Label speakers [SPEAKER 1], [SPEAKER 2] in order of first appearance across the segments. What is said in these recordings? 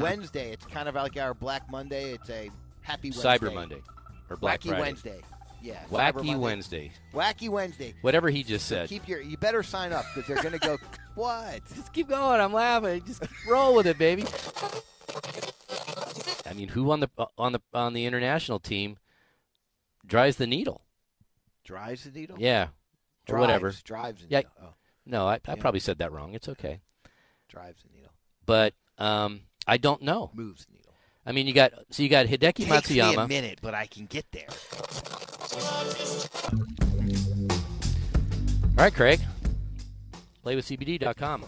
[SPEAKER 1] Wednesday. It's kind of like our Black Monday. It's a happy Wednesday.
[SPEAKER 2] Cyber Monday or Black
[SPEAKER 1] Wacky
[SPEAKER 2] Friday.
[SPEAKER 1] Wednesday. Yeah. Cyber
[SPEAKER 2] Wacky Wednesday.
[SPEAKER 1] Wacky Wednesday.
[SPEAKER 2] Whatever he just said.
[SPEAKER 1] Keep your. You better sign up because they're going to go. What?
[SPEAKER 2] Just keep going. I'm laughing. Just roll with it, baby. I mean, who on the uh, on the on the international team drives the needle?
[SPEAKER 1] Drives the needle.
[SPEAKER 2] Yeah. Or
[SPEAKER 1] Drives,
[SPEAKER 2] whatever.
[SPEAKER 1] Drives the
[SPEAKER 2] Yeah.
[SPEAKER 1] needle. Oh,
[SPEAKER 2] No, I, I
[SPEAKER 1] Yeah.
[SPEAKER 2] probably said that wrong. It's okay.
[SPEAKER 1] drives the needle.
[SPEAKER 2] But um, I don't know.
[SPEAKER 1] Moves the needle.
[SPEAKER 2] I mean, you got so you got Hideki
[SPEAKER 1] Takes me a
[SPEAKER 2] Matsuyama.
[SPEAKER 1] minute, but I can get there.
[SPEAKER 2] All right, Craig. Playwithcbd.com.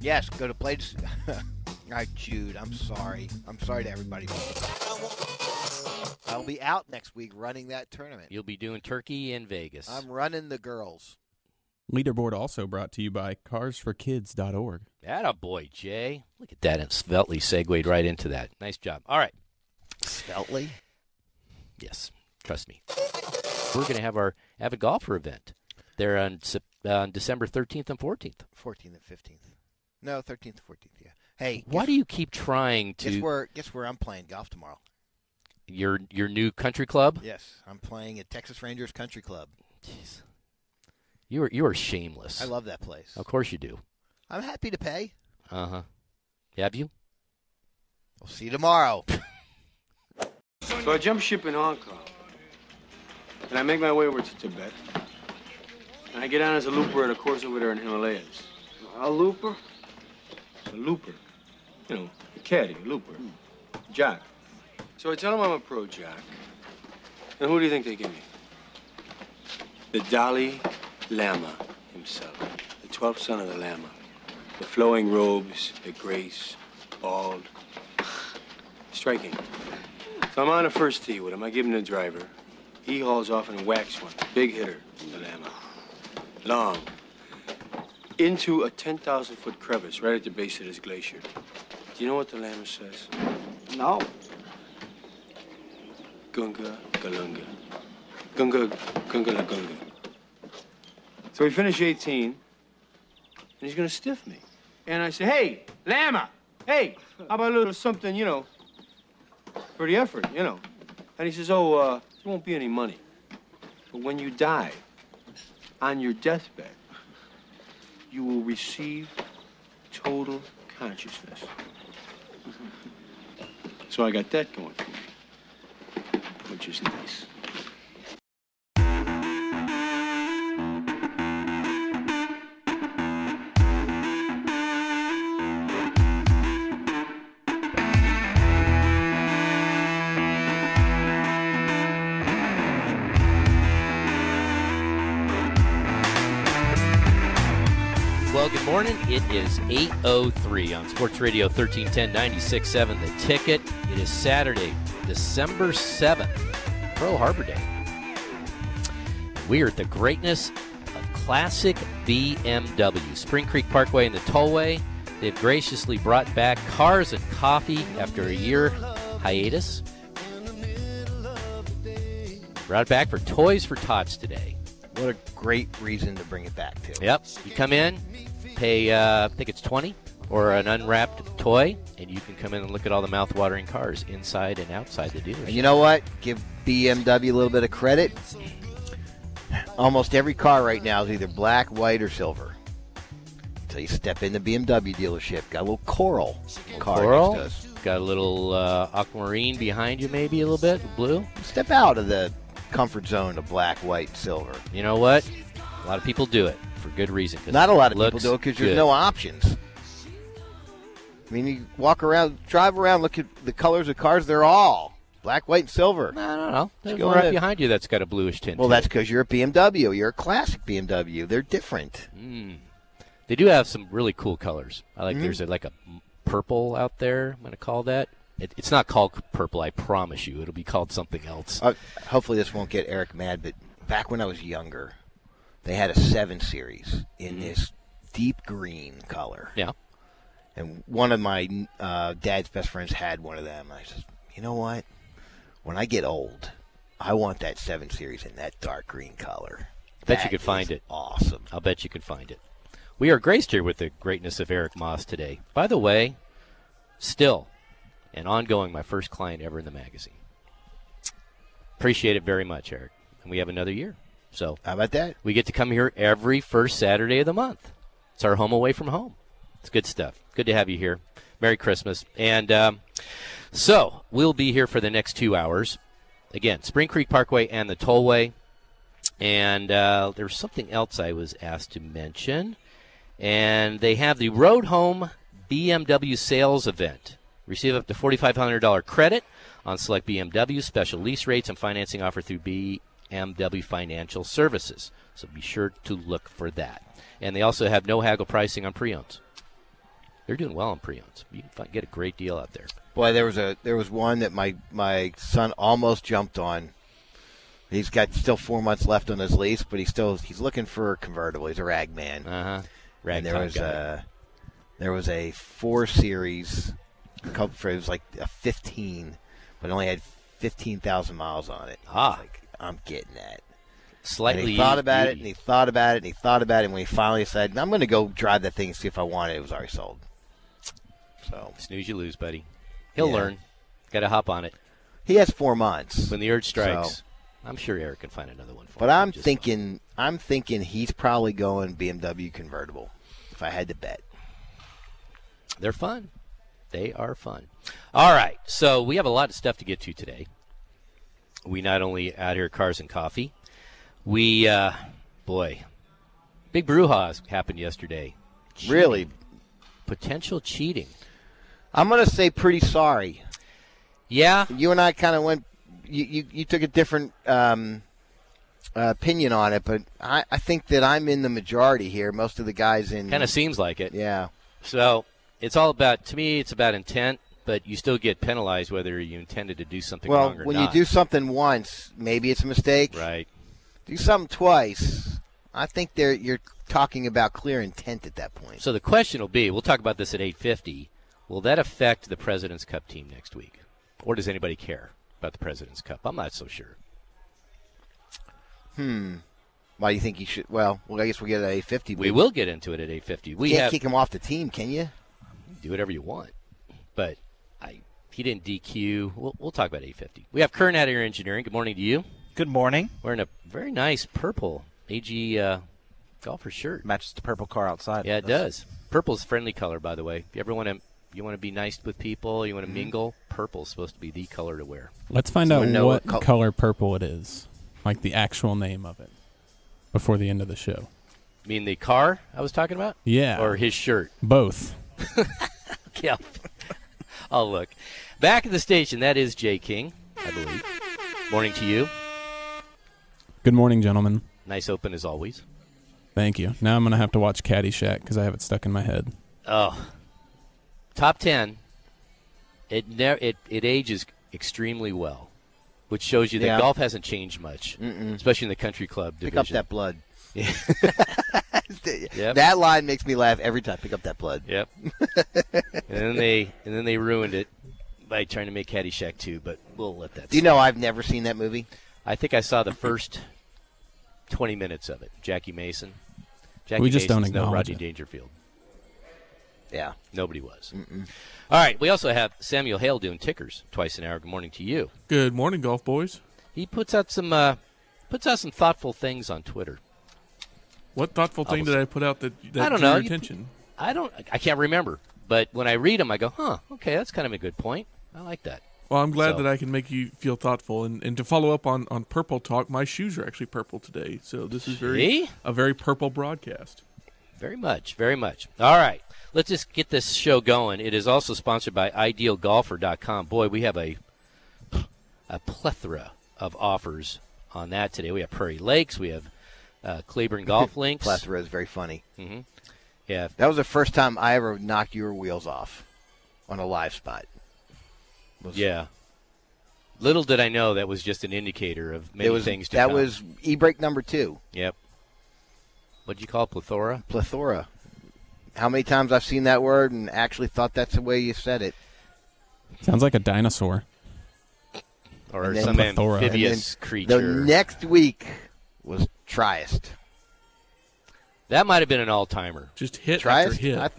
[SPEAKER 1] Yes, go to play. All right, Jude. I'm sorry. I'm sorry to everybody. I'll be out next week running that tournament.
[SPEAKER 2] You'll be doing Turkey in Vegas.
[SPEAKER 1] I'm running the girls.
[SPEAKER 3] Leaderboard also brought to you by carsforkids.org.
[SPEAKER 2] Atta boy, Jay. Look at that. And Sveltly segued right into that. Nice job. All right.
[SPEAKER 1] Sveltly.
[SPEAKER 2] Yes. Trust me. We're going to have our avid golfer event there on, Sep- on December 13th and 14th.
[SPEAKER 1] 14th and 15th. No, 13th and 14th. Yeah. Hey,
[SPEAKER 2] Why
[SPEAKER 1] guess,
[SPEAKER 2] do you keep trying
[SPEAKER 1] guess
[SPEAKER 2] to
[SPEAKER 1] where? Guess where I'm playing golf tomorrow?
[SPEAKER 2] your your new country club?
[SPEAKER 1] Yes, I'm playing at Texas Rangers Country Club.
[SPEAKER 2] Jeez. You are you are shameless.
[SPEAKER 1] I love that place.
[SPEAKER 2] Of course you do.
[SPEAKER 1] I'm happy to pay.
[SPEAKER 2] Uh-huh. Have you?
[SPEAKER 1] We'll see you tomorrow.
[SPEAKER 4] So I jumped ship in Hong Kong. And I make my way over to Tibet. And I get on as a looper at a course over there in Himalayas. A looper? A looper. You know, a caddy, a looper. Jock. So I tell him I'm a pro jock. And who do you think they give me? The Dalai Lama himself, the 12th son of the Lama. The flowing robes, the grace, bald. Striking. So I'm on the first tee with him. I give him the driver. He hauls off and whacks one. Big hitter, the Lama. Long. Into a 10,000 foot crevice right at the base of this glacier. Do you know what the Lama says? No. Gunga Galunga. Gunga Gunga La Gunga. So we finish 18, and he's gonna stiff me. And I say, hey, Lama, hey, how about a little something, you know, for the effort, you know. And he says, Oh, uh, there won't be any money. But when you die, on your deathbed, you will receive total consciousness. So I got that going for me, which is nice.
[SPEAKER 2] Well, good morning. It is 8.03 on Sports Radio 1310 96.7 The Ticket. It is Saturday, December 7th, Pearl Harbor Day. We are at the greatness of classic BMW. Spring Creek Parkway and the Tollway. They've graciously brought back cars and coffee after a year hiatus. Brought back for Toys for Tots today.
[SPEAKER 1] What a great reason to bring it back to.
[SPEAKER 2] Yep. You come in, pay, uh, I think it's 20 or an unwrapped toy, and you can come in and look at all the mouth-watering cars inside and outside the dealership.
[SPEAKER 1] And you know what? Give BMW a little bit of credit. Almost every car right now is either black, white, or silver. So you step in the BMW dealership, got a little coral car
[SPEAKER 2] Coral,
[SPEAKER 1] next to us.
[SPEAKER 2] got a little uh, aquamarine behind you maybe a little bit, blue.
[SPEAKER 1] Step out of the comfort zone of black, white, silver.
[SPEAKER 2] You know what? A lot of people do it for good reason. 'cause
[SPEAKER 1] Not a lot of people
[SPEAKER 2] looks
[SPEAKER 1] do it because there's
[SPEAKER 2] good.
[SPEAKER 1] no options. I mean, you walk around, drive around, look at the colors of cars. They're all black, white, and silver.
[SPEAKER 2] No, no, no. There's
[SPEAKER 1] go
[SPEAKER 2] one right
[SPEAKER 1] ahead.
[SPEAKER 2] behind you that's got a bluish tint.
[SPEAKER 1] Well,
[SPEAKER 2] to it.
[SPEAKER 1] that's because you're a BMW. You're a classic BMW. They're different.
[SPEAKER 2] Mm-hmm. They do have some really cool colors. I
[SPEAKER 1] Mm-hmm.
[SPEAKER 2] like there's a, like a purple out there. I'm gonna call that. It, it's not called purple. I promise you, it'll be called something else.
[SPEAKER 1] Uh, hopefully, this won't get Eric mad, but back when I was younger, they had a 7 Series in
[SPEAKER 2] Mm-hmm.
[SPEAKER 1] this deep green color.
[SPEAKER 2] yeah.
[SPEAKER 1] And one of my uh, dad's best friends had one of them. And I said, you know what? When I get old, I want that seven series in that dark green color.
[SPEAKER 2] Bet
[SPEAKER 1] That
[SPEAKER 2] you could find
[SPEAKER 1] is
[SPEAKER 2] it.
[SPEAKER 1] Awesome.
[SPEAKER 2] I'll bet you could find it. We are graced here with the greatness of Eric Moss today. By the way, still and ongoing, my first client ever in the magazine. Appreciate it very much, Eric. And we have another year. So
[SPEAKER 1] How about that?
[SPEAKER 2] we get to come here every first Saturday of the month. It's our home away from home. It's good stuff. Good to have you here. Merry Christmas. And um, so we'll be here for the next two hours. Again, Spring Creek Parkway and the Tollway. And uh, there's something else I was asked to mention. And they have the Road Home BMW Sales Event. Receive up to $4,500 credit on select BMW, special lease rates, and financing offered through BMW Financial Services. So be sure to look for that. And they also have no haggle pricing on pre owns. They're doing well on pre owns. You can fi- get a great deal out there.
[SPEAKER 1] Boy, there was a there was one that my my son almost jumped on. He's got still four months left on his lease, but he's still he's looking for a convertible. He's a rag man.
[SPEAKER 2] Uh huh.
[SPEAKER 1] and there was a there was a four series, couple for it was like a fifteen, but it only had fifteen thousand miles on it.
[SPEAKER 2] Ah.
[SPEAKER 1] like, I'm getting that.
[SPEAKER 2] slightly.
[SPEAKER 1] and he thought about
[SPEAKER 2] E.
[SPEAKER 1] it, and he thought about it, and he thought about it, and when he finally decided, I'm going to go drive that thing and see if I want it, it was already sold. So
[SPEAKER 2] Snooze, you lose, buddy. He'll
[SPEAKER 1] Yeah.
[SPEAKER 2] learn. Got to hop on it
[SPEAKER 1] he has four months.
[SPEAKER 2] when the urge strikes.
[SPEAKER 1] So-
[SPEAKER 2] I'm sure Eric can find another one for
[SPEAKER 1] But
[SPEAKER 2] him.
[SPEAKER 1] I'm
[SPEAKER 2] Just-
[SPEAKER 1] thinking, I'm thinking he's probably going BMW convertible. If I had to bet,
[SPEAKER 2] they're fun. They are fun. All right, so we have a lot of stuff to get to today. We not only out here cars and coffee. We, uh, boy, big brouhahas happened yesterday. Cheating.
[SPEAKER 1] really,
[SPEAKER 2] potential cheating.
[SPEAKER 1] I'm going to say pretty sorry.
[SPEAKER 2] Yeah,
[SPEAKER 1] You and I kind of went, you, you you took a different um, uh, opinion on it, but I, I think that I'm in the majority here. Most of the guys in
[SPEAKER 2] kind of seems like it.
[SPEAKER 1] yeah.
[SPEAKER 2] So it's all about to me. It's about intent, but you still get penalized whether you intended to do something
[SPEAKER 1] Well,
[SPEAKER 2] wrong or
[SPEAKER 1] when
[SPEAKER 2] not.
[SPEAKER 1] you do something once, maybe it's a mistake.
[SPEAKER 2] right,
[SPEAKER 1] Do something twice, I think there you're talking about clear intent at that point.
[SPEAKER 2] so the question will be: We'll talk about this at eight fifty. Will that affect the President's Cup team next week, or does anybody care about the President's Cup? I'm not so sure.
[SPEAKER 1] Why do you think you should? Well, well I guess we'll get a 50.
[SPEAKER 2] We will get into it at eight fifty. We
[SPEAKER 1] You can't
[SPEAKER 2] have
[SPEAKER 1] kick him off the team, can you?
[SPEAKER 2] do whatever you want, but I he didn't DQ. We'll, we'll talk about eight fifty. We have Kern out of your engineering. Good morning to you.
[SPEAKER 5] Good morning.
[SPEAKER 2] Wearing a very nice purple AG uh, golfer shirt.
[SPEAKER 5] Matches the purple car outside.
[SPEAKER 2] Yeah, it
[SPEAKER 5] That's-
[SPEAKER 2] does. Purple's a friendly color, by the way. If you ever want to, you want to be nice with people, you want
[SPEAKER 1] Mm-hmm.
[SPEAKER 2] to mingle. Purple's supposed to be the color to wear.
[SPEAKER 3] Let's find
[SPEAKER 1] So we
[SPEAKER 3] out
[SPEAKER 1] know
[SPEAKER 3] what
[SPEAKER 1] what col-
[SPEAKER 3] color purple it is, like the actual name of it, before the end of the show.
[SPEAKER 2] I mean, the car I was talking about,
[SPEAKER 3] Yeah,
[SPEAKER 2] or his shirt.
[SPEAKER 3] both.
[SPEAKER 2] Yeah, I'll look. Back at the station, that is Jay King, I believe. Morning to you.
[SPEAKER 3] Good morning, gentlemen.
[SPEAKER 2] Nice open as always.
[SPEAKER 3] Thank you. Now I'm gonna have to watch Caddyshack because I have it stuck in my head.
[SPEAKER 2] Oh, top ten. It ne- it it ages extremely well, which shows you that
[SPEAKER 1] Yeah.
[SPEAKER 2] golf hasn't changed much, especially in the country club division.
[SPEAKER 1] Pick up that blood.
[SPEAKER 2] Yeah. Yep.
[SPEAKER 1] That line makes me laugh every time. Pick up that blood.
[SPEAKER 2] Yep. and then they and then they ruined it by trying to make Caddyshack too, but we'll let that.
[SPEAKER 1] Do you
[SPEAKER 2] slide.
[SPEAKER 1] know I've never seen that movie?
[SPEAKER 2] I think I saw the first twenty minutes of it. Jackie Mason. Jackie
[SPEAKER 3] We just don't
[SPEAKER 2] Mason's no
[SPEAKER 3] acknowledge
[SPEAKER 2] Rodney
[SPEAKER 3] it.
[SPEAKER 2] Dangerfield.
[SPEAKER 1] Yeah.
[SPEAKER 2] Nobody was. All right. We also have Samuel Hale doing tickers twice an hour. Good morning to you.
[SPEAKER 3] Good morning, golf boys.
[SPEAKER 2] He puts out some uh, puts out some thoughtful things on Twitter.
[SPEAKER 6] What thoughtful thing
[SPEAKER 2] Obviously.
[SPEAKER 6] did I put out that, that
[SPEAKER 2] I don't
[SPEAKER 6] drew
[SPEAKER 2] know.
[SPEAKER 6] your
[SPEAKER 2] You put-
[SPEAKER 6] attention?
[SPEAKER 2] I don't. I can't remember, but when I read them, I go, "Huh, okay, that's kind of a good point. I like that."
[SPEAKER 6] Well, I'm glad
[SPEAKER 2] So-
[SPEAKER 6] that I can make you feel thoughtful. And, and to follow up on, on purple talk, my shoes are actually purple today. So this is very
[SPEAKER 2] See?
[SPEAKER 6] a very purple broadcast.
[SPEAKER 2] Very much, very much. All right, let's just get this show going. It is also sponsored by IdealGolfer.com. Boy, we have a a plethora of offers on that today. We have Prairie Lakes, we have uh, Cleburne Golf Links.
[SPEAKER 1] Plethora is very funny.
[SPEAKER 2] Yeah,
[SPEAKER 1] That was the first time I ever knocked your wheels off on a live spot. Was-
[SPEAKER 2] yeah. Little did I know that was just an indicator of many
[SPEAKER 1] It was,
[SPEAKER 2] things to
[SPEAKER 1] that
[SPEAKER 2] come.
[SPEAKER 1] was e break number two,
[SPEAKER 2] yep. What'd you call it, plethora?
[SPEAKER 1] plethora. How many times I've seen that word and actually thought that's the way you said it.
[SPEAKER 3] Sounds like a dinosaur.
[SPEAKER 2] or
[SPEAKER 1] And then
[SPEAKER 2] some
[SPEAKER 3] Plethora. And then
[SPEAKER 2] amphibious
[SPEAKER 1] The
[SPEAKER 2] creature.
[SPEAKER 1] next week was Triest.
[SPEAKER 2] that might have been an all-timer.
[SPEAKER 6] Just hit after
[SPEAKER 1] Triest?
[SPEAKER 6] hit.
[SPEAKER 1] I-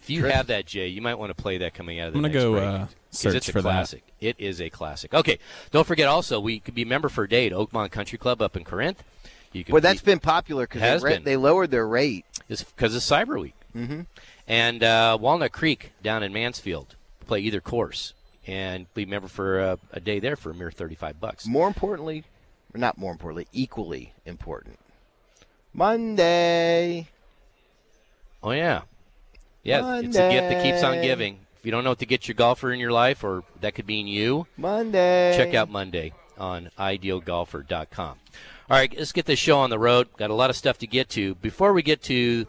[SPEAKER 2] If you
[SPEAKER 1] Sure.
[SPEAKER 2] have that, Jay, you might want to play that coming out of the
[SPEAKER 3] I'm gonna
[SPEAKER 2] next
[SPEAKER 3] go,
[SPEAKER 2] break.
[SPEAKER 3] uh,
[SPEAKER 2] 'Cause
[SPEAKER 3] search
[SPEAKER 2] it's a
[SPEAKER 3] for that.
[SPEAKER 2] classic. It is a classic. Okay, don't forget also we could be member for a day at Oakmont Country Club up in Corinth. You could
[SPEAKER 1] well, that's
[SPEAKER 2] be-
[SPEAKER 1] been popular because
[SPEAKER 2] Has
[SPEAKER 1] they, ra-
[SPEAKER 2] been.
[SPEAKER 1] they lowered their rate.
[SPEAKER 2] It's because of Cyber Week. Mm-hmm. And uh, Walnut Creek down in Mansfield play either course and be member for uh, a day there for a mere thirty-five bucks.
[SPEAKER 1] More importantly, or not more importantly, equally important. Monday.
[SPEAKER 2] Oh yeah, yeah. It's a gift that keeps on
[SPEAKER 1] Monday.
[SPEAKER 2] giving. If you don't know what to get your golfer in your life, or that could mean you,
[SPEAKER 1] Monday.
[SPEAKER 2] check out Monday on idealgolfer.com. All right, let's get this show on the road. Got a lot of stuff to get to. Before we get to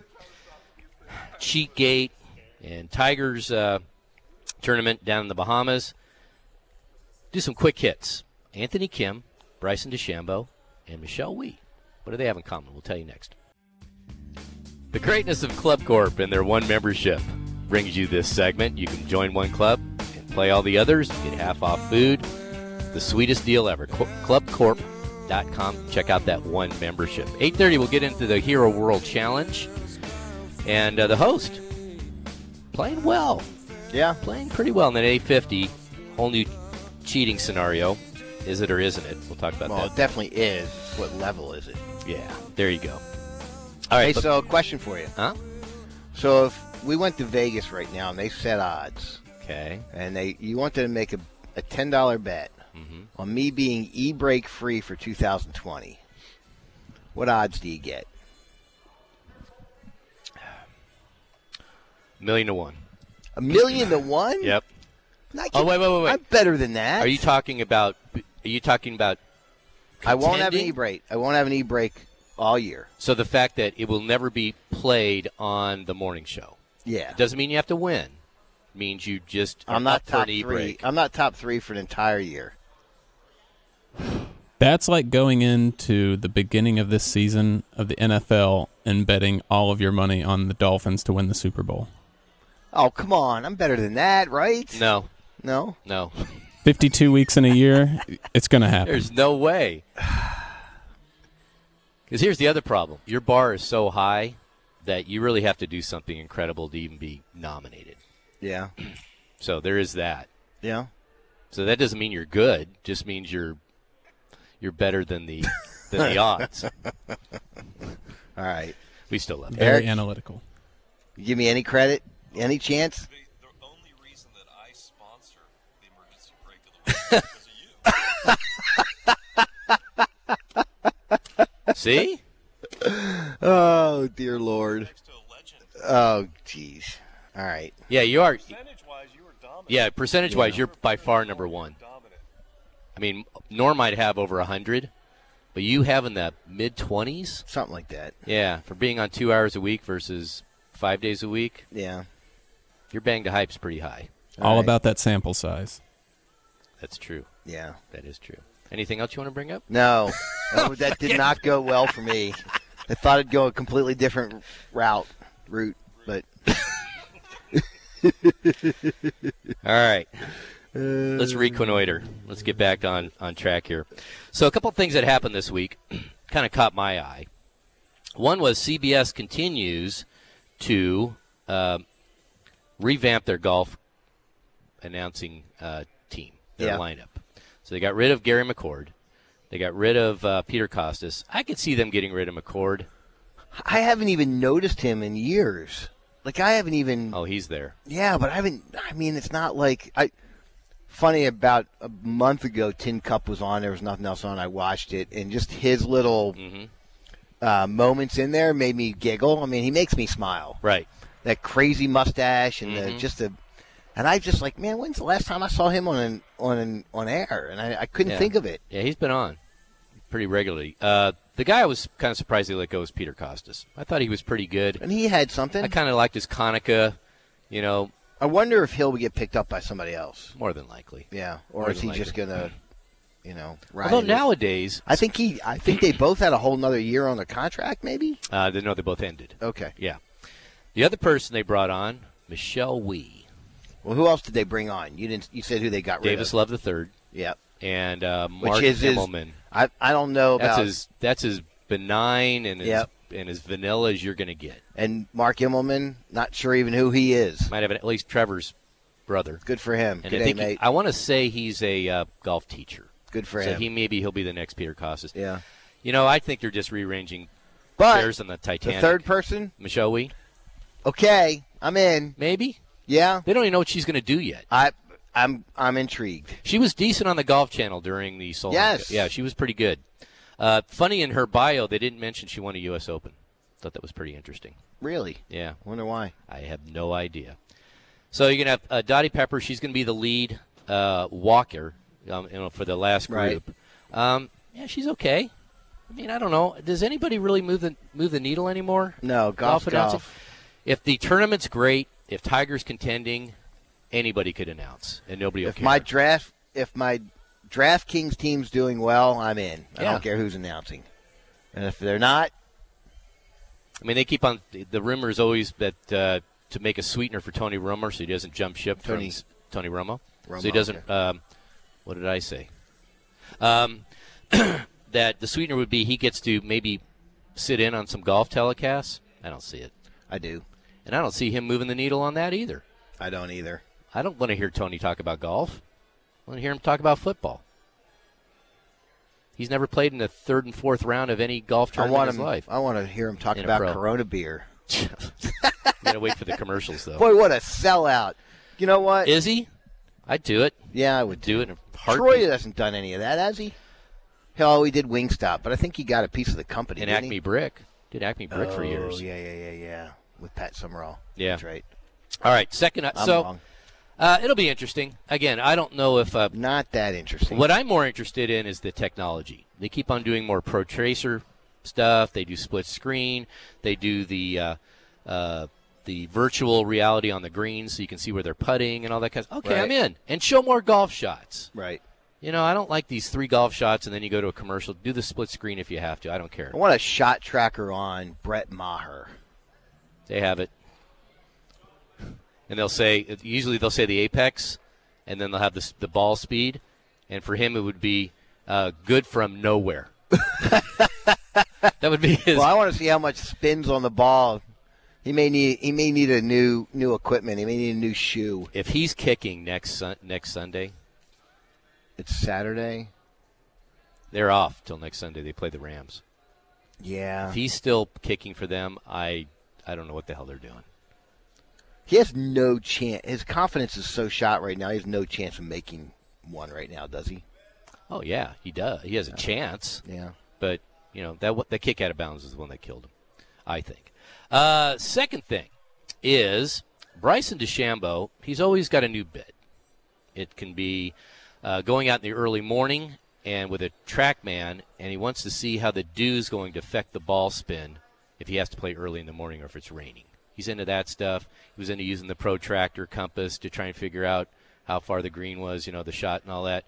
[SPEAKER 2] Cheat Gate and Tigers uh, tournament down in the Bahamas, do some quick hits. Anthony Kim, Bryson DeChambeau, and Michelle Wee. What do they have in common? We'll tell you next. The greatness of Club Corp and their one membership brings you this segment. You can join one club and play all the others, get half off food, the sweetest deal ever. Cl- ClubCorp.com. Check out that one membership. 8:30, we'll get into the Hero World Challenge, and uh, the host playing well,
[SPEAKER 1] Yeah.
[SPEAKER 2] playing pretty well. And then 8:50, whole new cheating scenario. Is it or isn't it? We'll talk about
[SPEAKER 1] Well, it
[SPEAKER 2] that.
[SPEAKER 1] definitely is. What level is it?
[SPEAKER 2] Yeah, there you go. All right,
[SPEAKER 1] hey,
[SPEAKER 2] but-
[SPEAKER 1] so a question for you.
[SPEAKER 2] huh?
[SPEAKER 1] So if we went to Vegas right now and they set odds,
[SPEAKER 2] Okay.
[SPEAKER 1] and they you want them to make a, a ten dollar bet
[SPEAKER 2] Mm-hmm.
[SPEAKER 1] on me being e break free for 2020, what odds do you get?
[SPEAKER 2] Million to one.
[SPEAKER 1] A million to one?
[SPEAKER 2] Yep.
[SPEAKER 1] I
[SPEAKER 2] Oh
[SPEAKER 1] can-
[SPEAKER 2] wait, wait, wait, wait.
[SPEAKER 1] I'm better than that.
[SPEAKER 2] Are you talking about? Are you talking about?
[SPEAKER 1] I won't have an
[SPEAKER 2] contending?
[SPEAKER 1] e break. I won't have an e break all year.
[SPEAKER 2] So the fact that it will never be played on the morning show
[SPEAKER 1] Yeah,
[SPEAKER 2] It doesn't mean you have to win. It means you just are
[SPEAKER 1] I'm not
[SPEAKER 2] up for
[SPEAKER 1] top
[SPEAKER 2] an e
[SPEAKER 1] three.
[SPEAKER 2] break.
[SPEAKER 1] I'm not top three for an entire year.
[SPEAKER 3] That's like going into the beginning of this season of the NFL and betting all of your money on the Dolphins to win the Super Bowl.
[SPEAKER 1] Oh come on, I'm better than that, right?
[SPEAKER 2] No,
[SPEAKER 1] no.
[SPEAKER 2] no.
[SPEAKER 3] 52 weeks in a year, it's going to happen.
[SPEAKER 2] There's no way. Because here's the other problem: your bar is so high that you really have to do something incredible to even be nominated.
[SPEAKER 1] Yeah,
[SPEAKER 2] So there is that.
[SPEAKER 1] yeah.
[SPEAKER 2] So that doesn't mean you're good. Just means you're you're better than the than the odds.
[SPEAKER 1] All right.
[SPEAKER 2] We still love it.
[SPEAKER 3] Very
[SPEAKER 1] Eric?
[SPEAKER 3] analytical.
[SPEAKER 1] You give me any credit, any chance?
[SPEAKER 7] The only reason that I sponsor the emergency break of the week is because of you.
[SPEAKER 2] See?
[SPEAKER 1] Oh dear lord.
[SPEAKER 7] To a legend.
[SPEAKER 1] Oh jeez. All right.
[SPEAKER 2] Yeah, you are.
[SPEAKER 7] Percentage wise, you were dominant.
[SPEAKER 2] Yeah, percentage wise, you're by far number one.
[SPEAKER 7] Dominant.
[SPEAKER 2] I mean, Norm might have over 100, but you have in the mid 20s?
[SPEAKER 1] Something like that.
[SPEAKER 2] Yeah, for being on two hours a week versus five days a week,
[SPEAKER 1] Yeah.
[SPEAKER 2] your bang to hype's pretty high.
[SPEAKER 3] All
[SPEAKER 1] right.
[SPEAKER 3] about that sample size.
[SPEAKER 2] That's true.
[SPEAKER 1] Yeah.
[SPEAKER 2] That is true. Anything else you want to bring up?
[SPEAKER 1] No. Oh, that did not go well for me. I thought it'd go a completely different route route, but
[SPEAKER 2] All right. Let's reconnoiter. Let's get back on, on track here. So, a couple things that happened this week kind of caught my eye. One was CBS continues to uh, revamp their golf announcing uh, team, their
[SPEAKER 1] Yeah.
[SPEAKER 2] lineup. So, they got rid of Gary McCord. They got rid of uh, Peter Costas. I could see them getting rid of McCord.
[SPEAKER 1] I haven't even noticed him in years. Like I haven't even.
[SPEAKER 2] Oh, he's there.
[SPEAKER 1] Yeah, but I haven't. I mean, it's not like I. Funny, about a month ago, Tin Cup was on. There was nothing else on. I watched it, and just his little
[SPEAKER 7] Mm-hmm.
[SPEAKER 1] uh, moments in there made me giggle. I mean, he makes me smile.
[SPEAKER 2] Right.
[SPEAKER 1] That crazy mustache and
[SPEAKER 2] Mm-hmm.
[SPEAKER 1] the, just the. And I just like, man, when's the last time I saw him on an, on an, on air? And I, I couldn't
[SPEAKER 2] Yeah.
[SPEAKER 1] think of it.
[SPEAKER 2] Yeah, he's been on pretty regularly. Uh, the guy I was kind of surprised they let go was Peter Costas. I thought he was pretty good.
[SPEAKER 1] And he had something.
[SPEAKER 2] I kind of liked his Conica, you know,
[SPEAKER 1] I wonder if he'll get picked up by somebody else.
[SPEAKER 2] more than likely.
[SPEAKER 1] Yeah, or
[SPEAKER 2] More
[SPEAKER 1] is
[SPEAKER 2] than
[SPEAKER 1] he just
[SPEAKER 2] likely.
[SPEAKER 1] gonna, you know, ride
[SPEAKER 2] Although
[SPEAKER 1] it?
[SPEAKER 2] nowadays,
[SPEAKER 1] I think he. I think they both had a whole nother year on the contract. Maybe.
[SPEAKER 2] uh, they know they both ended.
[SPEAKER 1] Okay.
[SPEAKER 2] Yeah. The other person they brought on, Michelle Wee,
[SPEAKER 1] Well, who else did they bring on? You didn't. You said who they got rid
[SPEAKER 2] Davis
[SPEAKER 1] of.
[SPEAKER 2] Love III,
[SPEAKER 1] Yeah.
[SPEAKER 2] and uh,
[SPEAKER 1] Which
[SPEAKER 2] Mark
[SPEAKER 1] is his,
[SPEAKER 2] Immelman.
[SPEAKER 1] I, I don't know
[SPEAKER 2] That's
[SPEAKER 1] about
[SPEAKER 2] as that's as benign and as,
[SPEAKER 1] Yep.
[SPEAKER 2] and as vanilla as you're going to get.
[SPEAKER 1] and Mark Immelman, not sure even who he is.
[SPEAKER 2] Might have an, at least Trevor's brother.
[SPEAKER 1] Good for him.
[SPEAKER 2] And
[SPEAKER 1] Good
[SPEAKER 2] I
[SPEAKER 1] day,
[SPEAKER 2] think he-
[SPEAKER 1] mate.
[SPEAKER 2] I want to say he's a uh, golf teacher.
[SPEAKER 1] Good for
[SPEAKER 2] so
[SPEAKER 1] him.
[SPEAKER 2] he maybe he'll be the next Peter Costas.
[SPEAKER 1] yeah.
[SPEAKER 2] You know, I think they're just rearranging
[SPEAKER 1] But
[SPEAKER 2] chairs on the
[SPEAKER 1] the
[SPEAKER 2] Titanic.
[SPEAKER 1] third person,
[SPEAKER 2] Michelle Wee,
[SPEAKER 1] okay, I'm in.
[SPEAKER 2] maybe
[SPEAKER 1] Yeah.
[SPEAKER 2] they don't even know what she's going to do yet.
[SPEAKER 1] I I'm I'm intrigued.
[SPEAKER 2] She was decent on the Golf Channel during the Solheim.
[SPEAKER 1] Yes.
[SPEAKER 2] yeah, she was pretty good. Uh, funny in her bio, they didn't mention she won a U.S. Open. Thought that was pretty interesting.
[SPEAKER 1] Really.
[SPEAKER 2] Yeah,
[SPEAKER 1] Wonder why.
[SPEAKER 2] I have no idea. So you're gonna have uh, Dottie Pepper. She's gonna be the lead uh, walker, um, you know, for the last
[SPEAKER 1] Right.
[SPEAKER 2] group. Um, yeah, she's okay. I mean, I don't know. Does anybody really move the move the needle anymore?
[SPEAKER 1] No, golf,
[SPEAKER 2] announcing?
[SPEAKER 1] golf.
[SPEAKER 2] If the tournament's great, if Tiger's contending, anybody could announce, and nobody will
[SPEAKER 1] If
[SPEAKER 2] care.
[SPEAKER 1] my draft if my DraftKings team's doing well, I'm in. I
[SPEAKER 2] Yeah.
[SPEAKER 1] don't care who's announcing. And if they're not,
[SPEAKER 2] I mean, they keep on. The rumor is always that uh, to make a sweetener for Tony Romo, so he doesn't jump ship.
[SPEAKER 1] Tony-
[SPEAKER 2] from Tony Romo, so he
[SPEAKER 1] Romo,
[SPEAKER 2] doesn't. Um, what did I say? Um, that the sweetener would be he gets to maybe sit in on some golf telecasts. I don't see it,
[SPEAKER 1] I do.
[SPEAKER 2] and I don't see him moving the needle on that either.
[SPEAKER 1] I don't either.
[SPEAKER 2] I don't want to hear Tony talk about golf. I want to hear him talk about football. He's never played in the third and fourth round of any golf
[SPEAKER 1] I
[SPEAKER 2] tournament
[SPEAKER 1] want
[SPEAKER 2] in his
[SPEAKER 1] him.
[SPEAKER 2] life.
[SPEAKER 1] I want to hear him talk
[SPEAKER 2] In a
[SPEAKER 1] about
[SPEAKER 2] pro.
[SPEAKER 1] Corona beer.
[SPEAKER 2] Gotta wait for the commercials though.
[SPEAKER 1] Boy, what a sellout! You know what?
[SPEAKER 2] Is he? I'd do it.
[SPEAKER 1] yeah, I would
[SPEAKER 2] Do it in a
[SPEAKER 1] Troy
[SPEAKER 2] heartbeat.
[SPEAKER 1] hasn't done any of that, has he? Hell, he did Wingstop, but I think he got a piece of the company.
[SPEAKER 2] And
[SPEAKER 1] didn't
[SPEAKER 2] Acme
[SPEAKER 1] he?
[SPEAKER 2] Brick. Did Acme Brick for
[SPEAKER 1] Oh,
[SPEAKER 2] years.
[SPEAKER 1] Yeah, yeah, yeah, yeah. With Pat Summerall.
[SPEAKER 2] Yeah.
[SPEAKER 1] That's right.
[SPEAKER 2] All right, second.
[SPEAKER 1] I'm
[SPEAKER 2] so
[SPEAKER 1] wrong.
[SPEAKER 2] uh, it'll be interesting. Again, I don't know if. Uh,
[SPEAKER 1] Not that interesting.
[SPEAKER 2] what I'm more interested in is the technology. They keep on doing more Pro Tracer stuff. They do split screen. They do the. Uh, uh, the virtual reality on the green, so you can see where they're putting and all that kind of. Okay,
[SPEAKER 1] Right.
[SPEAKER 2] I'm in, and show more golf shots.
[SPEAKER 1] Right.
[SPEAKER 2] You know, I don't like these three golf shots, and then you go to a commercial. Do the split screen if you have to. I don't care.
[SPEAKER 1] I want a shot tracker on Brett Maher.
[SPEAKER 2] They have it. And they'll say usually they'll say the apex, and then they'll have the the ball speed, and for him it would be uh, good from nowhere. that would be his.
[SPEAKER 1] Well, I want to see how much spins on the ball. He may need. He may need a new new equipment. He may need a new shoe.
[SPEAKER 2] If he's kicking next sun, next Sunday,
[SPEAKER 1] It's Saturday.
[SPEAKER 2] they're off till next Sunday. They play the Rams.
[SPEAKER 1] Yeah.
[SPEAKER 2] If he's still kicking for them, I I don't know what the hell they're doing.
[SPEAKER 1] He has no chance. His confidence is so shot right now. He has no chance of making one right now, does he?
[SPEAKER 2] Oh yeah, he does. He has a chance.
[SPEAKER 1] Yeah.
[SPEAKER 2] But you know that that kick out of bounds is the one that killed him, I think. Uh, second thing is Bryson DeChambeau. He's always got a new bit. It can be uh, going out in the early morning and with a track man, and he wants to see how the dew's going to affect the ball spin if he has to play early in the morning or if it's raining. He's into that stuff. He was into using the protractor compass to try and figure out how far the green was, you know, the shot and all that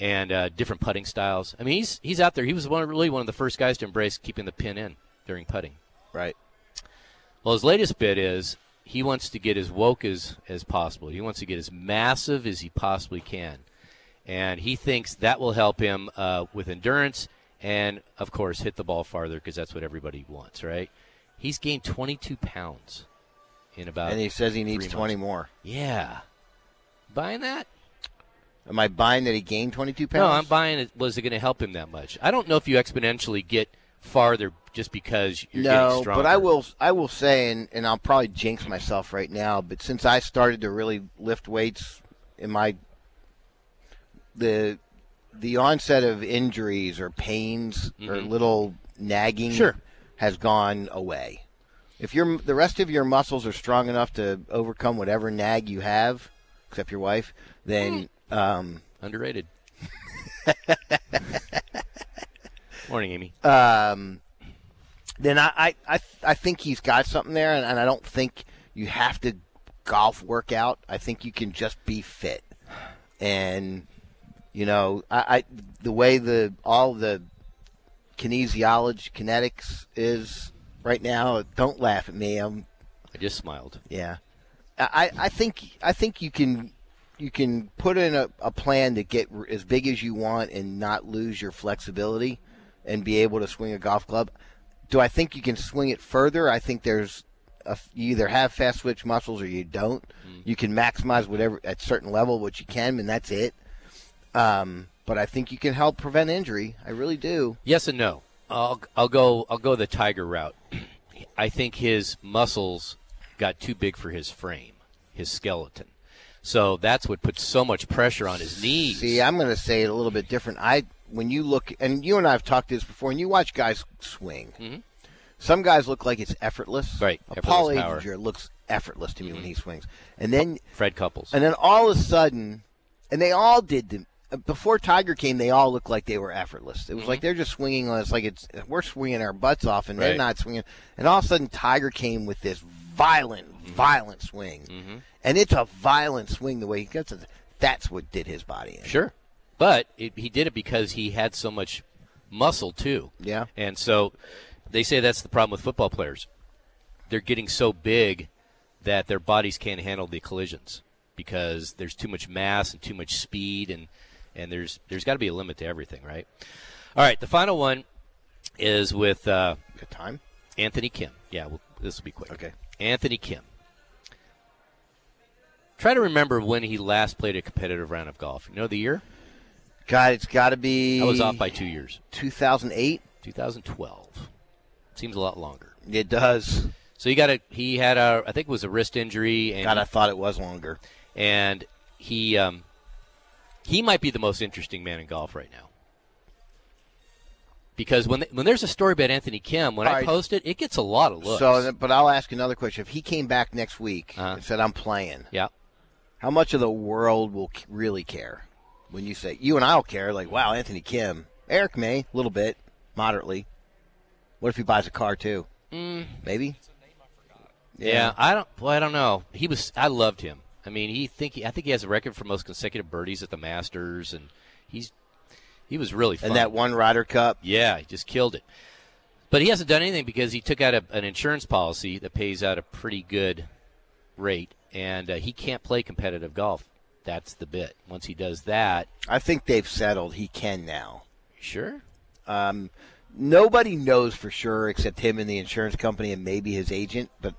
[SPEAKER 2] and uh, different putting styles. I mean, he's he's out there. He was one really one of the first guys to embrace keeping the pin in during putting.
[SPEAKER 1] Right.
[SPEAKER 2] Well, his latest bid is he wants to get as woke as as possible. He wants to get as massive as he possibly can, and he thinks that will help him uh, with endurance and, of course, hit the ball farther because that's what everybody wants, right? He's gained 22 pounds in about
[SPEAKER 1] and he says he needs
[SPEAKER 2] Uh, three
[SPEAKER 1] 20
[SPEAKER 2] months.
[SPEAKER 1] more.
[SPEAKER 2] Yeah, buying that.
[SPEAKER 1] Am I buying that he gained 22 pounds?
[SPEAKER 2] No, I'm buying it. Was it going to help him that much? I don't know if you exponentially get farther just because you're getting
[SPEAKER 1] No,
[SPEAKER 2] stronger.
[SPEAKER 1] but I will. I will say, and, and I'll probably jinx myself right now. But since I started to really lift weights in my the the onset of injuries or pains or little nagging
[SPEAKER 2] Mm-hmm. Sure.
[SPEAKER 1] has gone away. If your the rest of your muscles are strong enough to overcome whatever nag you have, except your wife, then
[SPEAKER 2] Hmm.
[SPEAKER 1] um,
[SPEAKER 2] Underrated. Morning, Amy.
[SPEAKER 1] um, then I, I, I, I think he's got something there, and, and I don't think you have to golf workout. I think you can just be fit, and you know, I, I the way the all the kinesiology kinetics is right now. Don't laugh at me. I'm
[SPEAKER 2] I just smiled.
[SPEAKER 1] yeah. I, I think I think you can you can put in a, a plan to get r- as big as you want and not lose your flexibility and be able to swing a golf club. Do I think you can swing it further? I think there's a f you either have fast switch muscles or you don't. You can maximize whatever at certain level what you can, and that's it. Um, but I think you can help prevent injury. I really do.
[SPEAKER 2] Yes and no. I'll I'll go I'll go the Tiger route. I think his muscles got too big for his frame, his skeleton. So that's what puts so much pressure on his knees.
[SPEAKER 1] See, I'm going to say it a little bit different. I when you look, and you and I have talked this before, and you watch guys swing. Some guys look like it's effortless.
[SPEAKER 2] Mm-hmm. Right,
[SPEAKER 1] A
[SPEAKER 2] effortless
[SPEAKER 1] Paul
[SPEAKER 2] power. Mm-hmm.
[SPEAKER 1] Azinger looks effortless to me when he swings, and then
[SPEAKER 2] Fred Couples.
[SPEAKER 1] and then all of a sudden, and they all did the. Before Tiger came, they all looked like they were effortless. It was like they're just swinging on us, like it's we're swinging our butts off, and they're
[SPEAKER 2] Mm-hmm. Right.
[SPEAKER 1] not swinging. And all of a sudden, Tiger came with this violent,
[SPEAKER 2] Mm-hmm.
[SPEAKER 1] violent swing, and it's a violent swing the way he gets it. That's what did his body in.
[SPEAKER 2] Sure, but it, he did it because he had so much muscle too.
[SPEAKER 1] Yeah.
[SPEAKER 2] and so they say that's the problem with football players. They're getting so big that their bodies can't handle the collisions because there's too much mass and too much speed and and there's there's got to be a limit to everything, right? All right, the final one is with uh,
[SPEAKER 1] Good time.
[SPEAKER 2] Anthony Kim. Yeah, well, this will be quick.
[SPEAKER 1] Okay.
[SPEAKER 2] Anthony Kim. Try to remember when he last played a competitive round of golf. You know the year?
[SPEAKER 1] God, it's got to be.
[SPEAKER 2] I was off by two years.
[SPEAKER 1] 2008.
[SPEAKER 2] 2012 seems a lot longer.
[SPEAKER 1] It does.
[SPEAKER 2] So he got a he had a I think it was a wrist injury and
[SPEAKER 1] God, I thought it was longer.
[SPEAKER 2] and he um, he might be the most interesting man in golf right now. Because when when there's a story about Anthony Kim, when
[SPEAKER 1] All
[SPEAKER 2] I
[SPEAKER 1] right.
[SPEAKER 2] post it, it gets a lot of looks.
[SPEAKER 1] So, but I'll ask another question. If he came back next week
[SPEAKER 2] Uh-huh.
[SPEAKER 1] and said, "I'm playing,"
[SPEAKER 2] yeah.
[SPEAKER 1] how much of the world will c- really care? When you say you and I'll care, like, wow, Anthony Kim, Eric may a little bit, moderately. What if he buys a car too?
[SPEAKER 2] Mm.
[SPEAKER 1] Maybe.
[SPEAKER 2] yeah, I don't. Boy, I don't know. He was. I loved him. I mean, he think he, I think he has a record for most consecutive birdies at the Masters, and he's he was really fun.
[SPEAKER 1] And that one Ryder Cup.
[SPEAKER 2] Yeah, he just killed it. But he hasn't done anything because he took out a, an insurance policy that pays out a pretty good rate, and uh, he can't play competitive golf. That's the bit. Once he does that,
[SPEAKER 1] I think they've settled. He can now.
[SPEAKER 2] sure.
[SPEAKER 1] Um, nobody knows for sure except him and the insurance company and maybe his agent. But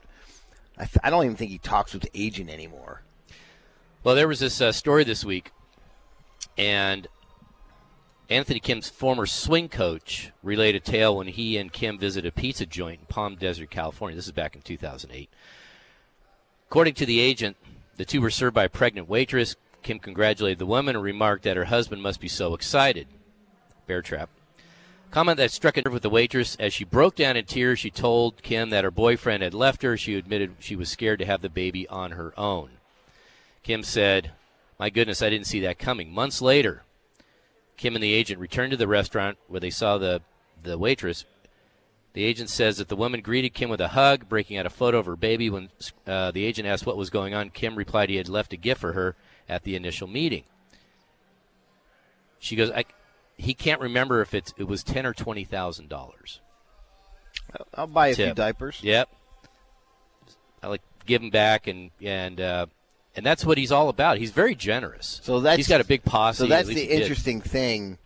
[SPEAKER 1] I, th- I don't even think he talks with the agent anymore.
[SPEAKER 2] Well, there was this uh, story this week, and Anthony Kim's former swing coach relayed a tale when he and Kim visited a pizza joint in Palm Desert, California. This is back in 2008. According to the agent, the two were served by a pregnant waitress. Kim congratulated the woman and remarked that her husband must be so excited. Bear trap. Comment that struck a nerve with the waitress. As she broke down in tears, she told Kim that her boyfriend had left her. She admitted she was scared to have the baby on her own. Kim said, My goodness, I didn't see that coming. Months later, Kim and the agent returned to the restaurant where they saw the, the waitress. The agent says that the woman greeted Kim with a hug, breaking out a photo of her baby. When uh, the agent asked what was going on, Kim replied he had left a gift for her at the initial meeting. She goes, I, He can't remember if it's, it was ten or $20,000.
[SPEAKER 1] I'll buy a few
[SPEAKER 2] Tip.
[SPEAKER 1] diapers.
[SPEAKER 2] Yep. I like give him back and and uh, and that's what he's all about. He's very generous.
[SPEAKER 1] So that's
[SPEAKER 2] he's got a big posse.
[SPEAKER 1] So
[SPEAKER 2] at
[SPEAKER 1] that's
[SPEAKER 2] least
[SPEAKER 1] the
[SPEAKER 2] he did.
[SPEAKER 1] interesting thing.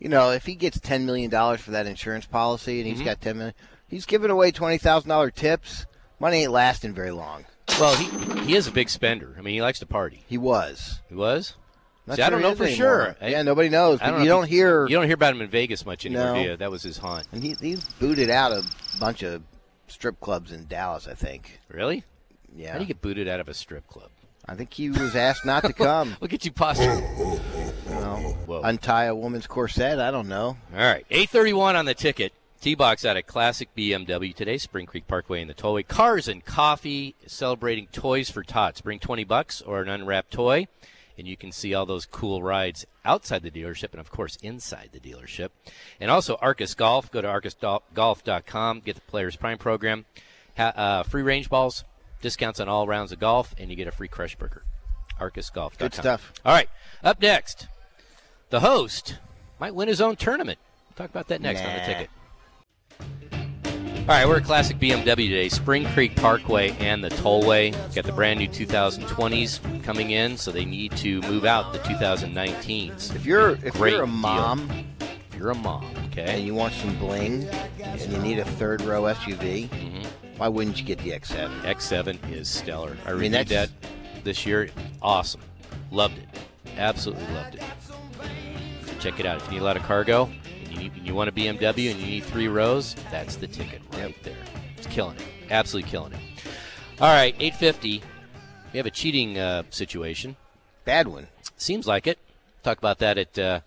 [SPEAKER 1] You know, if he gets ten million dollars for that insurance policy and
[SPEAKER 2] Mm-hmm.
[SPEAKER 1] he's got ten million, he's giving away twenty thousand dollar tips. Money ain't lasting very long.
[SPEAKER 2] Well, he he is a big spender. I mean, he likes to party.
[SPEAKER 1] He was.
[SPEAKER 2] He was.
[SPEAKER 1] Not
[SPEAKER 2] See, I don't
[SPEAKER 1] he
[SPEAKER 2] know
[SPEAKER 1] is
[SPEAKER 2] for
[SPEAKER 1] anymore.
[SPEAKER 2] sure. I-
[SPEAKER 1] yeah, nobody knows.
[SPEAKER 2] I
[SPEAKER 1] But
[SPEAKER 2] know
[SPEAKER 1] you
[SPEAKER 2] if
[SPEAKER 1] don't
[SPEAKER 2] he-
[SPEAKER 1] hear.
[SPEAKER 2] You don't hear about him in Vegas much anymore.
[SPEAKER 1] No.
[SPEAKER 2] do you? That was his haunt.
[SPEAKER 1] And he, he's booted out a bunch of strip clubs in Dallas, I think.
[SPEAKER 2] Really?
[SPEAKER 1] Yeah.
[SPEAKER 2] How do you get booted out of a strip club?
[SPEAKER 1] I think he was asked not to come.
[SPEAKER 2] Look at you posturing. Whoa.
[SPEAKER 1] Untie a woman's corset. I don't know.
[SPEAKER 2] All right, eight thirty-one on the ticket. T-box out of classic BMW today. Spring Creek Parkway in the tollway. Cars and coffee celebrating Toys for Tots. Bring twenty bucks or an unwrapped toy, and you can see all those cool rides outside the dealership and of course inside the dealership. And also Arcus Golf. Go to arcusgolf.com. Get the Players Prime program. Ha- uh, free range balls, discounts on all rounds of golf, and you get a free crush burger. Arcusgolf.com.
[SPEAKER 1] Good stuff.
[SPEAKER 2] All right, up next the host might win his own tournament. Talk about that next on the
[SPEAKER 1] Nah.
[SPEAKER 2] ticket. All right, we're at Classic BMW today. Spring Creek Parkway and the Tollway. Got the brand new 2020s coming in, so they need to move out the 2019s.
[SPEAKER 1] If you're if
[SPEAKER 2] Great
[SPEAKER 1] you're a
[SPEAKER 2] deal.
[SPEAKER 1] mom
[SPEAKER 2] If you're a mom,
[SPEAKER 1] and
[SPEAKER 2] okay?
[SPEAKER 1] you want some bling and you need a third row SUV,
[SPEAKER 2] Mm-hmm.
[SPEAKER 1] why wouldn't you get the X7?
[SPEAKER 2] X7 is stellar. I
[SPEAKER 1] mean,
[SPEAKER 2] reviewed
[SPEAKER 1] that's-
[SPEAKER 2] that this year. Awesome. Loved it. Absolutely loved it. Check it out. If you need a lot of cargo, and you, and you want a BMW, and you need three rows, that's the ticket right there. It's killing it. Absolutely killing it. All right, 850. We have a cheating uh, situation.
[SPEAKER 1] Bad one.
[SPEAKER 2] Seems like it. Talk about that at uh,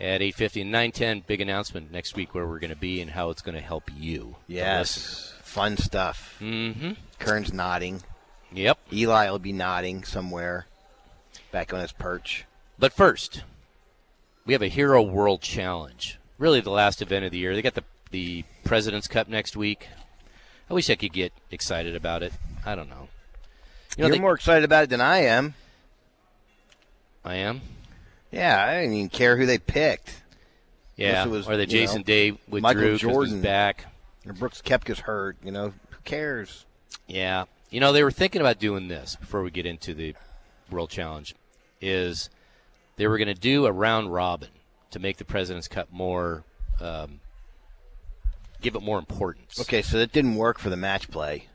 [SPEAKER 2] at 8:50 and 9:10. Big announcement next week where we're going to be and how it's going to help you. the listener.
[SPEAKER 1] Yes. Fun stuff.
[SPEAKER 2] Mhm.
[SPEAKER 1] Kern's nodding.
[SPEAKER 2] Yep.
[SPEAKER 1] Eli will be nodding somewhere back on his perch.
[SPEAKER 2] But first, we have a Hero World Challenge. Really, the last event of the year. They got the the President's Cup next week. I wish I could get excited about it. I don't know. You
[SPEAKER 1] You are
[SPEAKER 2] know, they,
[SPEAKER 1] more excited about it than I am.
[SPEAKER 2] I am.
[SPEAKER 1] Yeah, I didn't even care who they picked.
[SPEAKER 2] Yeah.
[SPEAKER 1] it was,
[SPEAKER 2] or the
[SPEAKER 1] you know,
[SPEAKER 2] Jason Day
[SPEAKER 1] Michael
[SPEAKER 2] withdrew because
[SPEAKER 1] Jordan.
[SPEAKER 2] he's back.
[SPEAKER 1] Or Brooks Kepka's hurt, you know. Who cares?
[SPEAKER 2] Yeah. You know, they were thinking about doing this before we get into the World Challenge is they were going to do a round robin to make the President's Cup more um, give it more importance.
[SPEAKER 1] Okay, so that didn't work for the match play.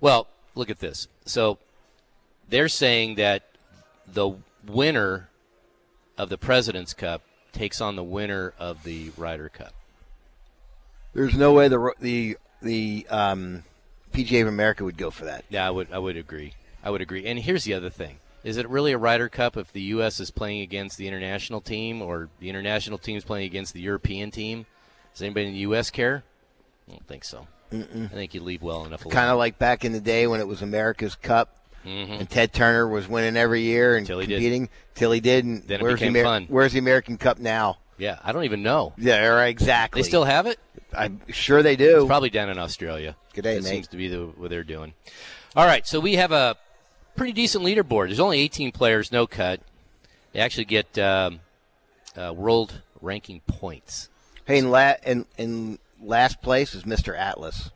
[SPEAKER 2] Well, look at this. So they're saying that the winner of the President's Cup takes on the winner of the Ryder Cup.
[SPEAKER 1] There's no way the the the um, PGA of America would go for that.
[SPEAKER 2] Yeah, I would I would agree. I would agree. And here's the other thing. Is it really a Ryder Cup if the US is playing against the international team or the international team's playing against the European team? Does anybody in the US care? I don't think so. I think you leave well enough alone.
[SPEAKER 1] Kind of like back in the day when it was America's Cup. And Ted Turner was winning every year and
[SPEAKER 2] Mm-hmm. Till he did.
[SPEAKER 1] competing till he didn't.
[SPEAKER 2] Then it
[SPEAKER 1] where's, the
[SPEAKER 2] became fun.
[SPEAKER 1] where's the American Cup now?
[SPEAKER 2] yeah, I don't even know.
[SPEAKER 1] Yeah, right, exactly.
[SPEAKER 2] They still have it?
[SPEAKER 1] I'm sure they do.
[SPEAKER 2] Probably down in Australia.
[SPEAKER 1] Good day,
[SPEAKER 2] that
[SPEAKER 1] mate.
[SPEAKER 2] seems to be the, what they're doing. All right, so we have a pretty decent leaderboard. There's only 18 players, no cut. They actually get um, uh, world ranking points.
[SPEAKER 1] hey, in, la- in, in last place is Mr. Atlas.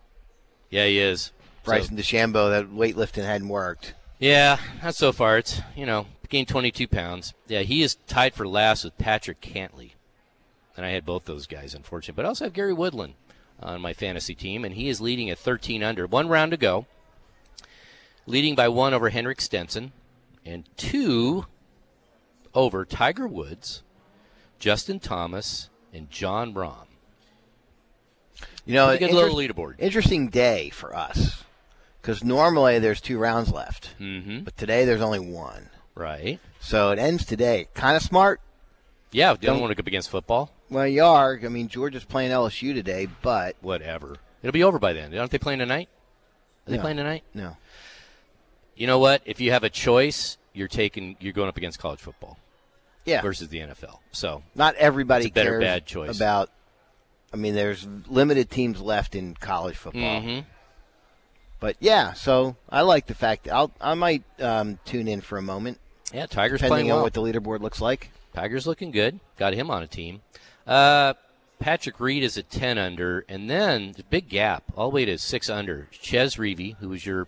[SPEAKER 2] Yeah, he is. So-
[SPEAKER 1] Bryson DeChambeau, that weightlifting hadn't worked.
[SPEAKER 2] Yeah, not so far. It's you know gained 22 pounds. Yeah, he is tied for last with Patrick Cantley, and I had both those guys, unfortunately. But I also have Gary Woodland on my fantasy team, and he is leading at 13 under. One round to go, leading by one over Henrik Stenson, and two over Tiger Woods, Justin Thomas, and John Rahm.
[SPEAKER 1] You know,
[SPEAKER 2] Pretty good
[SPEAKER 1] Uh, inter-
[SPEAKER 2] little leaderboard.
[SPEAKER 1] Interesting day for us because normally there's two rounds left,
[SPEAKER 2] Mm-hmm.
[SPEAKER 1] but today there's only one.
[SPEAKER 2] Right?
[SPEAKER 1] So it ends today. Kind of smart.
[SPEAKER 2] Yeah, don't
[SPEAKER 1] Don't-
[SPEAKER 2] want to go up against football.
[SPEAKER 1] Well, you are. I mean, Georgia's playing LSU today, but
[SPEAKER 2] Whatever. It'll be over by then. Aren't they playing tonight? Are they
[SPEAKER 1] No.
[SPEAKER 2] playing tonight?
[SPEAKER 1] no.
[SPEAKER 2] you know what? If you have a choice, you're taking you're going up against college football
[SPEAKER 1] Yeah.
[SPEAKER 2] versus the NFL. So
[SPEAKER 1] Not everybody
[SPEAKER 2] It's a better
[SPEAKER 1] cares
[SPEAKER 2] bad choice.
[SPEAKER 1] about. I mean, there's limited teams left in college football.
[SPEAKER 2] Mm-hmm.
[SPEAKER 1] But yeah, so I like the fact that I'll, I might um, tune in for a moment,
[SPEAKER 2] yeah, Tigers
[SPEAKER 1] depending
[SPEAKER 2] playing
[SPEAKER 1] on
[SPEAKER 2] well.
[SPEAKER 1] what the leaderboard looks like.
[SPEAKER 2] Tigers looking good. Got him on a team. Uh, Patrick Reed is at ten under, and then the big gap all the way to six under. Ches Reavy, who was your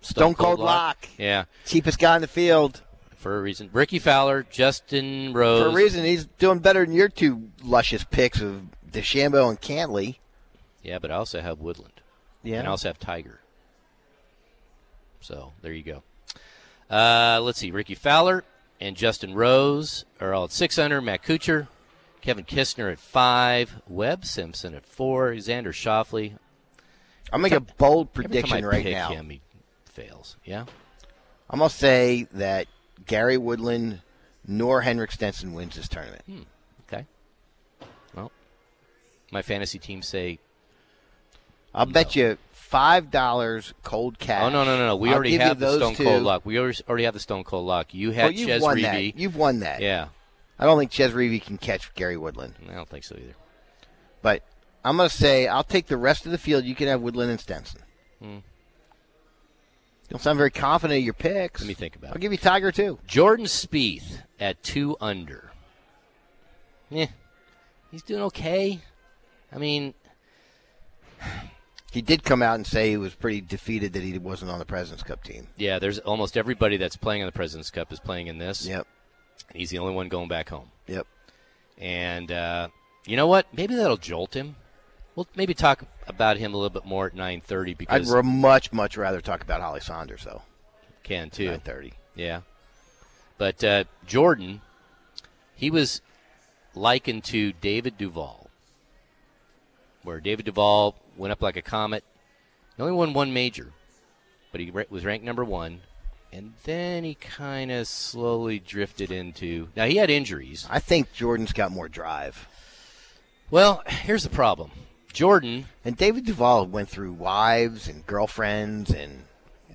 [SPEAKER 1] Stone Cold Lock.
[SPEAKER 2] yeah,
[SPEAKER 1] Cheapest guy in the field.
[SPEAKER 2] for a reason. Ricky Fowler, Justin
[SPEAKER 1] For
[SPEAKER 2] Rose,
[SPEAKER 1] a reason, he's doing better than your two luscious picks of DeChambeau and Cantley.
[SPEAKER 2] yeah, but I also have Woodland.
[SPEAKER 1] Yeah.
[SPEAKER 2] And I also have Tiger. So there you go. Uh, let's see. Ricky Fowler and Justin Rose are all at 600. Matt Kuchar, Kevin Kistner at 5. Webb Simpson at 4. Xander Shoffley.
[SPEAKER 1] I'll make a bold
[SPEAKER 2] Every time I
[SPEAKER 1] prediction right
[SPEAKER 2] pick
[SPEAKER 1] now.
[SPEAKER 2] him, he fails. Yeah?
[SPEAKER 1] I'm gonna say that Gary Woodland nor Henrik Stenson wins this tournament.
[SPEAKER 2] Hmm. Okay. Well, my fantasy team say,
[SPEAKER 1] I'll bet you five dollars cold cash.
[SPEAKER 2] oh, no, no, no, no. We
[SPEAKER 1] I'll
[SPEAKER 2] already
[SPEAKER 1] give you
[SPEAKER 2] have the
[SPEAKER 1] those
[SPEAKER 2] Stone
[SPEAKER 1] two.
[SPEAKER 2] Cold Lock. We already already have the Stone Cold Lock. You
[SPEAKER 1] Well,
[SPEAKER 2] had
[SPEAKER 1] you've
[SPEAKER 2] Ches
[SPEAKER 1] won
[SPEAKER 2] Reavie.
[SPEAKER 1] that. You've won that.
[SPEAKER 2] Yeah.
[SPEAKER 1] I don't think Ches Reavy can catch Gary Woodland,
[SPEAKER 2] I don't think so either.
[SPEAKER 1] but I'm gonna say I'll take the rest of the field. You can have Woodland and Stenson.
[SPEAKER 2] Hmm.
[SPEAKER 1] Don't sound very confident of your picks.
[SPEAKER 2] Let me think about
[SPEAKER 1] I'll
[SPEAKER 2] it.
[SPEAKER 1] give you Tiger too.
[SPEAKER 2] Jordan Spieth at two under. Eh, Yeah, he's doing okay. I mean,
[SPEAKER 1] He did come out and say he was pretty defeated that he wasn't on the President's Cup team.
[SPEAKER 2] Yeah, there's almost everybody that's playing in the President's Cup is playing in this.
[SPEAKER 1] Yep,
[SPEAKER 2] And he's the only one going back home.
[SPEAKER 1] yep.
[SPEAKER 2] And uh, you know what? Maybe that'll jolt him. We'll maybe talk about him a little bit more at 9:30
[SPEAKER 1] I'd
[SPEAKER 2] because
[SPEAKER 1] r- much, much rather talk about Holly Saunders, though.
[SPEAKER 2] can too.
[SPEAKER 1] 930.
[SPEAKER 2] Yeah. But uh, Jordan, he was likened to David Duval, where David Duval went up like a comet. He only won one major, but he ra- was ranked number one. And then he kind of slowly drifted into. Now, he had injuries.
[SPEAKER 1] I think Jordan's got more drive.
[SPEAKER 2] Well, here's the problem Jordan,
[SPEAKER 1] And David Duval went through wives and girlfriends and,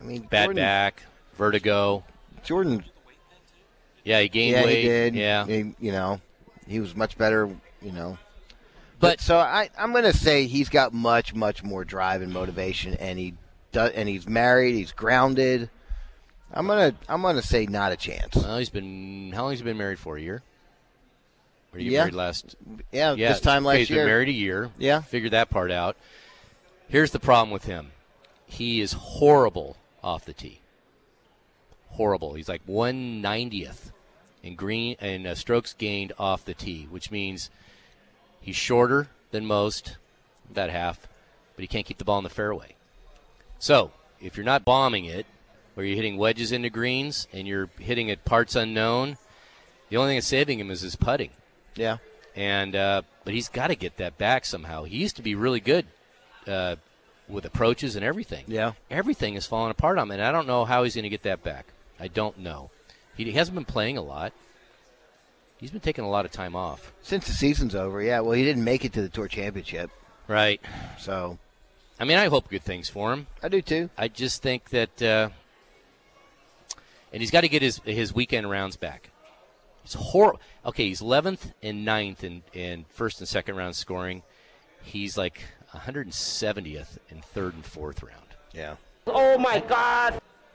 [SPEAKER 1] I mean,
[SPEAKER 2] bad
[SPEAKER 1] Jordan,
[SPEAKER 2] back, vertigo.
[SPEAKER 1] Jordan,
[SPEAKER 2] Yeah, he gained
[SPEAKER 1] yeah,
[SPEAKER 2] weight.
[SPEAKER 1] he did.
[SPEAKER 2] Yeah.
[SPEAKER 1] He- you know, he was much better, you know.
[SPEAKER 2] But-
[SPEAKER 1] so I, I'm going to say he's got much, much more drive and motivation, and he does, and he's married, he's grounded. I'm gonna, I'm gonna say not a chance.
[SPEAKER 2] Well, he's been. How long has he been married for? A year? Or you
[SPEAKER 1] Yeah.
[SPEAKER 2] married last
[SPEAKER 1] Yeah,
[SPEAKER 2] Yeah,
[SPEAKER 1] this time last
[SPEAKER 2] okay, he's
[SPEAKER 1] year.
[SPEAKER 2] been married a year.
[SPEAKER 1] Yeah.
[SPEAKER 2] figured that part out. Here's the problem with him: he is horrible off the tee. Horrible. He's like one ninetieth in green and uh, strokes gained off the tee, which means he's shorter than most, about half, but he can't keep the ball in the fairway. So if you're not bombing it, where you're hitting wedges into greens and you're hitting at parts unknown, the only thing that's saving him is his putting
[SPEAKER 1] Yeah,
[SPEAKER 2] and uh, but he's got to get that back somehow. He used to be really good uh, with approaches and everything.
[SPEAKER 1] Yeah.
[SPEAKER 2] everything is falling apart on him, and I don't know how he's going to get that back. I don't know. He, he hasn't been playing a lot. He's been taking a lot of time off.
[SPEAKER 1] since the season's over. Yeah, well, he didn't make it to the tour championship,
[SPEAKER 2] Right.
[SPEAKER 1] so
[SPEAKER 2] I mean, I hope good things for him.
[SPEAKER 1] I do too.
[SPEAKER 2] I just think that, uh, and he's got to get his his weekend rounds back. It's horrible. Okay, he's 11th and 9th in, in first and second round scoring. He's like 170th in third and fourth round.
[SPEAKER 1] Yeah,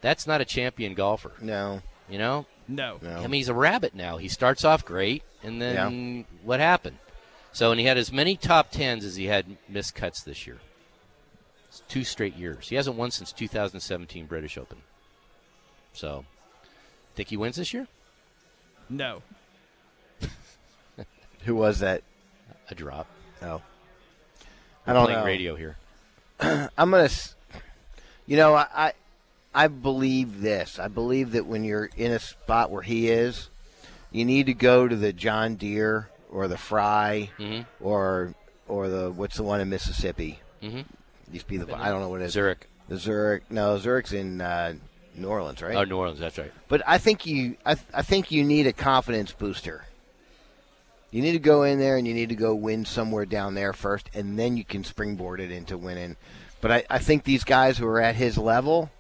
[SPEAKER 2] That's not a champion golfer,
[SPEAKER 1] no,
[SPEAKER 2] you know.
[SPEAKER 8] No.
[SPEAKER 1] no.
[SPEAKER 2] I mean, he's a rabbit now. He starts off great, and then what happened? So, and he had as many top tens as he had missed cuts this year. It's two straight years. He hasn't won since 2017 British Open. So, think he wins this year?
[SPEAKER 8] No.
[SPEAKER 1] Who was that?
[SPEAKER 2] A drop.
[SPEAKER 1] Oh,
[SPEAKER 2] We're
[SPEAKER 1] I don't
[SPEAKER 2] playing
[SPEAKER 1] know.
[SPEAKER 2] radio here.
[SPEAKER 1] I'm gonna, s- you know, I, I, I believe this. I believe that when you're in a spot where he is, you need to go to the John Deere or the Fry
[SPEAKER 2] Mm-hmm.
[SPEAKER 1] or or the what's the one in Mississippi? Mm-hmm. Used to be the I don't know what it is.
[SPEAKER 2] Zurich.
[SPEAKER 1] The Zurich. No, Zurich's in uh, New Orleans, right?
[SPEAKER 2] Oh, New Orleans. That's right.
[SPEAKER 1] But I think you, I, I think you need a confidence booster. You need to go in there and you need to go win somewhere down there first, and then you can springboard it into winning. But I, I think these guys who are at his level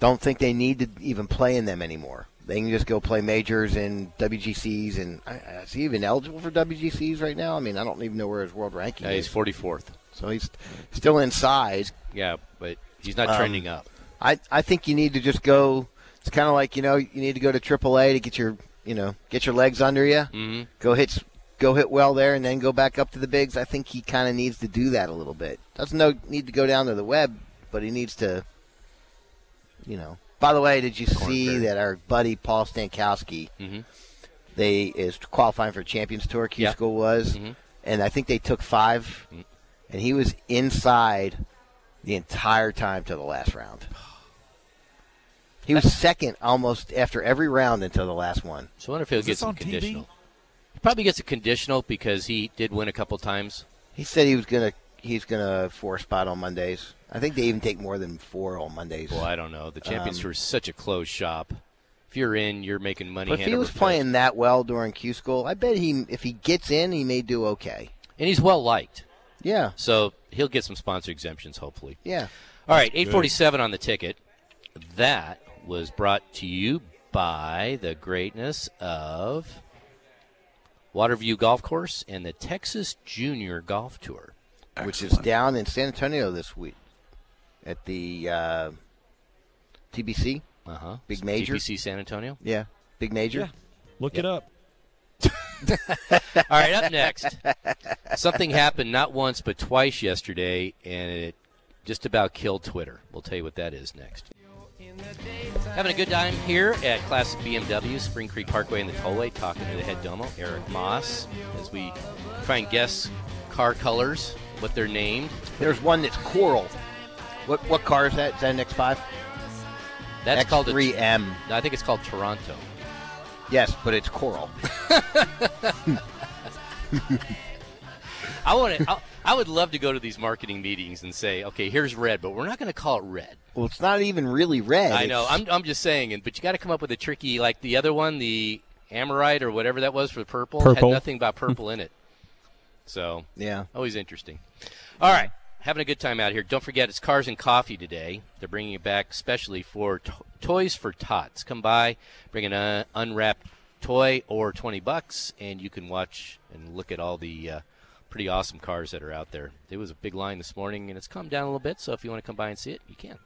[SPEAKER 1] don't think they need to even play in them anymore. They can just go play majors and WGCs, and I- I- is he even eligible for WGCs right now? I mean, I don't even know where his world ranking
[SPEAKER 2] Uh, he's
[SPEAKER 1] is.
[SPEAKER 2] 44th.
[SPEAKER 1] So he's still inside.
[SPEAKER 2] Yeah, but he's
[SPEAKER 1] Um,
[SPEAKER 2] not trending up.
[SPEAKER 1] I, I think you need to just go. It's kind of like you know you need to go to AAA to get your you know get your legs under you. Mm-hmm. Go hit s- go hit well there, and then go back up to the bigs. I think he kind of needs to do that a little bit. Doesn't know, need to go down to the web, but he needs to. You know. By the way, did you see that our buddy Paul Stankowski? They is qualifying for Champions Tour. Q
[SPEAKER 2] Yeah.
[SPEAKER 1] School was, and I think they took 5 and he was inside the entire time to the last round. He was second almost after every round until the last one.
[SPEAKER 2] So I wonder if he'll get
[SPEAKER 5] this
[SPEAKER 2] some
[SPEAKER 5] on TV?
[SPEAKER 2] conditional. He probably gets a conditional because he did win a couple times.
[SPEAKER 1] He said he was gonna he's gonna four spot on Mondays. I think they even take more than four on Mondays.
[SPEAKER 2] Well, I don't know. The
[SPEAKER 1] Um,
[SPEAKER 2] Champions Tour is such a closed shop. If you're in, you're making money.
[SPEAKER 1] but if
[SPEAKER 2] hand
[SPEAKER 1] he
[SPEAKER 2] over
[SPEAKER 1] was
[SPEAKER 2] fist.
[SPEAKER 1] playing that well during Q school, I bet he if he gets in, he may do okay.
[SPEAKER 2] and he's well liked,
[SPEAKER 1] Yeah,
[SPEAKER 2] so he'll get some sponsor exemptions, hopefully.
[SPEAKER 1] yeah.
[SPEAKER 2] All right, 847 on the ticket. That was brought to you by the greatness of Waterview Golf Course and the Texas Junior Golf Tour.
[SPEAKER 1] Which is down in San Antonio this week at the uh, TBC.
[SPEAKER 2] Uh huh.
[SPEAKER 1] Big major?
[SPEAKER 2] TPC San Antonio.
[SPEAKER 1] Yeah, big major.
[SPEAKER 8] Yeah. Look it up.
[SPEAKER 2] All right, up next. Something happened not once but twice yesterday, and it just about killed Twitter. We'll tell you what that is next. Having a good time here at Classic BMW, Spring Creek Parkway and the Tollway, talking to the head domo, Eric Moss, as we try and guess car colors, what they're named.
[SPEAKER 1] There's one that's coral. What what car is that? Is that an X5?
[SPEAKER 2] That's called a-
[SPEAKER 1] X3M.
[SPEAKER 2] I think it's called Toronto.
[SPEAKER 1] Yes, but it's coral.
[SPEAKER 2] I want to. I- I would love to go to these marketing meetings and say, okay, here's red, but we're not going to call it red.
[SPEAKER 1] Well, it's not even really red.
[SPEAKER 2] I know.
[SPEAKER 1] It's-
[SPEAKER 2] I'm, I'm just saying, and but you got to come up with a tricky, like the other one, the Amorite or whatever that was for purple.
[SPEAKER 3] Purple.
[SPEAKER 2] Had nothing about purple in it. So
[SPEAKER 1] yeah.
[SPEAKER 2] always interesting. All right, having a good time out here. Don't forget, it's Cars and Coffee today. They're bringing it back specially for to- Toys for Tots. Come by, bring an uh, unwrapped toy or 20 bucks, and you can watch and look at all the uh, pretty awesome cars that are out there. There was a big line this morning, and it's calmed down a little bit, so if you want to come by and see it, you can.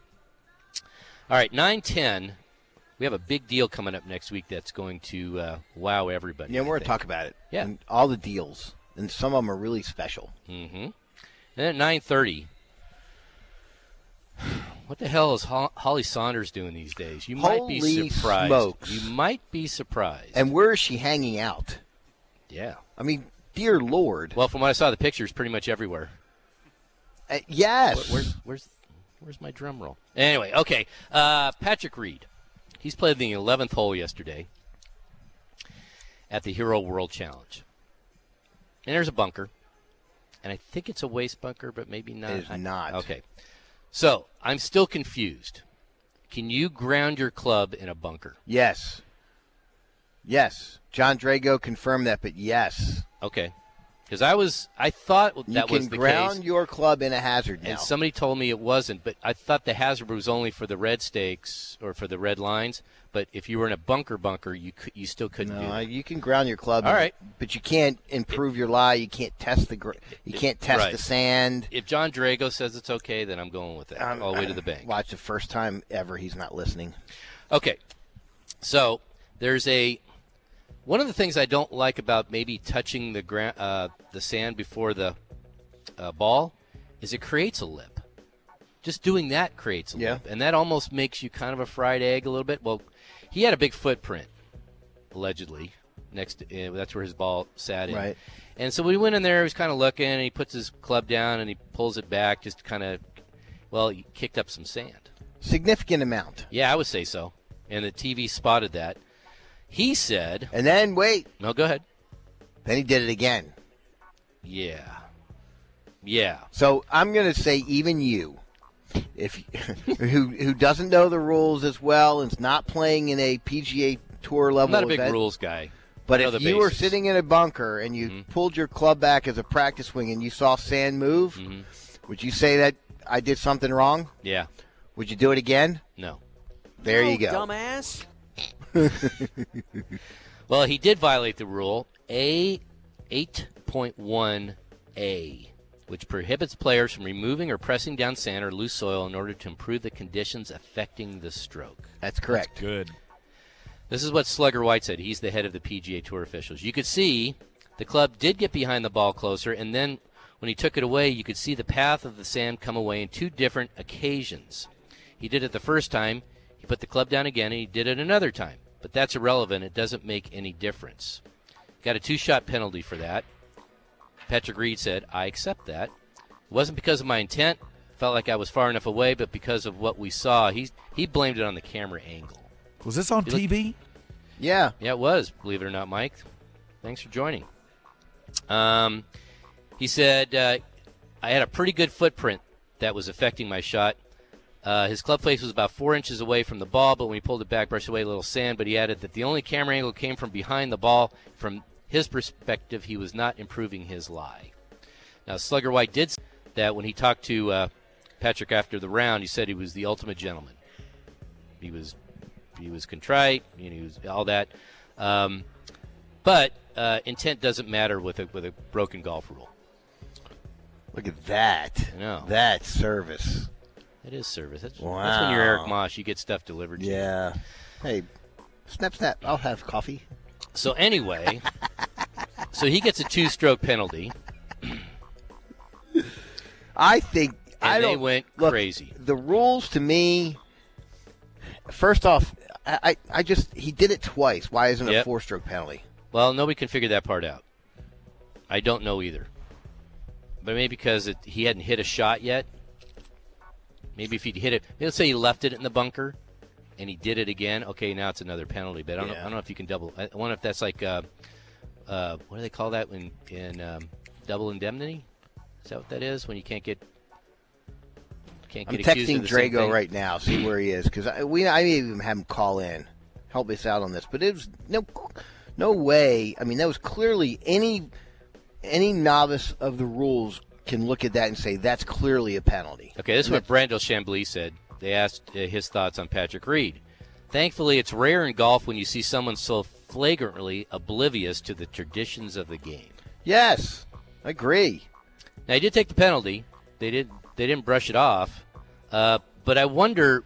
[SPEAKER 2] All right, 910. We have a big deal coming up next week that's going to uh, wow everybody.
[SPEAKER 1] Yeah,
[SPEAKER 2] I
[SPEAKER 1] we're gonna
[SPEAKER 2] think.
[SPEAKER 1] talk about it.
[SPEAKER 2] Yeah.
[SPEAKER 1] And all the deals, and some of them are really special.
[SPEAKER 2] And at nine thirty, what the hell is Ho- Holly Saunders doing these days? You might
[SPEAKER 1] Holy
[SPEAKER 2] be surprised.
[SPEAKER 1] smokes.
[SPEAKER 2] You might be surprised.
[SPEAKER 1] And where is she hanging out?
[SPEAKER 2] yeah.
[SPEAKER 1] I mean, dear Lord.
[SPEAKER 2] Well, from what I saw, the pictures pretty much everywhere.
[SPEAKER 1] Uh, yes.
[SPEAKER 2] Where- Where's where's where's my drum roll? Anyway, okay. Uh, Patrick Reed, he's played the eleventh hole yesterday at the Hero World Challenge, and there's a bunker, and I think it's a waste bunker, but maybe not.
[SPEAKER 1] It is
[SPEAKER 2] uh, I-
[SPEAKER 1] not.
[SPEAKER 2] Okay, so I'm still confused. Can you ground your club in a bunker?
[SPEAKER 1] Yes. Yes. John Drago confirmed that, but yes.
[SPEAKER 2] Okay, because I was I thought
[SPEAKER 1] You
[SPEAKER 2] that
[SPEAKER 1] can
[SPEAKER 2] was the
[SPEAKER 1] ground
[SPEAKER 2] case.
[SPEAKER 1] your club in a hazard now.
[SPEAKER 2] And somebody told me it wasn't, but I thought the hazard was only for the red stakes or for the red lines. But if you were in a bunker bunker, you could, you still couldn't do
[SPEAKER 1] no,
[SPEAKER 2] that.
[SPEAKER 1] you can ground your club.
[SPEAKER 2] All
[SPEAKER 1] in-
[SPEAKER 2] right.
[SPEAKER 1] But you can't improve your lie. You can't test the gr- you can't test
[SPEAKER 2] right.
[SPEAKER 1] the sand.
[SPEAKER 2] If John Drago says it's okay, then I'm going with that all the way to the bank.
[SPEAKER 1] Watch the first time ever he's not listening.
[SPEAKER 2] Okay. So there's a one of the things I don't like about maybe touching the ground, uh, the sand before the uh, ball, is it creates a lip. Just doing that creates a
[SPEAKER 1] Yeah.
[SPEAKER 2] lip, and that almost makes you kind of a fried egg a little bit. Well, he had a big footprint, allegedly. Next, uh, that's where his ball sat in.
[SPEAKER 1] Right.
[SPEAKER 2] And so we went in there. He was kind of looking, and he puts his club down, and he pulls it back, just kind of, well, he kicked up some sand.
[SPEAKER 1] Significant amount.
[SPEAKER 2] Yeah, I would say so. And the TV spotted that. He said,
[SPEAKER 1] And then wait,
[SPEAKER 2] "No, go ahead."
[SPEAKER 1] then he did it again.
[SPEAKER 2] Yeah, yeah.
[SPEAKER 1] So I'm going to say even you, if who who doesn't know the rules as well and is not playing in a PGA Tour
[SPEAKER 2] I'm
[SPEAKER 1] level
[SPEAKER 2] not a big
[SPEAKER 1] event,
[SPEAKER 2] rules guy.
[SPEAKER 1] but
[SPEAKER 2] I know
[SPEAKER 1] if
[SPEAKER 2] the
[SPEAKER 1] you were
[SPEAKER 2] basics.
[SPEAKER 1] sitting in a bunker and you
[SPEAKER 2] Mm-hmm.
[SPEAKER 1] pulled your club back as a practice swing and you saw sand move,
[SPEAKER 2] Mm-hmm.
[SPEAKER 1] would you say that I did something wrong?
[SPEAKER 2] yeah,
[SPEAKER 1] Would you do it again?
[SPEAKER 2] no.
[SPEAKER 1] There you go.
[SPEAKER 8] Dumbass.
[SPEAKER 2] Well, he did violate the rule A, eight point one A, which prohibits players from removing or pressing down sand or loose soil in order to improve the conditions affecting the stroke.
[SPEAKER 1] That's correct.
[SPEAKER 5] Good.
[SPEAKER 2] This is what Slugger White said. He's the head of the PGA Tour officials. You could see the club did get behind the ball closer, and then when he took it away, you could see the path of the sand come away in two different occasions. He did it the first time, he put the club down again, and he did it another time. But that's irrelevant. It doesn't make any difference. Got a two shot penalty for that. Patrick Reed said, I accept that. It wasn't because of my intent. Felt like I was far enough away, but because of what we saw, he, he blamed it on the camera angle.
[SPEAKER 5] Was this on
[SPEAKER 2] You look-
[SPEAKER 5] TV?
[SPEAKER 1] Yeah.
[SPEAKER 2] Yeah, it was. Believe it or not, Mike. Thanks for joining. Um, he said uh, I had a pretty good footprint that was affecting my shot. Uh, his club face was about four inches away from the ball, but when he pulled it back, brushed away a little sand. But he added that the only camera angle came from behind the ball. From his perspective, he was not improving his lie. Now, Slugger White did say that when he talked to uh, Patrick after the round, he said he was the ultimate gentleman. He was he was contrite, you know, he was all that. Um, but uh, intent doesn't matter with a with a broken golf rule.
[SPEAKER 1] Look at that.
[SPEAKER 2] I know.
[SPEAKER 1] That service.
[SPEAKER 2] It is service. That's, that's when
[SPEAKER 1] Wow.
[SPEAKER 2] you're Eric Mosh, you get stuff delivered. to you.
[SPEAKER 1] Yeah. Hey, snap, snap. I'll have coffee.
[SPEAKER 2] So anyway, so he gets a two-stroke penalty.
[SPEAKER 1] I think
[SPEAKER 2] And
[SPEAKER 1] I
[SPEAKER 2] they
[SPEAKER 1] don't-
[SPEAKER 2] went
[SPEAKER 1] look,
[SPEAKER 2] crazy.
[SPEAKER 1] The rules to me, first off, I, I I just he did it twice. Why isn't it a
[SPEAKER 2] Yep.
[SPEAKER 1] four stroke penalty?
[SPEAKER 2] Well, nobody can figure that part out. I don't know either. But maybe because it, he hadn't hit a shot yet. Maybe if he'd hit it, let's say he left it in the bunker, and he did it again. Okay, now it's another penalty. But I don't, know, I don't know if you can double. I wonder if that's like, uh, uh, what do they call that in in um, double indemnity? Is that what that is when you can't get? Can't
[SPEAKER 1] I'm
[SPEAKER 2] get accused of
[SPEAKER 1] texting
[SPEAKER 2] the same
[SPEAKER 1] Drago
[SPEAKER 2] thing?
[SPEAKER 1] right now, see where he is, because I, we I may even have him call in, help us out on this. But it was no, no way. I mean, that was clearly any any novice of the rules can look at that and say that's clearly a penalty.
[SPEAKER 2] Okay, this is what Brandel Chambly said. They asked uh, his thoughts on Patrick Reed. Thankfully, it's rare in golf when you see someone so flagrantly oblivious to the traditions of the game.
[SPEAKER 1] Yes, I agree.
[SPEAKER 2] Now, he did take the penalty. They did. They didn't brush it off. Uh, but I wonder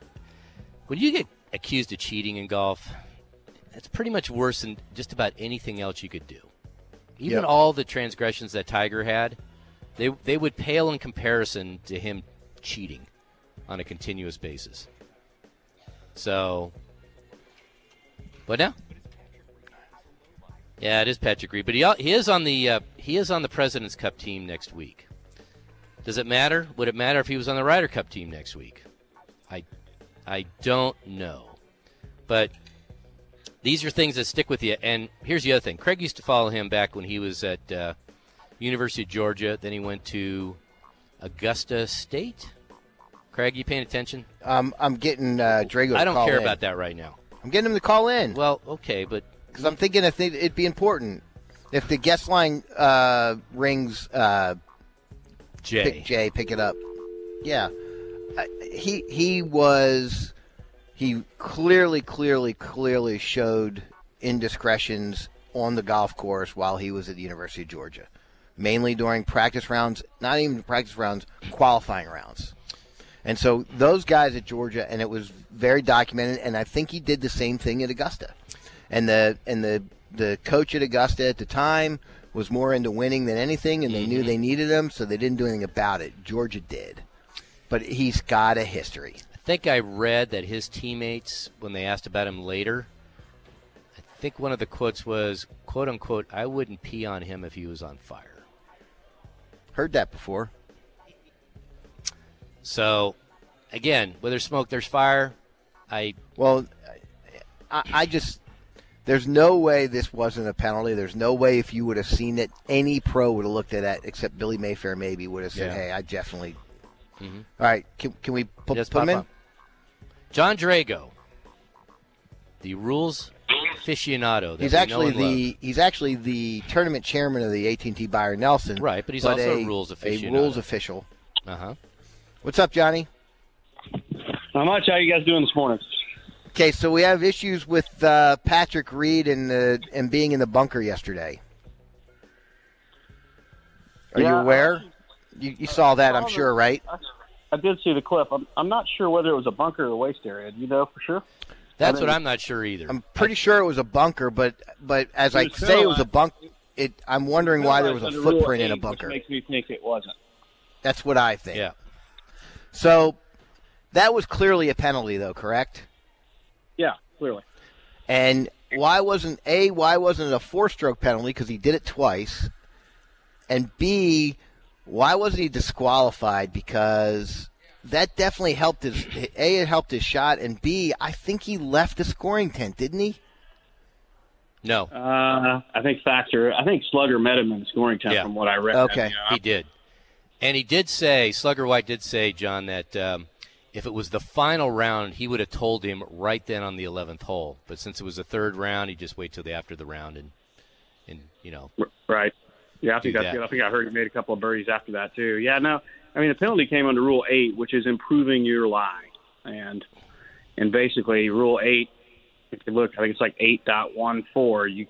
[SPEAKER 2] when you get accused of cheating in golf, it's pretty much worse than just about anything else you could do. Even
[SPEAKER 1] Yep.
[SPEAKER 2] all the transgressions that Tiger had, they they would pale in comparison to him cheating on a continuous basis. So, but now, yeah, it is Patrick Reed, but he al- he is on the uh, he is on the President's Cup team next week. Does it matter? Would it matter if he was on the Ryder Cup team next week? I I don't know, but these are things that stick with you. And here's the other thing: Craig used to follow him back when he was at uh, University of Georgia. Then he went to Augusta State. Craig, you paying attention?
[SPEAKER 1] Um, I'm getting uh, Drago. to
[SPEAKER 2] I don't
[SPEAKER 1] call
[SPEAKER 2] care
[SPEAKER 1] in.
[SPEAKER 2] about that right now.
[SPEAKER 1] I'm getting him to call in.
[SPEAKER 2] Well, okay, but
[SPEAKER 1] because I'm thinking if they, it'd be important if the guest line uh, rings. Uh,
[SPEAKER 2] Jay.
[SPEAKER 1] pick Jay, pick it up. Yeah, I- he he was he clearly, clearly, clearly showed indiscretions on the golf course while he was at the University of Georgia, mainly during practice rounds, not even practice rounds, qualifying rounds. And so those guys at Georgia, and it was very documented. And I think he did the same thing at Augusta, and the and the the coach at Augusta at the time was more into winning than anything, and they
[SPEAKER 2] Mm-hmm.
[SPEAKER 1] knew they needed him, so they didn't do anything about it. Georgia did, but he's got a history.
[SPEAKER 2] I think I read that his teammates, when they asked about him later, I think one of the quotes was, "quote unquote," I wouldn't pee on him if he was on fire.
[SPEAKER 1] Heard that before.
[SPEAKER 2] So, again, where there's smoke, there's fire. I
[SPEAKER 1] Well, I, I just there's no way this wasn't a penalty. There's no way if you would have seen it, any pro would have looked at that, except Billy Mayfair maybe would have said,
[SPEAKER 2] Yeah. Mm-hmm.
[SPEAKER 1] "Hey, I definitely." All right, can, can we put,
[SPEAKER 2] Yes,
[SPEAKER 1] put him
[SPEAKER 2] Papa.
[SPEAKER 1] in?
[SPEAKER 2] John Drago, the rules aficionado. That
[SPEAKER 1] He's
[SPEAKER 2] we know uh,
[SPEAKER 1] actually
[SPEAKER 2] and
[SPEAKER 1] the he's actually the tournament chairman of the AT&T Byron Nelson.
[SPEAKER 2] Right, but he's also a rules
[SPEAKER 1] A
[SPEAKER 2] aficionado.
[SPEAKER 1] rules official.
[SPEAKER 2] love. uh-huh.
[SPEAKER 1] What's up, Johnny?
[SPEAKER 8] How much? How you guys doing this morning?
[SPEAKER 1] Okay, so we have issues with uh, Patrick Reed and the and being in the bunker yesterday. Are you
[SPEAKER 8] Yeah. um,
[SPEAKER 1] aware? You, you saw that, I'm
[SPEAKER 8] saw
[SPEAKER 1] sure,
[SPEAKER 8] that.
[SPEAKER 1] right?
[SPEAKER 8] I, I did see the clip. I'm, I'm not sure whether it was a bunker or a waste area. Do you know for sure?
[SPEAKER 2] That's
[SPEAKER 8] I
[SPEAKER 2] what
[SPEAKER 8] mean-
[SPEAKER 2] I'm not sure either.
[SPEAKER 1] I'm pretty sure it was a bunker, but but as I
[SPEAKER 8] It was
[SPEAKER 1] say, it was a
[SPEAKER 8] penalized.
[SPEAKER 1] bunk. It. I'm wondering why there was a
[SPEAKER 8] Under
[SPEAKER 1] footprint
[SPEAKER 8] Rule
[SPEAKER 1] in a
[SPEAKER 8] eight,
[SPEAKER 1] bunker.
[SPEAKER 8] Which makes me think it wasn't.
[SPEAKER 1] That's what I think.
[SPEAKER 2] yeah.
[SPEAKER 1] So that was clearly a penalty, though, correct?
[SPEAKER 8] Yeah, clearly.
[SPEAKER 1] And why wasn't a why wasn't it a four stroke penalty because he did it twice, and b why wasn't he disqualified because that definitely helped his a it helped his shot and b I think he left the scoring tent didn't he?
[SPEAKER 2] No,
[SPEAKER 8] Uh, I think Factor. I think Slugger met him in the scoring time
[SPEAKER 2] Yeah.
[SPEAKER 8] from what I read.
[SPEAKER 1] Okay.
[SPEAKER 2] he did. And he did say, Slugger White did say, John, that um, if it was the final round, he would have told him right then on the 11th hole. But since it was the third round, he just wait till the after the round and, and you know,
[SPEAKER 8] R- Right. Yeah, I think
[SPEAKER 2] Do
[SPEAKER 8] that's
[SPEAKER 2] that.
[SPEAKER 8] good. I think I heard he made a couple of birdies after that too. Yeah, no. I mean, the penalty came under Rule Eight, which is improving your lie, and and basically Rule Eight. If you look, I think it's like eight point one four. You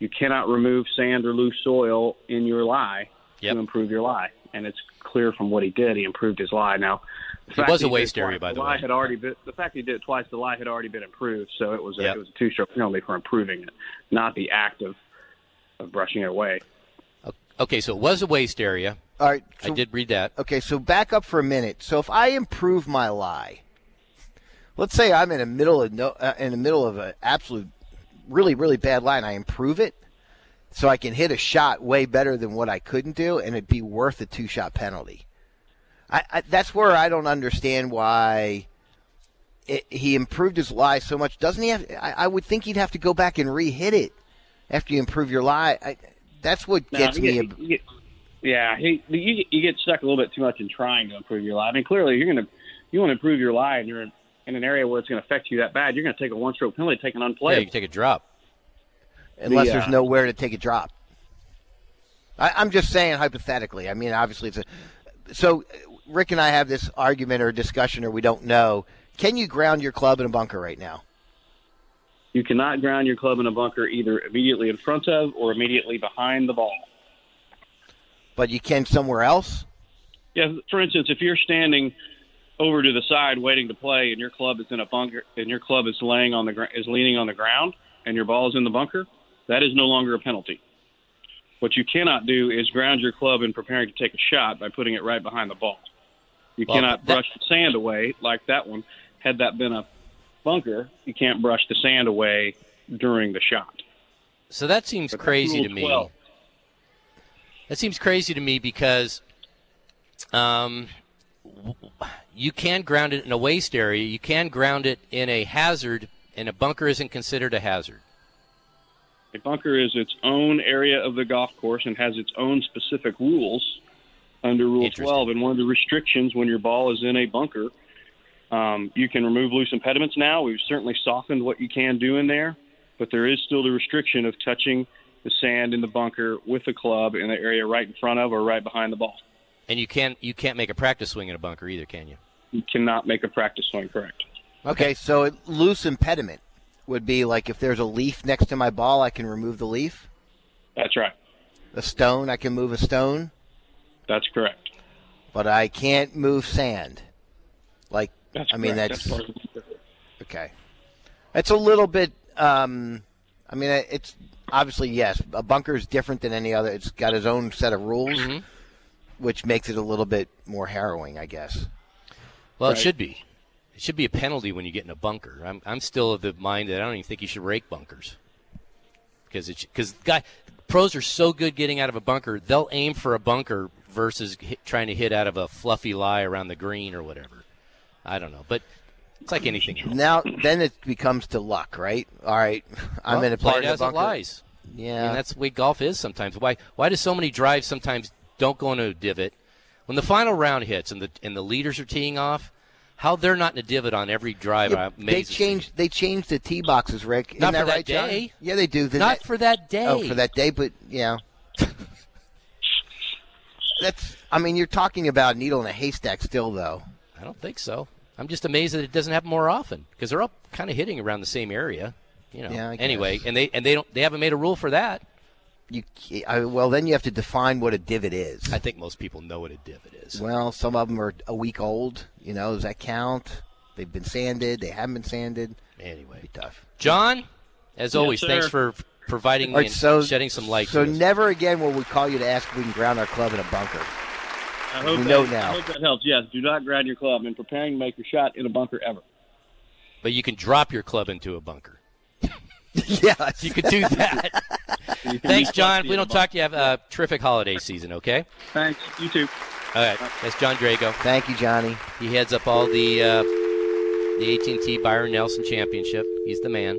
[SPEAKER 8] you cannot remove sand or loose soil in your lie
[SPEAKER 2] Yep.
[SPEAKER 8] to improve your lie, and it's clear from what he did. He improved his lie. Now, the
[SPEAKER 2] It
[SPEAKER 8] fact
[SPEAKER 2] was
[SPEAKER 8] that
[SPEAKER 2] a
[SPEAKER 8] he did
[SPEAKER 2] waste
[SPEAKER 8] it
[SPEAKER 2] area,
[SPEAKER 8] twice,
[SPEAKER 2] by the
[SPEAKER 8] lie
[SPEAKER 2] way.
[SPEAKER 8] Had already been, the fact he did it twice, the lie had already been improved, so it was a,
[SPEAKER 2] Yep.
[SPEAKER 8] it was a two-stroke penalty for improving it, not the act of of brushing it away.
[SPEAKER 2] Okay, so it was a waste area.
[SPEAKER 1] All right.
[SPEAKER 2] I
[SPEAKER 1] so-
[SPEAKER 2] did read that.
[SPEAKER 1] Okay, so back up for a minute. So if I improve my lie, let's say I'm in the middle of no, uh, in the middle of an absolute, really really bad lie, and I improve it, so I can hit a shot way better than what I couldn't do, and it'd be worth a two shot penalty. I, I that's where I don't understand why. It, he improved his lie so much. Doesn't he have? I, I would think he'd have to go back and re-hit it after you improve your lie. I, that's what
[SPEAKER 8] No,
[SPEAKER 1] gets
[SPEAKER 8] you
[SPEAKER 1] me.
[SPEAKER 8] get-
[SPEAKER 1] ab-
[SPEAKER 8] you get- yeah, he, you, you get stuck a little bit too much in trying to improve your lie. I mean, clearly you're gonna you want to improve your lie, and you're in, in an area where it's going to affect you that bad. You're going to take a one stroke penalty, take an
[SPEAKER 2] Yeah,
[SPEAKER 8] unplayable.
[SPEAKER 2] you can take a drop.
[SPEAKER 1] unless
[SPEAKER 8] The, uh,
[SPEAKER 1] there's nowhere to take a drop. I, I'm just saying hypothetically. I mean, obviously, it's a so uh, Rick and I have this argument or discussion, or we don't know. Can you ground your club in a bunker right now?
[SPEAKER 8] You cannot ground your club in a bunker either immediately in front of or immediately behind the ball.
[SPEAKER 1] But you can somewhere else.
[SPEAKER 8] Yeah, for instance, if you're standing over to the side waiting to play, and your club is in a bunker, and your club is laying on the gr- is leaning on the ground, and your ball is in the bunker, that is no longer a penalty. What you cannot do is ground your club in preparing to take a shot by putting it right behind the ball. You
[SPEAKER 2] Well,
[SPEAKER 8] cannot
[SPEAKER 2] that-
[SPEAKER 8] brush the sand away like that one. Had that been a bunker, you can't brush the sand away during the shot.
[SPEAKER 2] So that seems
[SPEAKER 8] But that's
[SPEAKER 2] crazy
[SPEAKER 8] Rule
[SPEAKER 2] to me.
[SPEAKER 8] 12.
[SPEAKER 2] That seems crazy to me because um, w- you can ground it in a waste area. You can ground it in a hazard, and a bunker isn't considered a hazard.
[SPEAKER 8] A bunker is its own area of the golf course and has its own specific rules under Rule
[SPEAKER 2] Interesting.
[SPEAKER 8] 12. And one of the restrictions when your ball is in a bunker, um, you can remove loose impediments now. We've certainly softened what you can do in there, but there is still the restriction of touching the sand in the bunker with a club in the area right in front of or right behind the ball.
[SPEAKER 2] And you can't you can't make a practice swing in a bunker either, can you?
[SPEAKER 8] You cannot make a practice swing, correct?
[SPEAKER 1] Okay, so it, loose impediment would be like if there's a leaf next to my ball, I can remove the leaf.
[SPEAKER 8] That's right.
[SPEAKER 1] A stone, I can move a stone,
[SPEAKER 8] That's correct.
[SPEAKER 1] but I can't move sand. Like
[SPEAKER 8] That's
[SPEAKER 1] I mean,
[SPEAKER 8] correct.
[SPEAKER 1] that's-
[SPEAKER 8] part of the bunker.
[SPEAKER 1] Okay. It's a little bit. Um, I mean, it's obviously yes. A bunker is different than any other. It's got its own set of rules,
[SPEAKER 2] Mhm.
[SPEAKER 1] which makes it a little bit more harrowing, I guess.
[SPEAKER 2] Well, it
[SPEAKER 8] Right.
[SPEAKER 2] should be. It should be a penalty when you get in a bunker. I'm, I'm still of the mind that I don't even think you should rake bunkers because it because guy pros are so good getting out of a bunker they'll aim for a bunker versus hit, trying to hit out of a fluffy lie around the green or whatever. I don't know, but it's like anything else.
[SPEAKER 1] Now, then it becomes to luck, right? All right, I'm
[SPEAKER 2] Well,
[SPEAKER 1] in a
[SPEAKER 2] play
[SPEAKER 1] part
[SPEAKER 2] it
[SPEAKER 1] of the
[SPEAKER 2] as it
[SPEAKER 1] bunker.
[SPEAKER 2] lies. I mean,
[SPEAKER 1] Yeah,
[SPEAKER 2] that's the way golf is sometimes. Why why do so many drives sometimes don't go into a divot? When the final round hits and the and the leaders are teeing off, how they're not in a divot on every drive?
[SPEAKER 1] Yeah,
[SPEAKER 2] I'm
[SPEAKER 1] they
[SPEAKER 2] amazed to see.
[SPEAKER 1] changed. They changed the tee boxes, Rick. Isn't
[SPEAKER 2] Not
[SPEAKER 1] that
[SPEAKER 2] for that
[SPEAKER 1] right, John?
[SPEAKER 2] day.
[SPEAKER 1] Yeah, they do. The
[SPEAKER 2] Not
[SPEAKER 1] ne-
[SPEAKER 2] for that day.
[SPEAKER 1] Oh, for that day, but yeah. That's. I mean, you're talking about a needle in a haystack still, though.
[SPEAKER 2] I don't think so. I'm just amazed that it doesn't happen more often because they're all kind of hitting around the same area. You know.
[SPEAKER 1] Yeah, I guess.
[SPEAKER 2] anyway, and they and they don't they haven't made a rule for that.
[SPEAKER 1] You I, well, then you have to define what a divot is.
[SPEAKER 2] I think most people know what a divot is.
[SPEAKER 1] Well, some of them are a week old. You know, does that count? They've been sanded. They haven't been sanded.
[SPEAKER 2] Anyway,
[SPEAKER 1] Be tough.
[SPEAKER 2] John, as always,
[SPEAKER 8] sir.
[SPEAKER 2] thanks for providing me
[SPEAKER 1] All right,
[SPEAKER 2] and
[SPEAKER 1] so
[SPEAKER 2] shedding some light.
[SPEAKER 1] So
[SPEAKER 2] to this.
[SPEAKER 1] never again will we call you to ask if we can ground our club in a bunker.
[SPEAKER 8] I hope
[SPEAKER 1] We
[SPEAKER 8] that-
[SPEAKER 1] know now.
[SPEAKER 8] I hope that helps. Yes, do not ground your club in preparing to make your shot in a bunker ever.
[SPEAKER 2] but you can drop your club into a bunker.
[SPEAKER 1] yes.
[SPEAKER 2] You could do that. thanks, John. If we don't talk to you, have a terrific holiday season. Okay.
[SPEAKER 8] Thanks. You too.
[SPEAKER 2] All right. That's John Drago.
[SPEAKER 1] Thank you, Johnny.
[SPEAKER 2] He heads up all the uh, the AT&T Byron Nelson Championship. He's the man.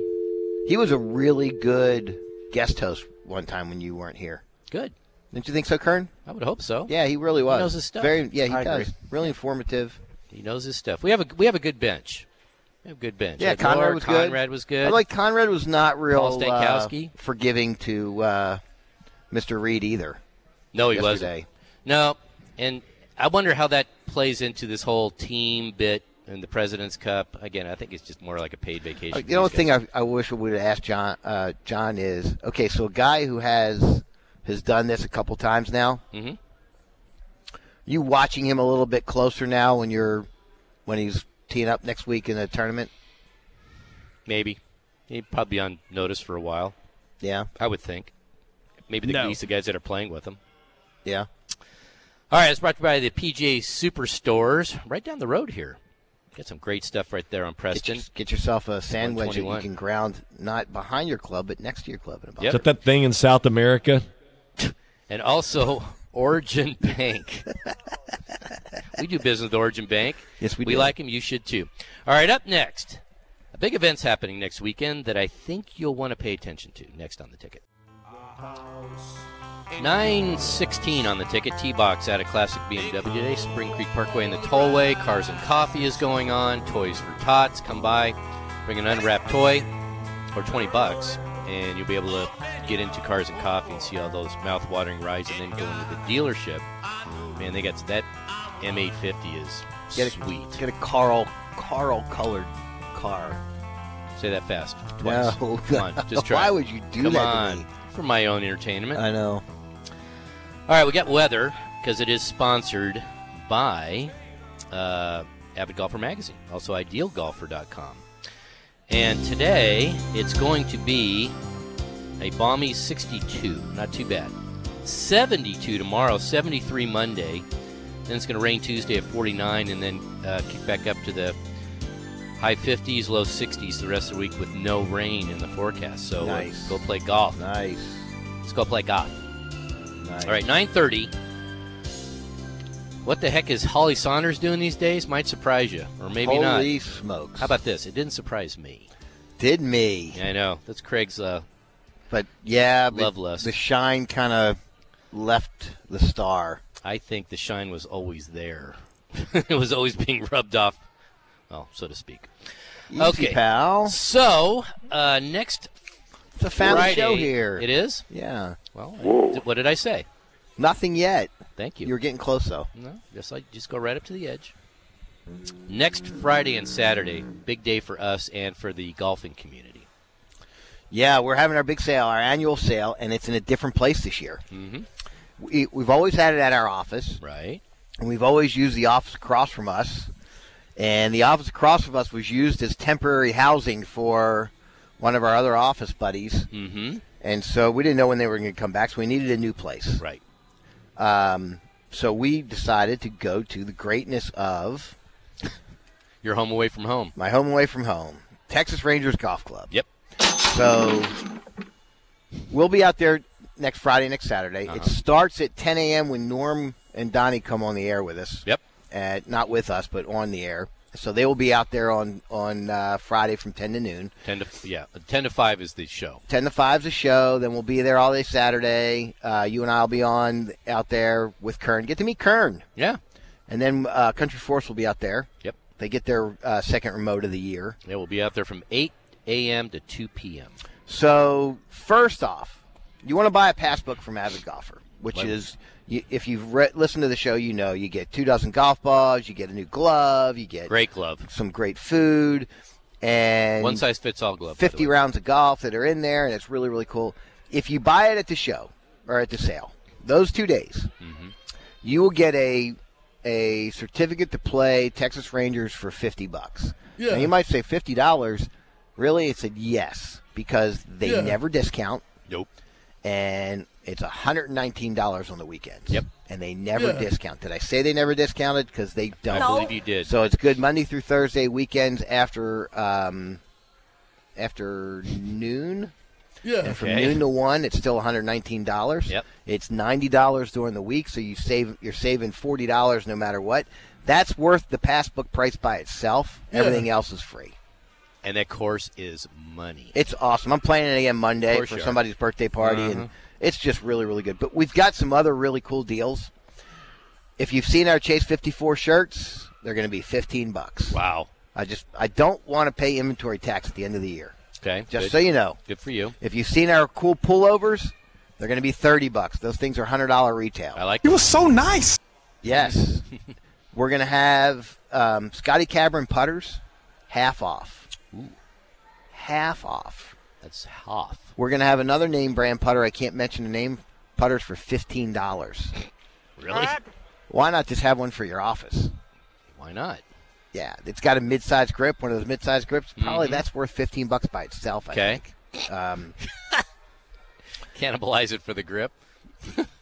[SPEAKER 1] He was a really good guest host one time when you weren't here.
[SPEAKER 2] Good.
[SPEAKER 1] Didn't you think so, Kern?
[SPEAKER 2] I would hope so.
[SPEAKER 1] Yeah, he really was.
[SPEAKER 2] knows his stuff.
[SPEAKER 1] Very. Yeah, he
[SPEAKER 5] I
[SPEAKER 1] does.
[SPEAKER 5] agree.
[SPEAKER 1] Really informative.
[SPEAKER 2] He knows his stuff. We have a we have a good bench. We have a good bench.
[SPEAKER 1] Yeah,
[SPEAKER 2] Ed
[SPEAKER 1] Conrad
[SPEAKER 2] Moore,
[SPEAKER 1] was good.
[SPEAKER 2] Conrad was good.
[SPEAKER 1] I like Conrad was not real
[SPEAKER 2] Paul Stankowski.
[SPEAKER 1] uh, forgiving to uh, Mr. Reed either.
[SPEAKER 2] no, he
[SPEAKER 1] yesterday. Uh,
[SPEAKER 2] wasn't. No, and I wonder how that plays into this whole team bit in the President's Cup. Again, I think it's just more like a paid vacation.
[SPEAKER 1] Uh,
[SPEAKER 2] for
[SPEAKER 1] The only
[SPEAKER 2] these
[SPEAKER 1] thing
[SPEAKER 2] guys.
[SPEAKER 1] I, I wish we would have asked John, uh, John is okay. So a guy who has has done this a couple times now.
[SPEAKER 2] Mhm.
[SPEAKER 1] You watching him a little bit closer now when you're when he's teeing up next week in a tournament.
[SPEAKER 2] maybe he'd probably be on notice for a while.
[SPEAKER 1] Yeah,
[SPEAKER 2] I would think. Maybe the,
[SPEAKER 5] No.
[SPEAKER 2] at least the guys that are playing with him.
[SPEAKER 1] Yeah.
[SPEAKER 2] All right, it's brought to you by the PGA Superstores right down the road here. Got some great stuff right there on
[SPEAKER 1] Get,
[SPEAKER 2] Preston.
[SPEAKER 1] your- get yourself a sand wedge that you
[SPEAKER 2] 121.
[SPEAKER 1] can ground not behind your club, but next to your club in a box.
[SPEAKER 2] Yep.
[SPEAKER 9] Is that that thing in South America?
[SPEAKER 2] And also Origin Bank. we do business with Origin Bank.
[SPEAKER 1] Yes, we
[SPEAKER 2] We
[SPEAKER 1] do.
[SPEAKER 2] like them. You should too. All right, up next, a big event's happening next weekend that I think you'll want to pay attention to. Next on the ticket. 916 on the ticket. T Box at a classic BMW today. Spring Creek Parkway in the tollway. Cars and Coffee is going on. Toys for Tots. Come by. Bring an unwrapped toy or 20 bucks, and you'll be able to get into Cars and Coffee and see all those mouth-watering rides, and then go into the dealership. Man, they got that M850 is
[SPEAKER 1] Get a,
[SPEAKER 2] sweet.
[SPEAKER 1] Get a Carl Carl colored car.
[SPEAKER 2] Say that fast twice.
[SPEAKER 1] No.
[SPEAKER 2] Come on, just try.
[SPEAKER 1] Why
[SPEAKER 2] it.
[SPEAKER 1] would you do
[SPEAKER 2] Come
[SPEAKER 1] that
[SPEAKER 2] on,
[SPEAKER 1] to me?
[SPEAKER 2] for my own entertainment.
[SPEAKER 1] I know.
[SPEAKER 2] all right, we got weather because it is sponsored by uh, Avid Golfer Magazine, also IdealGolfer.com. And today it's going to be a balmy 62, not too bad. 72 tomorrow, 73 Monday. Then it's going to rain Tuesday at 49, and then uh, kick back up to the high 50s, low 60s the rest of the week with no rain in the forecast. So uh,
[SPEAKER 1] Nice.
[SPEAKER 2] go play golf.
[SPEAKER 1] Nice.
[SPEAKER 2] Let's go play golf.
[SPEAKER 1] Nice.
[SPEAKER 2] All right, 9:30. What the heck is Holly Saunders doing these days? Might surprise you, or maybe
[SPEAKER 1] Holy
[SPEAKER 2] not.
[SPEAKER 1] smokes.
[SPEAKER 2] How about this? It didn't surprise me.
[SPEAKER 1] Did me.
[SPEAKER 2] Yeah, I know that's Craig's. Uh,
[SPEAKER 1] But yeah, but
[SPEAKER 2] Love lust.
[SPEAKER 1] the shine kind of left the star.
[SPEAKER 2] I think the shine was always there. it was always being rubbed off, well, so to speak.
[SPEAKER 1] Easy,
[SPEAKER 2] Okay.
[SPEAKER 1] pal.
[SPEAKER 2] So uh, next
[SPEAKER 1] It's a family
[SPEAKER 2] Friday,
[SPEAKER 1] show here.
[SPEAKER 2] It is.
[SPEAKER 1] Yeah.
[SPEAKER 2] Well, I- th- what did I say?
[SPEAKER 1] Nothing yet.
[SPEAKER 2] Thank you.
[SPEAKER 1] You were getting close though.
[SPEAKER 2] No, just like just go right up to the edge. Next Friday and Saturday, big day for us and for the golfing community.
[SPEAKER 1] Yeah, we're having our big sale, our annual sale, and it's in a different place this year.
[SPEAKER 2] Mhm.
[SPEAKER 1] We, we've always had it at our office.
[SPEAKER 2] Right.
[SPEAKER 1] and we've always used the office across from us. And the office across from us was used as temporary housing for one of our other office buddies.
[SPEAKER 2] Mm-hmm.
[SPEAKER 1] And so we didn't know when they were going to come back, so we needed a new place.
[SPEAKER 2] Right.
[SPEAKER 1] Um, so we decided to go to the greatness of
[SPEAKER 2] You're home away from home.
[SPEAKER 1] my home away from home, Texas Rangers Golf Club.
[SPEAKER 2] Yep.
[SPEAKER 1] So we'll be out there next Friday, next Saturday.
[SPEAKER 2] Uh-huh.
[SPEAKER 1] It starts at 10 a.m. when Norm and Donnie come on the air with us.
[SPEAKER 2] Yep.
[SPEAKER 1] at not with us, but on the air. So they will be out there on on uh, Friday from ten to noon.
[SPEAKER 2] Ten to yeah, ten to five is the show.
[SPEAKER 1] Ten to five's a show. Then we'll be there all day Saturday. Uh, you and I'll be on out there with Kern. Get to meet Kern,
[SPEAKER 2] Yeah.
[SPEAKER 1] and then uh, Country Force will be out there.
[SPEAKER 2] Yep.
[SPEAKER 1] They get their uh, second remote of the year.
[SPEAKER 2] Yeah, we'll be out there from eight a.m. to two p.m.
[SPEAKER 1] So first off, you want to buy a passbook from Avid Golfer, which
[SPEAKER 2] Right.
[SPEAKER 1] is you, if you've re- listened to the show, you know you get two dozen golf balls, you get a new glove, you get
[SPEAKER 2] Great glove.
[SPEAKER 1] some great food, and
[SPEAKER 2] One size fits all glove. by the
[SPEAKER 1] 50
[SPEAKER 2] way.
[SPEAKER 1] rounds of golf that are in there, and it's really, really cool. If you buy it at the show or at the sale, those two days, you will get a a certificate to play Texas Rangers for 50 bucks.
[SPEAKER 6] Yeah.
[SPEAKER 1] Now, you might say $50. Really? It said yes, because they
[SPEAKER 6] Yeah.
[SPEAKER 1] never discount,
[SPEAKER 2] Nope.
[SPEAKER 1] and it's $119 on the weekends.
[SPEAKER 2] Yep.
[SPEAKER 1] And they never
[SPEAKER 6] Yeah.
[SPEAKER 1] discount. Did I say they never discounted? Because they
[SPEAKER 2] I
[SPEAKER 1] don't.
[SPEAKER 2] believe you did.
[SPEAKER 1] So it's good Monday through Thursday weekends after um, after noon.
[SPEAKER 6] Yeah.
[SPEAKER 1] And from
[SPEAKER 2] Okay.
[SPEAKER 1] noon to one, it's still one hundred nineteen dollars.
[SPEAKER 2] Yep.
[SPEAKER 1] It's ninety dollars during the week, so you save you're saving forty dollars no matter what. That's worth the passbook price by itself. Everything else is free.
[SPEAKER 2] And that course is money.
[SPEAKER 1] It's awesome. I'm playing it again Monday
[SPEAKER 2] course
[SPEAKER 1] for
[SPEAKER 2] you are. Mm-hmm.
[SPEAKER 1] somebody's birthday party, and it's just really, really good. But we've got some other really cool deals. If you've seen our Chase 54 shirts, they're going to be 15 bucks.
[SPEAKER 2] Wow.
[SPEAKER 1] I just I don't want to pay inventory tax at the end of the year.
[SPEAKER 2] Okay.
[SPEAKER 1] Just
[SPEAKER 2] good.
[SPEAKER 1] so you know,
[SPEAKER 2] Good for you.
[SPEAKER 1] if you've seen our cool pullovers, they're going to be thirty bucks. Those things are hundred dollar retail.
[SPEAKER 2] I like.
[SPEAKER 5] He was so nice.
[SPEAKER 1] yes, we're going to have um, Scotty Cabron putters half off. Half off.
[SPEAKER 2] That's Hoff.
[SPEAKER 1] We're going to have another name brand putter. I can't mention the name. Putters for fifteen dollars.
[SPEAKER 2] Really?
[SPEAKER 1] Why not just have one for your office?
[SPEAKER 2] Why not?
[SPEAKER 1] Yeah, it's got a mid-sized grip. One of those mid-sized grips. Probably that's worth fifteen bucks by itself. I
[SPEAKER 2] Mm-hmm. Okay.
[SPEAKER 1] think. Um,
[SPEAKER 2] Cannibalize it for the grip.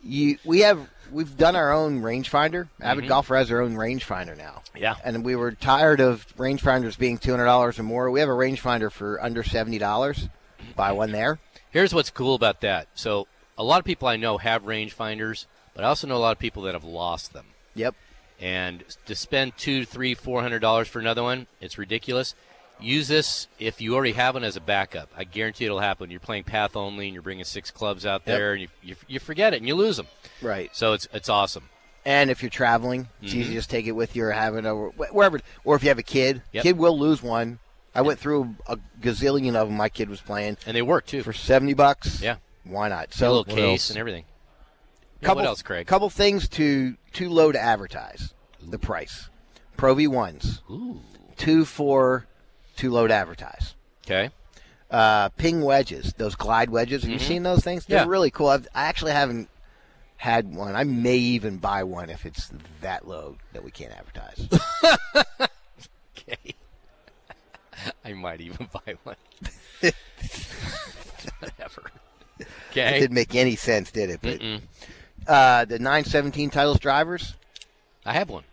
[SPEAKER 1] you we have we've done our own rangefinder. Avid Golfer has their own rangefinder now.
[SPEAKER 2] Mm-hmm. Yeah.
[SPEAKER 1] And we were tired of rangefinders being two hundred dollars or more. We have a rangefinder for under seventy dollars. Buy one there.
[SPEAKER 2] Here's what's cool about that. So, a lot of people I know have rangefinders, but I also know a lot of people that have lost them.
[SPEAKER 1] Yep.
[SPEAKER 2] And to spend two, three, four hundred dollars for another one, it's ridiculous. Use this if you already have one as a backup. I guarantee it'll happen. You're playing path only, and you're bringing six clubs out there, and you, you, you forget it and you lose them.
[SPEAKER 1] Right.
[SPEAKER 2] So it's it's awesome.
[SPEAKER 1] And if you're traveling, it's
[SPEAKER 2] Mm-hmm.
[SPEAKER 1] easy to just take it with you or have it over wh- wherever. Or if you have a kid,
[SPEAKER 2] Yep.
[SPEAKER 1] kid will lose one. I went through a gazillion of them. My kid was playing
[SPEAKER 2] And they work too.
[SPEAKER 1] for seventy bucks.
[SPEAKER 2] Yeah.
[SPEAKER 1] Why not?
[SPEAKER 2] a
[SPEAKER 1] So
[SPEAKER 2] little case and everything. Yeah,
[SPEAKER 1] couple,
[SPEAKER 2] what else, Craig?
[SPEAKER 1] Couple things to too low to advertise. The price. Pro V ones.
[SPEAKER 2] Ooh.
[SPEAKER 1] Two for too low to advertise.
[SPEAKER 2] Okay.
[SPEAKER 1] Uh, ping wedges, those glide wedges. Have you seen those things? They're
[SPEAKER 2] Mm-hmm. Yeah.
[SPEAKER 1] really cool. I've, I actually haven't had one. I may even buy one if it's that low that we can't advertise.
[SPEAKER 2] Okay. I might even buy one. Whatever.
[SPEAKER 1] It
[SPEAKER 2] Okay.
[SPEAKER 1] didn't make any sense, did it? But uh, the 917 titles drivers.
[SPEAKER 2] I have one.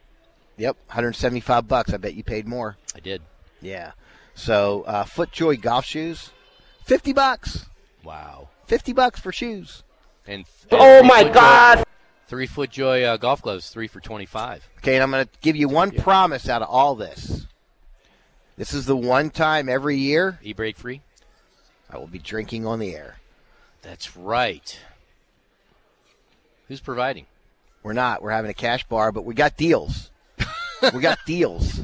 [SPEAKER 1] Yep, 175 bucks. I bet you paid more.
[SPEAKER 2] I did.
[SPEAKER 1] Yeah. So uh, FootJoy golf shoes, 50 bucks.
[SPEAKER 2] Wow.
[SPEAKER 1] 50 bucks for shoes.
[SPEAKER 2] And oh my god. three foot joy uh, golf gloves, three for twenty-five.
[SPEAKER 1] Okay, and I'm going to give you one promise out of all this. This is the one time every year
[SPEAKER 2] E brake free.
[SPEAKER 1] I will be drinking on the air.
[SPEAKER 2] That's right. Who's providing?
[SPEAKER 1] We're not. We're having a cash bar, but we got deals. we got deals.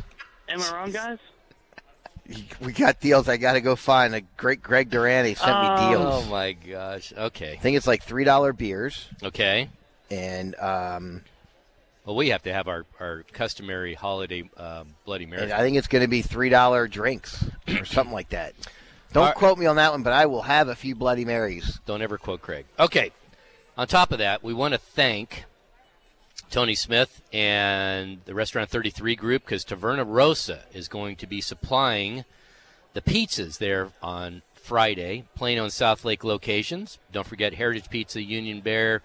[SPEAKER 8] Am I wrong, guys?
[SPEAKER 1] We got deals. I got to go find a great Greg Durant. He sent me deals.
[SPEAKER 2] Oh my gosh. Okay.
[SPEAKER 1] I think it's like three dollar beers
[SPEAKER 2] Okay.
[SPEAKER 1] and um,
[SPEAKER 2] Well, we have to have our, our customary holiday um, Bloody Mary.
[SPEAKER 1] and I think it's going to be three dollar drinks or something like that. Don't
[SPEAKER 2] right.
[SPEAKER 1] quote me on that one, but I will have a few Bloody Marys.
[SPEAKER 2] Don't ever quote Craig. Okay. On top of that, we want to thank Tony Smith and the Restaurant 33 group because Taverna Rosa is going to be supplying the pizzas there on Friday, Plano and South Lake locations. Don't forget Heritage Pizza, Union Bear,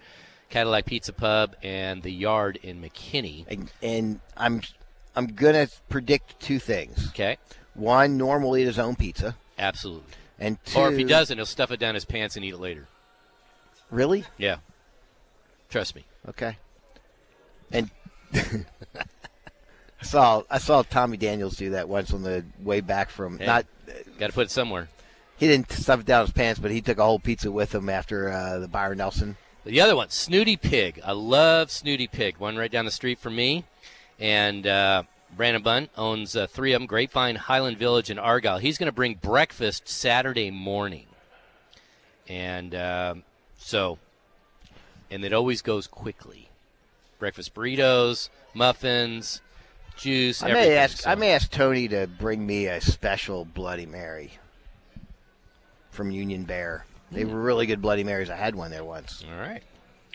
[SPEAKER 2] Cadillac Pizza Pub, and The Yard in McKinney.
[SPEAKER 1] And, and I'm I'm gonna predict two things.
[SPEAKER 2] Okay.
[SPEAKER 1] One, Norm will eat his own pizza,
[SPEAKER 2] Absolutely.
[SPEAKER 1] and two,
[SPEAKER 2] Or if he doesn't, he'll stuff it down his pants and eat it later.
[SPEAKER 1] really,
[SPEAKER 2] Yeah. Trust me.
[SPEAKER 1] okay. And I saw I saw Tommy Daniels do that once on the way back from not.
[SPEAKER 2] Got to put it somewhere.
[SPEAKER 1] He didn't stuff it down his pants, but he took a whole pizza with him after uh, the Byron Nelson.
[SPEAKER 2] The other one, Snooty Pig. I love Snooty Pig. One right down the street from me. And uh, Brandon Bunn owns uh, three of them Grapevine, Highland Village, and Argyle. He's going to bring breakfast Saturday morning. And um so, and it always goes quickly breakfast burritos, muffins, juice.
[SPEAKER 1] I
[SPEAKER 2] everything.
[SPEAKER 1] may ask.
[SPEAKER 2] So-
[SPEAKER 1] I may ask Tony to bring me a special Bloody Mary from Union Bear. They were really good Bloody Marys. I had one there once.
[SPEAKER 2] All right.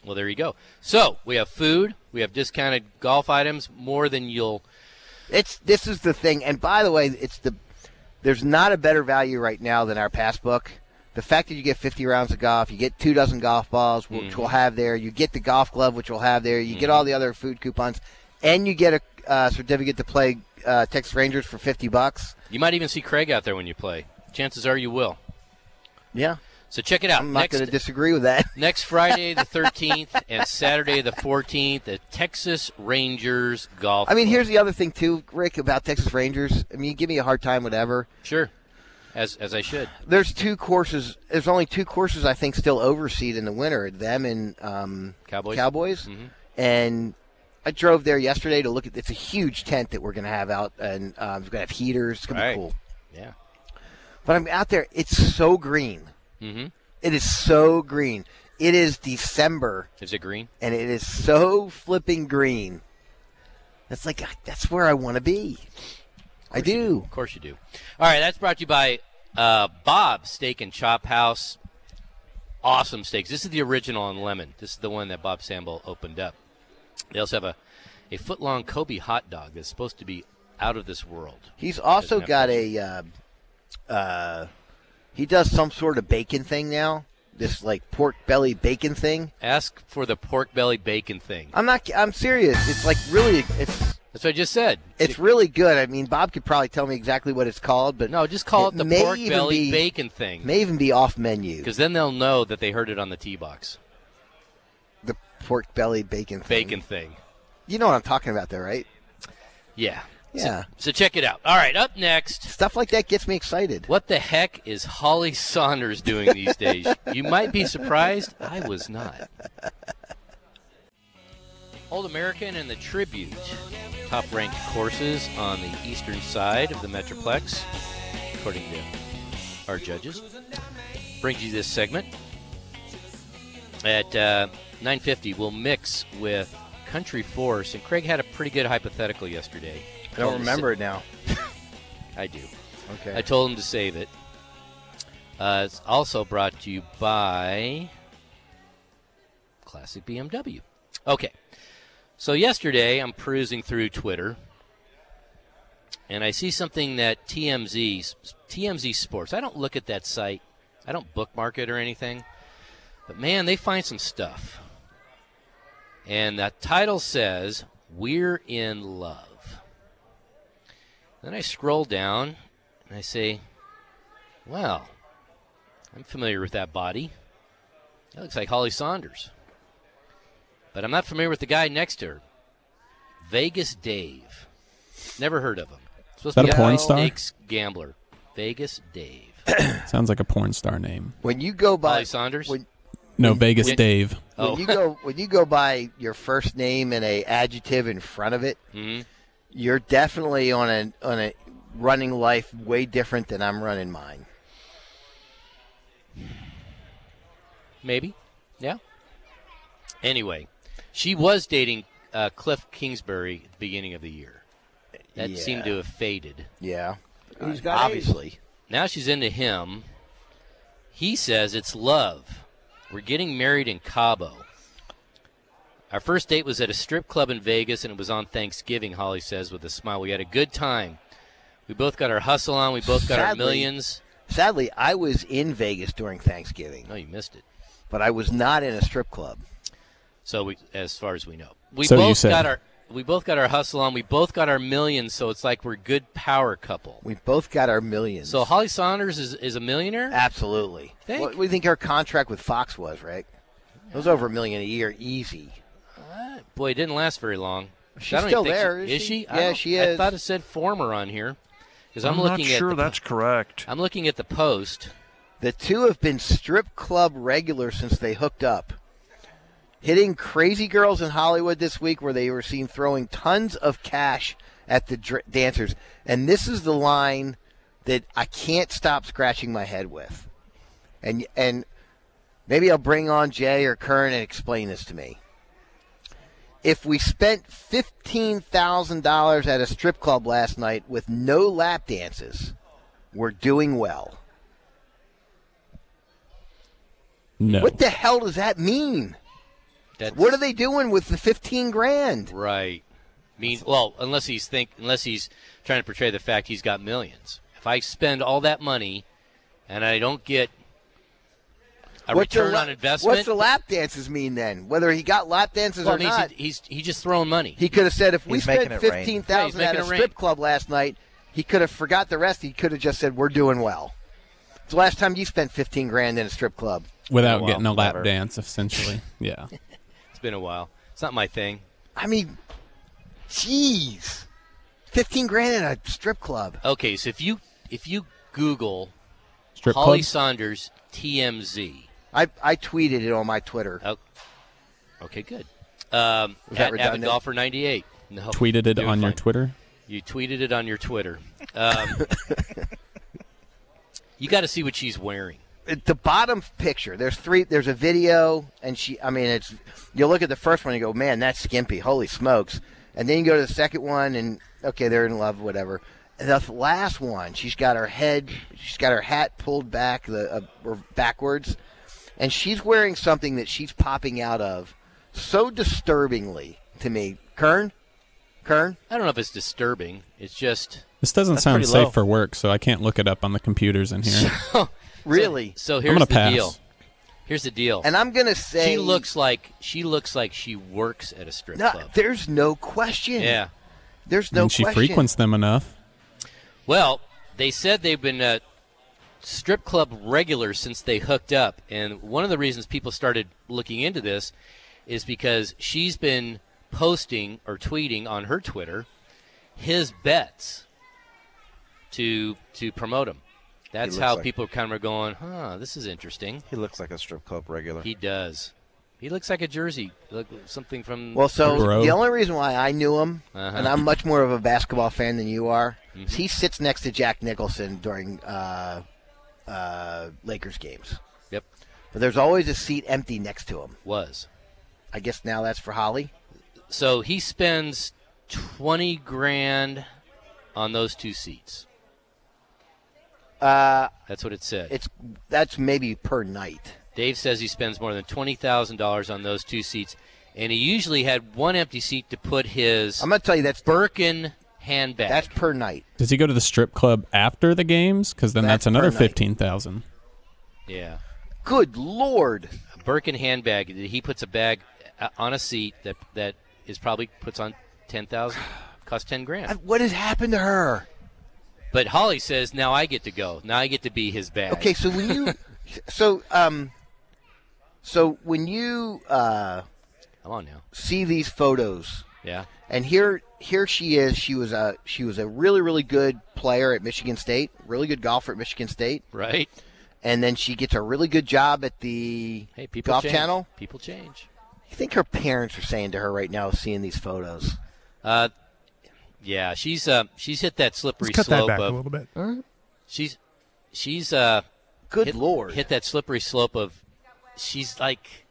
[SPEAKER 2] Well, there you go. So we have food, we have discounted golf items, more than you'll.
[SPEAKER 1] It's this is the thing. And by the way, it's the there's not a better value right now than our passbook. The fact that you get 50 rounds of golf, you get two dozen golf balls, which
[SPEAKER 2] Mm-hmm.
[SPEAKER 1] we'll have there. You get the golf glove, which we'll have there. You get all the other food coupons, and you get a uh, certificate to play uh, Texas Rangers for 50 bucks.
[SPEAKER 2] You might even see Craig out there when you play. Chances are you will.
[SPEAKER 1] Yeah,
[SPEAKER 2] So check it out.
[SPEAKER 1] I'm not
[SPEAKER 2] Next,
[SPEAKER 1] going to disagree with that.
[SPEAKER 2] next Friday the 13th and Saturday the 14th, the Texas Rangers golf.
[SPEAKER 1] I mean,
[SPEAKER 2] Club.
[SPEAKER 1] here's the other thing too, Rick, about Texas Rangers. I mean, you give me a hard time, whatever.
[SPEAKER 2] sure, as as I should.
[SPEAKER 1] There's two courses. There's only two courses I think still overseed in the winter. Them and um,
[SPEAKER 2] Cowboys? Mm-hmm.
[SPEAKER 1] Cowboys. And I drove there yesterday to look at. It's a huge tent that we're going to have out, and um, it's going to have heaters. It's going to
[SPEAKER 2] Right.
[SPEAKER 1] be cool.
[SPEAKER 2] Yeah.
[SPEAKER 1] But I'm out there. It's so green. Mm-hmm. is so green. It is December,
[SPEAKER 2] Is it green?
[SPEAKER 1] and it is so flipping green. That's like that's where I want to be. I do.
[SPEAKER 2] Of course you do. All right, that's brought to you by uh, Bob's Steak and Chop House. Awesome steaks. This is the original on lemon. This is the one that Bob Samble opened up. They also have a, a foot long Kobe hot dog that's supposed to be out of this world.
[SPEAKER 1] He's also um,
[SPEAKER 2] Doesn't have
[SPEAKER 1] got a. Uh, uh, he does some sort of bacon thing now. this like pork belly bacon thing.
[SPEAKER 2] Ask for the pork belly bacon thing.
[SPEAKER 1] I'm not. I'm serious. It's like really. It's
[SPEAKER 2] That's what I just said.
[SPEAKER 1] it's really good. I mean, Bob could probably tell me exactly what it's called, but
[SPEAKER 2] no, just call it, the
[SPEAKER 1] may
[SPEAKER 2] pork
[SPEAKER 1] even
[SPEAKER 2] belly
[SPEAKER 1] be-
[SPEAKER 2] bacon thing.
[SPEAKER 1] May even be off menu.
[SPEAKER 2] Because then they'll know that they heard it on the T box.
[SPEAKER 1] The pork belly bacon. Thing.
[SPEAKER 2] Bacon thing.
[SPEAKER 1] You know what I'm talking about, though, right?
[SPEAKER 2] Yeah.
[SPEAKER 1] Yeah.
[SPEAKER 2] So check it out. All right, up next.
[SPEAKER 1] Stuff like that gets me excited.
[SPEAKER 2] What the heck is Holly Saunders doing these days? You might be surprised. I was not. Old American and the Tribute, top ranked courses on the eastern side of the Metroplex, according to our judges. Brings you this segment. At uh, 9.50, we'll mix with Country Force, and Craig had a pretty good hypothetical yesterday.
[SPEAKER 1] I don't remember it now.
[SPEAKER 2] I do.
[SPEAKER 1] Okay.
[SPEAKER 2] I told him to save it. Uh, it's also brought to you by Classic BMW. Okay. So yesterday, I'm perusing through Twitter, and I see something that TMZ, TMZ Sports. I don't look at that site. I don't bookmark it or anything. But man, they find some stuff. And the title says, "We're in love." Then I scroll down and I say, Well, I'm familiar with that body. That looks like Holly Saunders. But I'm not familiar with the guy next to her. Vegas Dave. Never heard of him. Supposed
[SPEAKER 3] that a porn star?
[SPEAKER 2] Snakes gambler. Vegas Dave.
[SPEAKER 3] Sounds like a porn star name.
[SPEAKER 1] When you go by
[SPEAKER 2] Holly Saunders?
[SPEAKER 1] When,
[SPEAKER 3] No, Vegas
[SPEAKER 2] we-
[SPEAKER 3] Dave.
[SPEAKER 1] when
[SPEAKER 2] Oh.
[SPEAKER 1] you go when you go by your first name and a adjective in front of it,
[SPEAKER 2] Mhm.
[SPEAKER 1] you're definitely on a on a running life way different than I'm running mine.
[SPEAKER 2] Maybe. Yeah. Anyway, she was dating uh, Cliff Kingsbury at the beginning of the year. That
[SPEAKER 1] Yeah.
[SPEAKER 2] seemed to have faded.
[SPEAKER 1] Yeah.
[SPEAKER 4] Who's
[SPEAKER 1] Obviously.
[SPEAKER 2] Now she's into him. He says it's love. We're getting married in Cabo. Our first date was at a strip club in Vegas, and it was on Thanksgiving, Holly says with a smile. We had a good time. We both got our hustle on. We both got our
[SPEAKER 1] Sadly-
[SPEAKER 2] millions.
[SPEAKER 1] Sadly, I was in Vegas during Thanksgiving,
[SPEAKER 2] No, you missed it.
[SPEAKER 1] but I was not in a strip club.
[SPEAKER 2] So we, as far as we know, we
[SPEAKER 3] So you
[SPEAKER 2] both
[SPEAKER 3] said.
[SPEAKER 2] got our we both got our hustle on. We both got our millions. So it's like we're good power couple.
[SPEAKER 1] We both got our millions.
[SPEAKER 2] So Holly Saunders is, is a millionaire.
[SPEAKER 1] absolutely.
[SPEAKER 2] Think.
[SPEAKER 1] What we think her contract with Fox was, right? It was over a million a year, easy.
[SPEAKER 2] Boy, it didn't last very long.
[SPEAKER 1] She's
[SPEAKER 2] I don't even
[SPEAKER 1] still
[SPEAKER 2] think
[SPEAKER 1] there,
[SPEAKER 2] She,
[SPEAKER 1] is
[SPEAKER 2] is
[SPEAKER 1] she?
[SPEAKER 2] she? I
[SPEAKER 1] Yeah,
[SPEAKER 2] don't-
[SPEAKER 1] she
[SPEAKER 2] I
[SPEAKER 1] is.
[SPEAKER 2] thought it said former on here because I'm,
[SPEAKER 10] I'm
[SPEAKER 2] looking
[SPEAKER 10] not
[SPEAKER 2] at.
[SPEAKER 10] sure
[SPEAKER 2] the,
[SPEAKER 10] that's correct.
[SPEAKER 2] I'm looking at the post.
[SPEAKER 1] The two have been strip club regulars since they hooked up. Hitting crazy girls in Hollywood this week where they were seen throwing tons of cash at the dr- dancers. And this is the line that I can't stop scratching my head with. And and maybe I'll bring on Jay or Kern and explain this to me. If we spent $15,000 at a strip club last night with no lap dances, we're doing well.
[SPEAKER 3] No.
[SPEAKER 1] What the hell does that mean?
[SPEAKER 2] That's
[SPEAKER 1] What are they doing with the 15 grand?
[SPEAKER 2] right? Means well, unless he's think unless he's trying to portray the fact he's got millions. If I spend all that money and I don't get a
[SPEAKER 1] What's the
[SPEAKER 2] return
[SPEAKER 1] la-
[SPEAKER 2] on investment,
[SPEAKER 1] What's the lap dances mean then? Whether he got lap dances
[SPEAKER 2] well,
[SPEAKER 1] or
[SPEAKER 2] it means
[SPEAKER 1] not,
[SPEAKER 2] he- he's he just throwing money.
[SPEAKER 1] he could have said if we
[SPEAKER 5] He's
[SPEAKER 1] spent
[SPEAKER 5] making it rain.
[SPEAKER 1] 15,000
[SPEAKER 2] Yeah, he's
[SPEAKER 1] at a
[SPEAKER 2] making it
[SPEAKER 1] strip
[SPEAKER 2] rain.
[SPEAKER 1] club last night, he could have forgot the rest. He could have just said we're doing well. It's the last time you spent 15 grand in a strip club.
[SPEAKER 3] Without
[SPEAKER 5] Oh, wow.
[SPEAKER 3] getting a lap
[SPEAKER 5] Clever.
[SPEAKER 3] dance, essentially. Yeah.
[SPEAKER 2] It's been a while. It's not my thing.
[SPEAKER 1] I mean, jeez. 15 grand in a strip club.
[SPEAKER 2] Okay, so if you if you Google
[SPEAKER 3] Strip
[SPEAKER 2] Holly
[SPEAKER 3] clubs?
[SPEAKER 2] Saunders TMZ.
[SPEAKER 1] I, I tweeted it on my Twitter.
[SPEAKER 2] Oh, okay, good. Um,
[SPEAKER 1] Was that
[SPEAKER 2] at
[SPEAKER 1] redundant?
[SPEAKER 2] Golfer ninety eight. No,
[SPEAKER 3] Tweeted it
[SPEAKER 2] Doing
[SPEAKER 3] on your
[SPEAKER 2] fine.
[SPEAKER 3] Twitter.
[SPEAKER 2] You tweeted it on your Twitter. Um, you got to see what she's wearing.
[SPEAKER 1] at the bottom picture there's three there's a video and she i mean it's you look at the first one and you go man that's skimpy holy smokes and then you go to the second one and okay they're in love whatever and the last one she's got her head she's got her hat pulled back the uh, or backwards and she's wearing something that she's popping out of so disturbingly to me kern kern
[SPEAKER 2] I don't know if it's disturbing. It's just
[SPEAKER 3] This doesn't
[SPEAKER 5] That's
[SPEAKER 3] sound
[SPEAKER 5] pretty
[SPEAKER 3] safe
[SPEAKER 5] low.
[SPEAKER 3] for work, so I can't look it up on the computers in here.
[SPEAKER 1] really
[SPEAKER 2] so.
[SPEAKER 3] I'm
[SPEAKER 2] Here's
[SPEAKER 3] gonna
[SPEAKER 2] the
[SPEAKER 3] pass.
[SPEAKER 2] deal. Here's the deal.
[SPEAKER 1] And I'm gonna say
[SPEAKER 2] she looks like she looks like she works at a strip
[SPEAKER 1] No,
[SPEAKER 2] club.
[SPEAKER 1] there's no question.
[SPEAKER 2] Yeah.
[SPEAKER 1] There's no
[SPEAKER 3] and she
[SPEAKER 1] question.
[SPEAKER 3] frequents them enough.
[SPEAKER 2] Well, they said they've been uh, strip club regulars since they hooked up, and one of the reasons people started looking into this is because she's been posting or tweeting on her Twitter his bets to to promote him. That's
[SPEAKER 5] looks
[SPEAKER 2] how
[SPEAKER 5] like-
[SPEAKER 2] people kind of are going, huh? This is interesting.
[SPEAKER 5] He looks like a strip club regular.
[SPEAKER 2] He does. He looks like a jersey, look, something from.
[SPEAKER 1] Well, so
[SPEAKER 3] Bro.
[SPEAKER 1] the only reason why I knew him,
[SPEAKER 2] Uh-huh. Mm-hmm.
[SPEAKER 1] and I'm much more of a basketball fan than you are, is he sits next to Jack Nicholson during uh, uh, Lakers games.
[SPEAKER 2] yep,
[SPEAKER 1] But there's always a seat empty next to him.
[SPEAKER 2] was.
[SPEAKER 1] I guess now that's for Holly.
[SPEAKER 2] So he spends twenty grand on those two seats.
[SPEAKER 1] Uh,
[SPEAKER 2] That's what it said.
[SPEAKER 1] it's that's maybe per night.
[SPEAKER 2] Dave says he spends more than twenty thousand dollars on those two seats, and he usually had one empty seat to put his
[SPEAKER 1] I'm gonna tell you that's
[SPEAKER 2] Birkin handbag.
[SPEAKER 1] that's per night.
[SPEAKER 3] Does he go to the strip club after the games? Because then
[SPEAKER 1] That's
[SPEAKER 3] that's, another
[SPEAKER 1] per night.
[SPEAKER 3] fifteen thousand.
[SPEAKER 2] yeah,
[SPEAKER 1] Good lord!
[SPEAKER 2] a Birkin handbag. He puts a bag uh, on a seat that that is probably puts on ten thousand, costs ten grand.
[SPEAKER 1] What has happened to her?
[SPEAKER 2] But Holly says now I get to go. Now I get to be his bag.
[SPEAKER 1] Okay, so when you, so um, so when you uh,
[SPEAKER 2] come on now.
[SPEAKER 1] see these photos
[SPEAKER 2] Yeah,
[SPEAKER 1] and here here she is she was a she was a really really good player at michigan state really good golfer at michigan state
[SPEAKER 2] right.
[SPEAKER 1] and then she gets a really good job at the
[SPEAKER 2] Hey, people
[SPEAKER 1] golf
[SPEAKER 2] change.
[SPEAKER 1] channel
[SPEAKER 2] People change.
[SPEAKER 1] you think her parents are saying to her right now seeing these photos
[SPEAKER 2] Uh, yeah, she's uh, she's hit that slippery
[SPEAKER 10] Let's cut that
[SPEAKER 2] slope
[SPEAKER 10] back
[SPEAKER 2] of
[SPEAKER 10] a little bit.
[SPEAKER 2] she's she's uh
[SPEAKER 1] good
[SPEAKER 2] hit,
[SPEAKER 1] lord
[SPEAKER 2] hit that slippery slope of she's like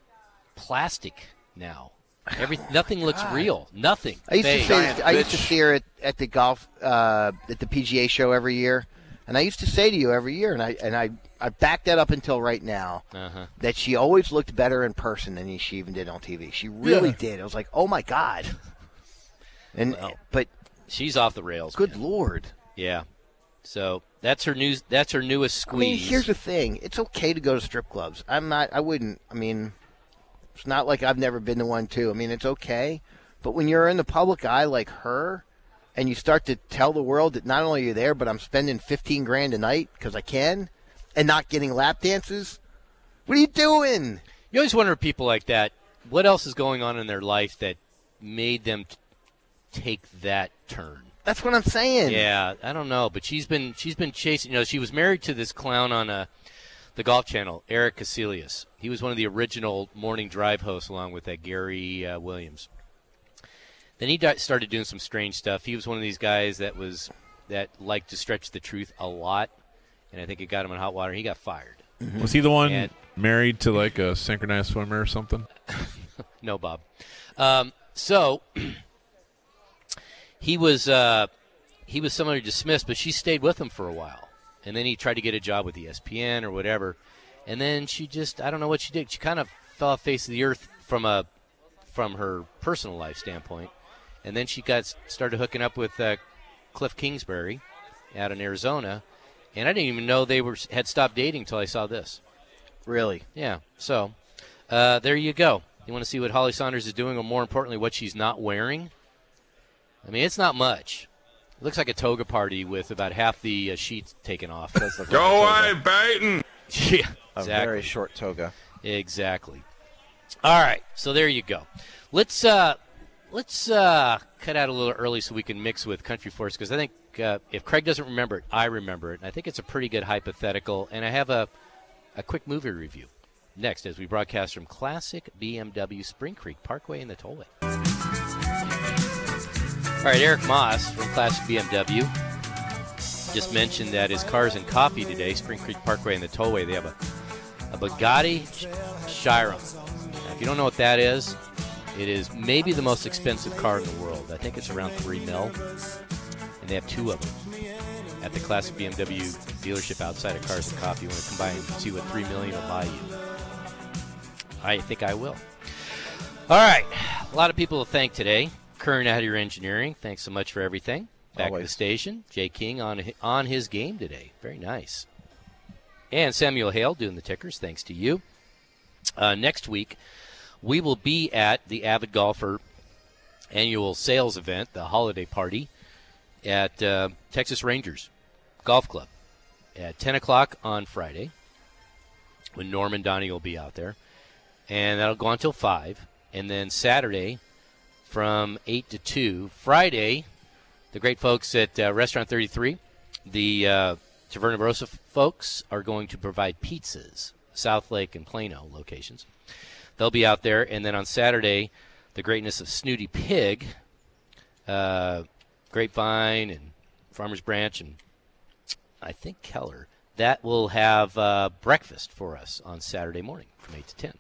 [SPEAKER 2] plastic now. Every nothing looks real. Nothing.
[SPEAKER 1] i used to
[SPEAKER 2] fades.
[SPEAKER 1] say i used to
[SPEAKER 10] bitch.
[SPEAKER 1] see her at, at the golf uh, at the pga show every year and i used to say to you every year and i and i i backed that up until right now
[SPEAKER 2] Uh-huh.
[SPEAKER 1] that she always looked better in person than she even did on TV. She really
[SPEAKER 6] Yeah.
[SPEAKER 1] did. I was like, oh my god. And but
[SPEAKER 2] She's off the rails.
[SPEAKER 1] good
[SPEAKER 2] man.
[SPEAKER 1] lord.
[SPEAKER 2] Yeah. So that's her news. That's her newest
[SPEAKER 1] I mean,
[SPEAKER 2] squeeze.
[SPEAKER 1] here's the thing: it's okay to go to strip clubs. I'm not. I wouldn't. I mean, it's not like I've never been to one too. I mean, it's okay. But when you're in the public eye like her, and you start to tell the world that not only are you there, but I'm spending 15 grand a night because I can, and not getting lap dances. What are you doing?
[SPEAKER 2] you always wonder if people like that. What else is going on in their life that made them t- take that turn?
[SPEAKER 1] That's what I'm saying.
[SPEAKER 2] Yeah, I don't know, but she's been she's been chasing. You know, she was married to this clown on uh the Golf Channel, Eric Casilius. He was one of the original morning drive hosts, along with that Gary uh, Williams. Then he di- started doing some strange stuff. He was one of these guys that was that liked to stretch the truth a lot, and I think it got him in hot water. He got fired.
[SPEAKER 10] Was he the one
[SPEAKER 2] And-
[SPEAKER 10] married to like a synchronized swimmer or something?
[SPEAKER 2] No, Bob. Um, so he was uh, he was somebody dismissed, but she stayed with him for a while, and then he tried to get a job with E ESPN or whatever, and then she just I don't know what she did. She kind of fell off the face of the earth from a from her personal life standpoint, and then she got started hooking up with uh, Cliff Kingsbury out in Arizona, and I didn't even know they were had stopped dating until I saw this.
[SPEAKER 1] Really.
[SPEAKER 2] Yeah. So uh, there you go. You want to see what Holly Saunders is doing, or more importantly, what she's not wearing? I mean, it's not much. It looks like a toga party with about half the uh, sheets taken off.
[SPEAKER 5] Does look like a toga.
[SPEAKER 2] yeah.
[SPEAKER 5] A very
[SPEAKER 2] Exactly.
[SPEAKER 5] short toga.
[SPEAKER 2] Exactly. All right. So there you go. Let's uh, let's uh, cut out a little early so we can mix with Country Force because I think uh, if Craig doesn't remember it, I remember it, and I think it's a pretty good hypothetical. And I have a a quick movie review next as we broadcast from classic BMW Spring Creek Parkway in the Tollway. All right, Eric Moss from Classic BMW just mentioned that his cars and coffee today, Spring Creek Parkway and the Tollway, they have a, a Bugatti Chiron. Now, if you don't know what that is, it is maybe the most expensive car in the world. I think it's around three mil, and they have two of them at the Classic BMW dealership outside of Cars and Coffee. You want to come by and see what three million will buy you? I think I will. All right, a lot of people to thank today. Kern out here engineering, thanks so much for everything. Back at
[SPEAKER 5] Always.
[SPEAKER 2] the station, Jay King on hi- on his game today. Very nice. And Samuel Hale doing the tickers, thanks to you. uh, next week, we will be at the Avid Golfer annual sales event, the holiday party at uh, Texas Rangers Golf Club at 10 o'clock on Friday when Norm and Donnie will be out there. And that'll go on till 5. And then Saturday from 8 to 2. Friday, the great folks at uh, Restaurant 33, the uh, Taverna Rosa f- folks, are going to provide pizzas, South Lake and Plano locations. They'll be out there. And then on Saturday, the greatness of Snooty Pig, uh, Grapevine and Farmer's Branch and I think Keller. That will have uh, breakfast for us on Saturday morning from 8 to 10.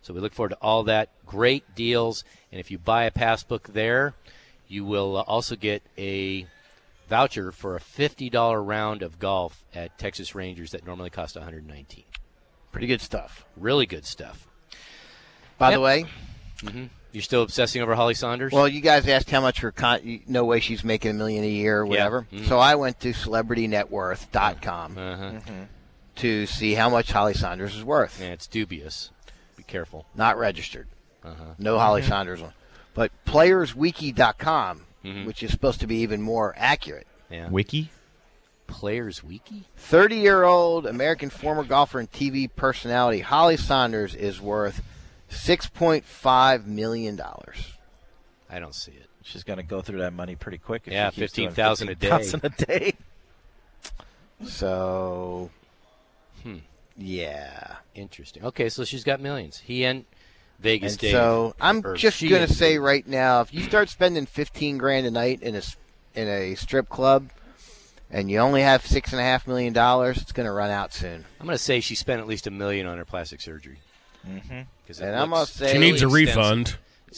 [SPEAKER 2] So we look forward to all that. Great deals. And if you buy a passbook there, you will uh, also get a voucher for a $50 round of golf at Texas Rangers that normally costs 119
[SPEAKER 1] Pretty good stuff.
[SPEAKER 2] Really good stuff.
[SPEAKER 1] By
[SPEAKER 2] Yep.
[SPEAKER 1] the way,
[SPEAKER 2] hmm You're still obsessing over Holly Saunders?
[SPEAKER 1] well, you guys asked how much her con- no way she's making a million a year or whatever.
[SPEAKER 2] Mhm.
[SPEAKER 1] So I went to celebritynetworth.com
[SPEAKER 2] Mhm.
[SPEAKER 1] to see how much Holly Saunders is worth.
[SPEAKER 2] Yeah, it's dubious. Be careful.
[SPEAKER 1] Not registered.
[SPEAKER 2] Uh-huh.
[SPEAKER 1] No Holly
[SPEAKER 2] Mhm.
[SPEAKER 1] Saunders one. But playerswiki.com, which is supposed to be even more accurate.
[SPEAKER 2] Mm-hmm. Yeah.
[SPEAKER 11] Wiki?
[SPEAKER 2] Players Wiki?
[SPEAKER 1] 30 year old American former golfer and TV personality Holly Saunders is worth $6.5 million.
[SPEAKER 2] I don't see it.
[SPEAKER 11] She's going to go through that money pretty quick. if
[SPEAKER 2] Yeah,
[SPEAKER 11] she keeps doing
[SPEAKER 2] 15,000 a day.
[SPEAKER 11] 15,000 a day.
[SPEAKER 1] So,
[SPEAKER 2] Hmm.
[SPEAKER 1] yeah.
[SPEAKER 2] Interesting. Okay, so she's got millions. He and Vegas
[SPEAKER 1] And
[SPEAKER 2] Dave.
[SPEAKER 1] so I'm
[SPEAKER 2] or
[SPEAKER 1] just
[SPEAKER 2] she
[SPEAKER 1] going
[SPEAKER 2] and-
[SPEAKER 1] to say right now, if you start spending 15 grand a night in a s- in a strip club, and you only have six and a half million dollars, it's going to run out soon.
[SPEAKER 2] I'm going to say she spent at least a million on her plastic surgery.
[SPEAKER 11] Mhm.
[SPEAKER 2] Because
[SPEAKER 1] Mm-hmm. And I'm gonna say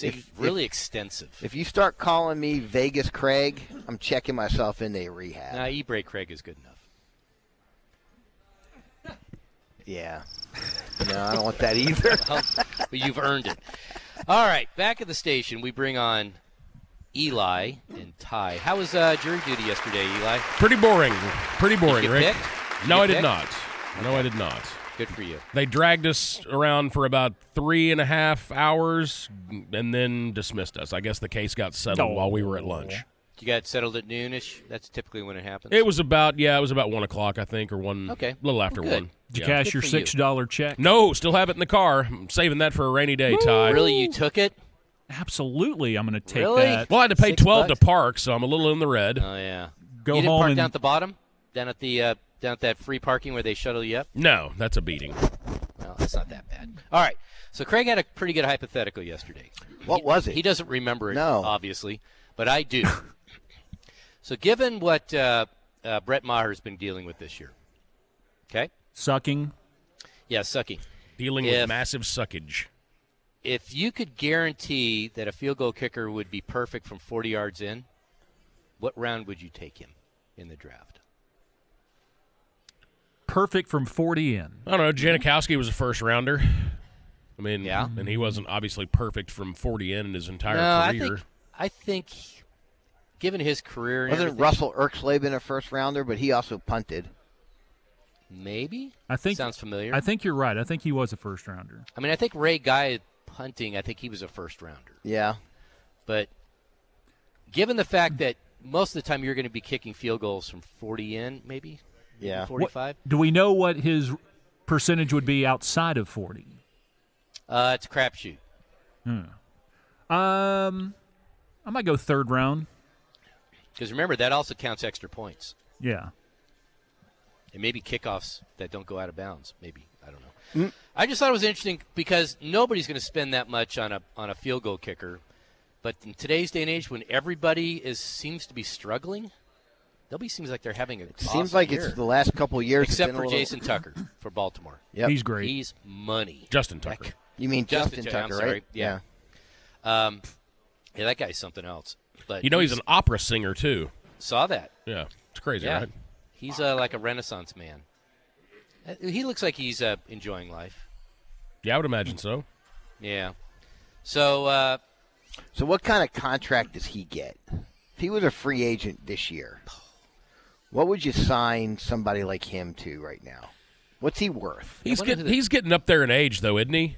[SPEAKER 2] It's really extensive.
[SPEAKER 1] If you start calling me Vegas Craig, I'm checking myself into a rehab.
[SPEAKER 2] Nah, E-Bray Craig is good enough.
[SPEAKER 1] Yeah. No, I don't want that either.
[SPEAKER 2] well, but you've earned it. All right, back at the station, we bring on Eli and Ty. How was uh, jury duty yesterday, Eli?
[SPEAKER 10] Pretty boring. Pretty boring,
[SPEAKER 2] get
[SPEAKER 10] Rick.
[SPEAKER 2] picked?
[SPEAKER 10] No,
[SPEAKER 2] You
[SPEAKER 10] I did
[SPEAKER 2] picked?
[SPEAKER 10] not. No, I did not.
[SPEAKER 2] Good for you.
[SPEAKER 10] They dragged us around for about three and a half hours and then dismissed us. I guess the case got settled
[SPEAKER 2] No.
[SPEAKER 10] while we were at lunch.
[SPEAKER 2] You got settled at noonish. That's typically when it happens.
[SPEAKER 10] It was about yeah, it was about one o'clock, I think, or one.
[SPEAKER 2] Okay.
[SPEAKER 10] a little after
[SPEAKER 2] Well, good.
[SPEAKER 10] one.
[SPEAKER 2] Did you
[SPEAKER 10] Yeah.
[SPEAKER 2] cash Good your for you.
[SPEAKER 11] $6 check?
[SPEAKER 10] No, still have it in the car. I'm saving that for a rainy day, Ty.
[SPEAKER 2] Really, you took it?
[SPEAKER 11] Absolutely, I'm going to take that.
[SPEAKER 10] Well, I had to pay
[SPEAKER 2] Six
[SPEAKER 10] twelve
[SPEAKER 2] bucks?
[SPEAKER 10] to park, so I'm a little in the red.
[SPEAKER 2] Oh yeah.
[SPEAKER 11] Go
[SPEAKER 2] you didn't
[SPEAKER 11] home
[SPEAKER 2] park
[SPEAKER 11] and-
[SPEAKER 2] down at the bottom, down at the uh, down at that free parking where they shuttle you up.
[SPEAKER 10] No, that's a beating.
[SPEAKER 2] No, that's not that bad. All right. So Craig had a pretty good hypothetical yesterday.
[SPEAKER 1] What
[SPEAKER 2] He-
[SPEAKER 1] was it?
[SPEAKER 2] He doesn't remember it,
[SPEAKER 1] No.
[SPEAKER 2] obviously, but I do. so given what uh, uh, Brett Maher has been dealing with this year, okay?
[SPEAKER 11] Sucking.
[SPEAKER 2] Yeah, sucking.
[SPEAKER 10] Dealing
[SPEAKER 2] If-
[SPEAKER 10] with massive suckage.
[SPEAKER 2] If you could guarantee that a field goal kicker would be perfect from 40 yards in, what round would you take him in the draft?
[SPEAKER 11] Perfect from 40 in.
[SPEAKER 10] I don't know. Janikowski was a first rounder. I mean, yeah, and he wasn't obviously perfect from 40 in in his entire
[SPEAKER 2] no,
[SPEAKER 10] career.
[SPEAKER 2] I think I think given his career and
[SPEAKER 1] Wasn't
[SPEAKER 2] everything,
[SPEAKER 1] Russell Erksleben a first rounder, but he also punted.
[SPEAKER 2] maybe?
[SPEAKER 11] I think
[SPEAKER 2] sounds familiar.
[SPEAKER 11] I think you're right. I think he was a first rounder.
[SPEAKER 2] I mean, I think Ray Guy punting, I think he was a first rounder.
[SPEAKER 1] Yeah.
[SPEAKER 2] But given the fact that most of the time you're going to be kicking field goals from 40 in, maybe?
[SPEAKER 1] Yeah.
[SPEAKER 2] 45?
[SPEAKER 11] Do we know what his percentage would be outside of 40?
[SPEAKER 2] Uh, it's a crapshoot.
[SPEAKER 11] Hmm. Um, I might go third round.
[SPEAKER 2] Because remember, that also counts extra points.
[SPEAKER 11] Yeah.
[SPEAKER 2] And maybe kickoffs that don't go out of bounds. Maybe. I don't
[SPEAKER 1] Hmm.
[SPEAKER 2] know. I just thought it was interesting because nobody's going to spend that much on a, on a field goal kicker. But in today's day and age, when everybody is seems to be struggling, nobody seems like they're having a.
[SPEAKER 1] Seems like it's the last couple of years. it's
[SPEAKER 2] Except
[SPEAKER 1] been a
[SPEAKER 2] for
[SPEAKER 1] little-
[SPEAKER 2] Jason Tucker for Baltimore.
[SPEAKER 1] Yep. He's
[SPEAKER 11] great.
[SPEAKER 2] He's money.
[SPEAKER 10] Justin Tucker.
[SPEAKER 1] You mean Justin
[SPEAKER 2] Tucker,
[SPEAKER 1] Tucker,
[SPEAKER 2] I'm sorry.
[SPEAKER 1] right?
[SPEAKER 2] Yeah. Um, yeah, that guy's something else. But
[SPEAKER 10] You know, he's an opera singer too.
[SPEAKER 2] saw that.
[SPEAKER 10] Yeah, it's crazy,
[SPEAKER 2] Yeah.
[SPEAKER 10] right?
[SPEAKER 2] He's uh, like a Renaissance man. Uh, He looks like he's uh, enjoying life.
[SPEAKER 10] Yeah, I would imagine so.
[SPEAKER 2] Yeah. So uh,
[SPEAKER 1] So what kind of contract does he get? If he was a free agent this year, what would you sign somebody like him to right now? What's he worth?
[SPEAKER 10] He's getting he's getting up there in age, though, isn't he?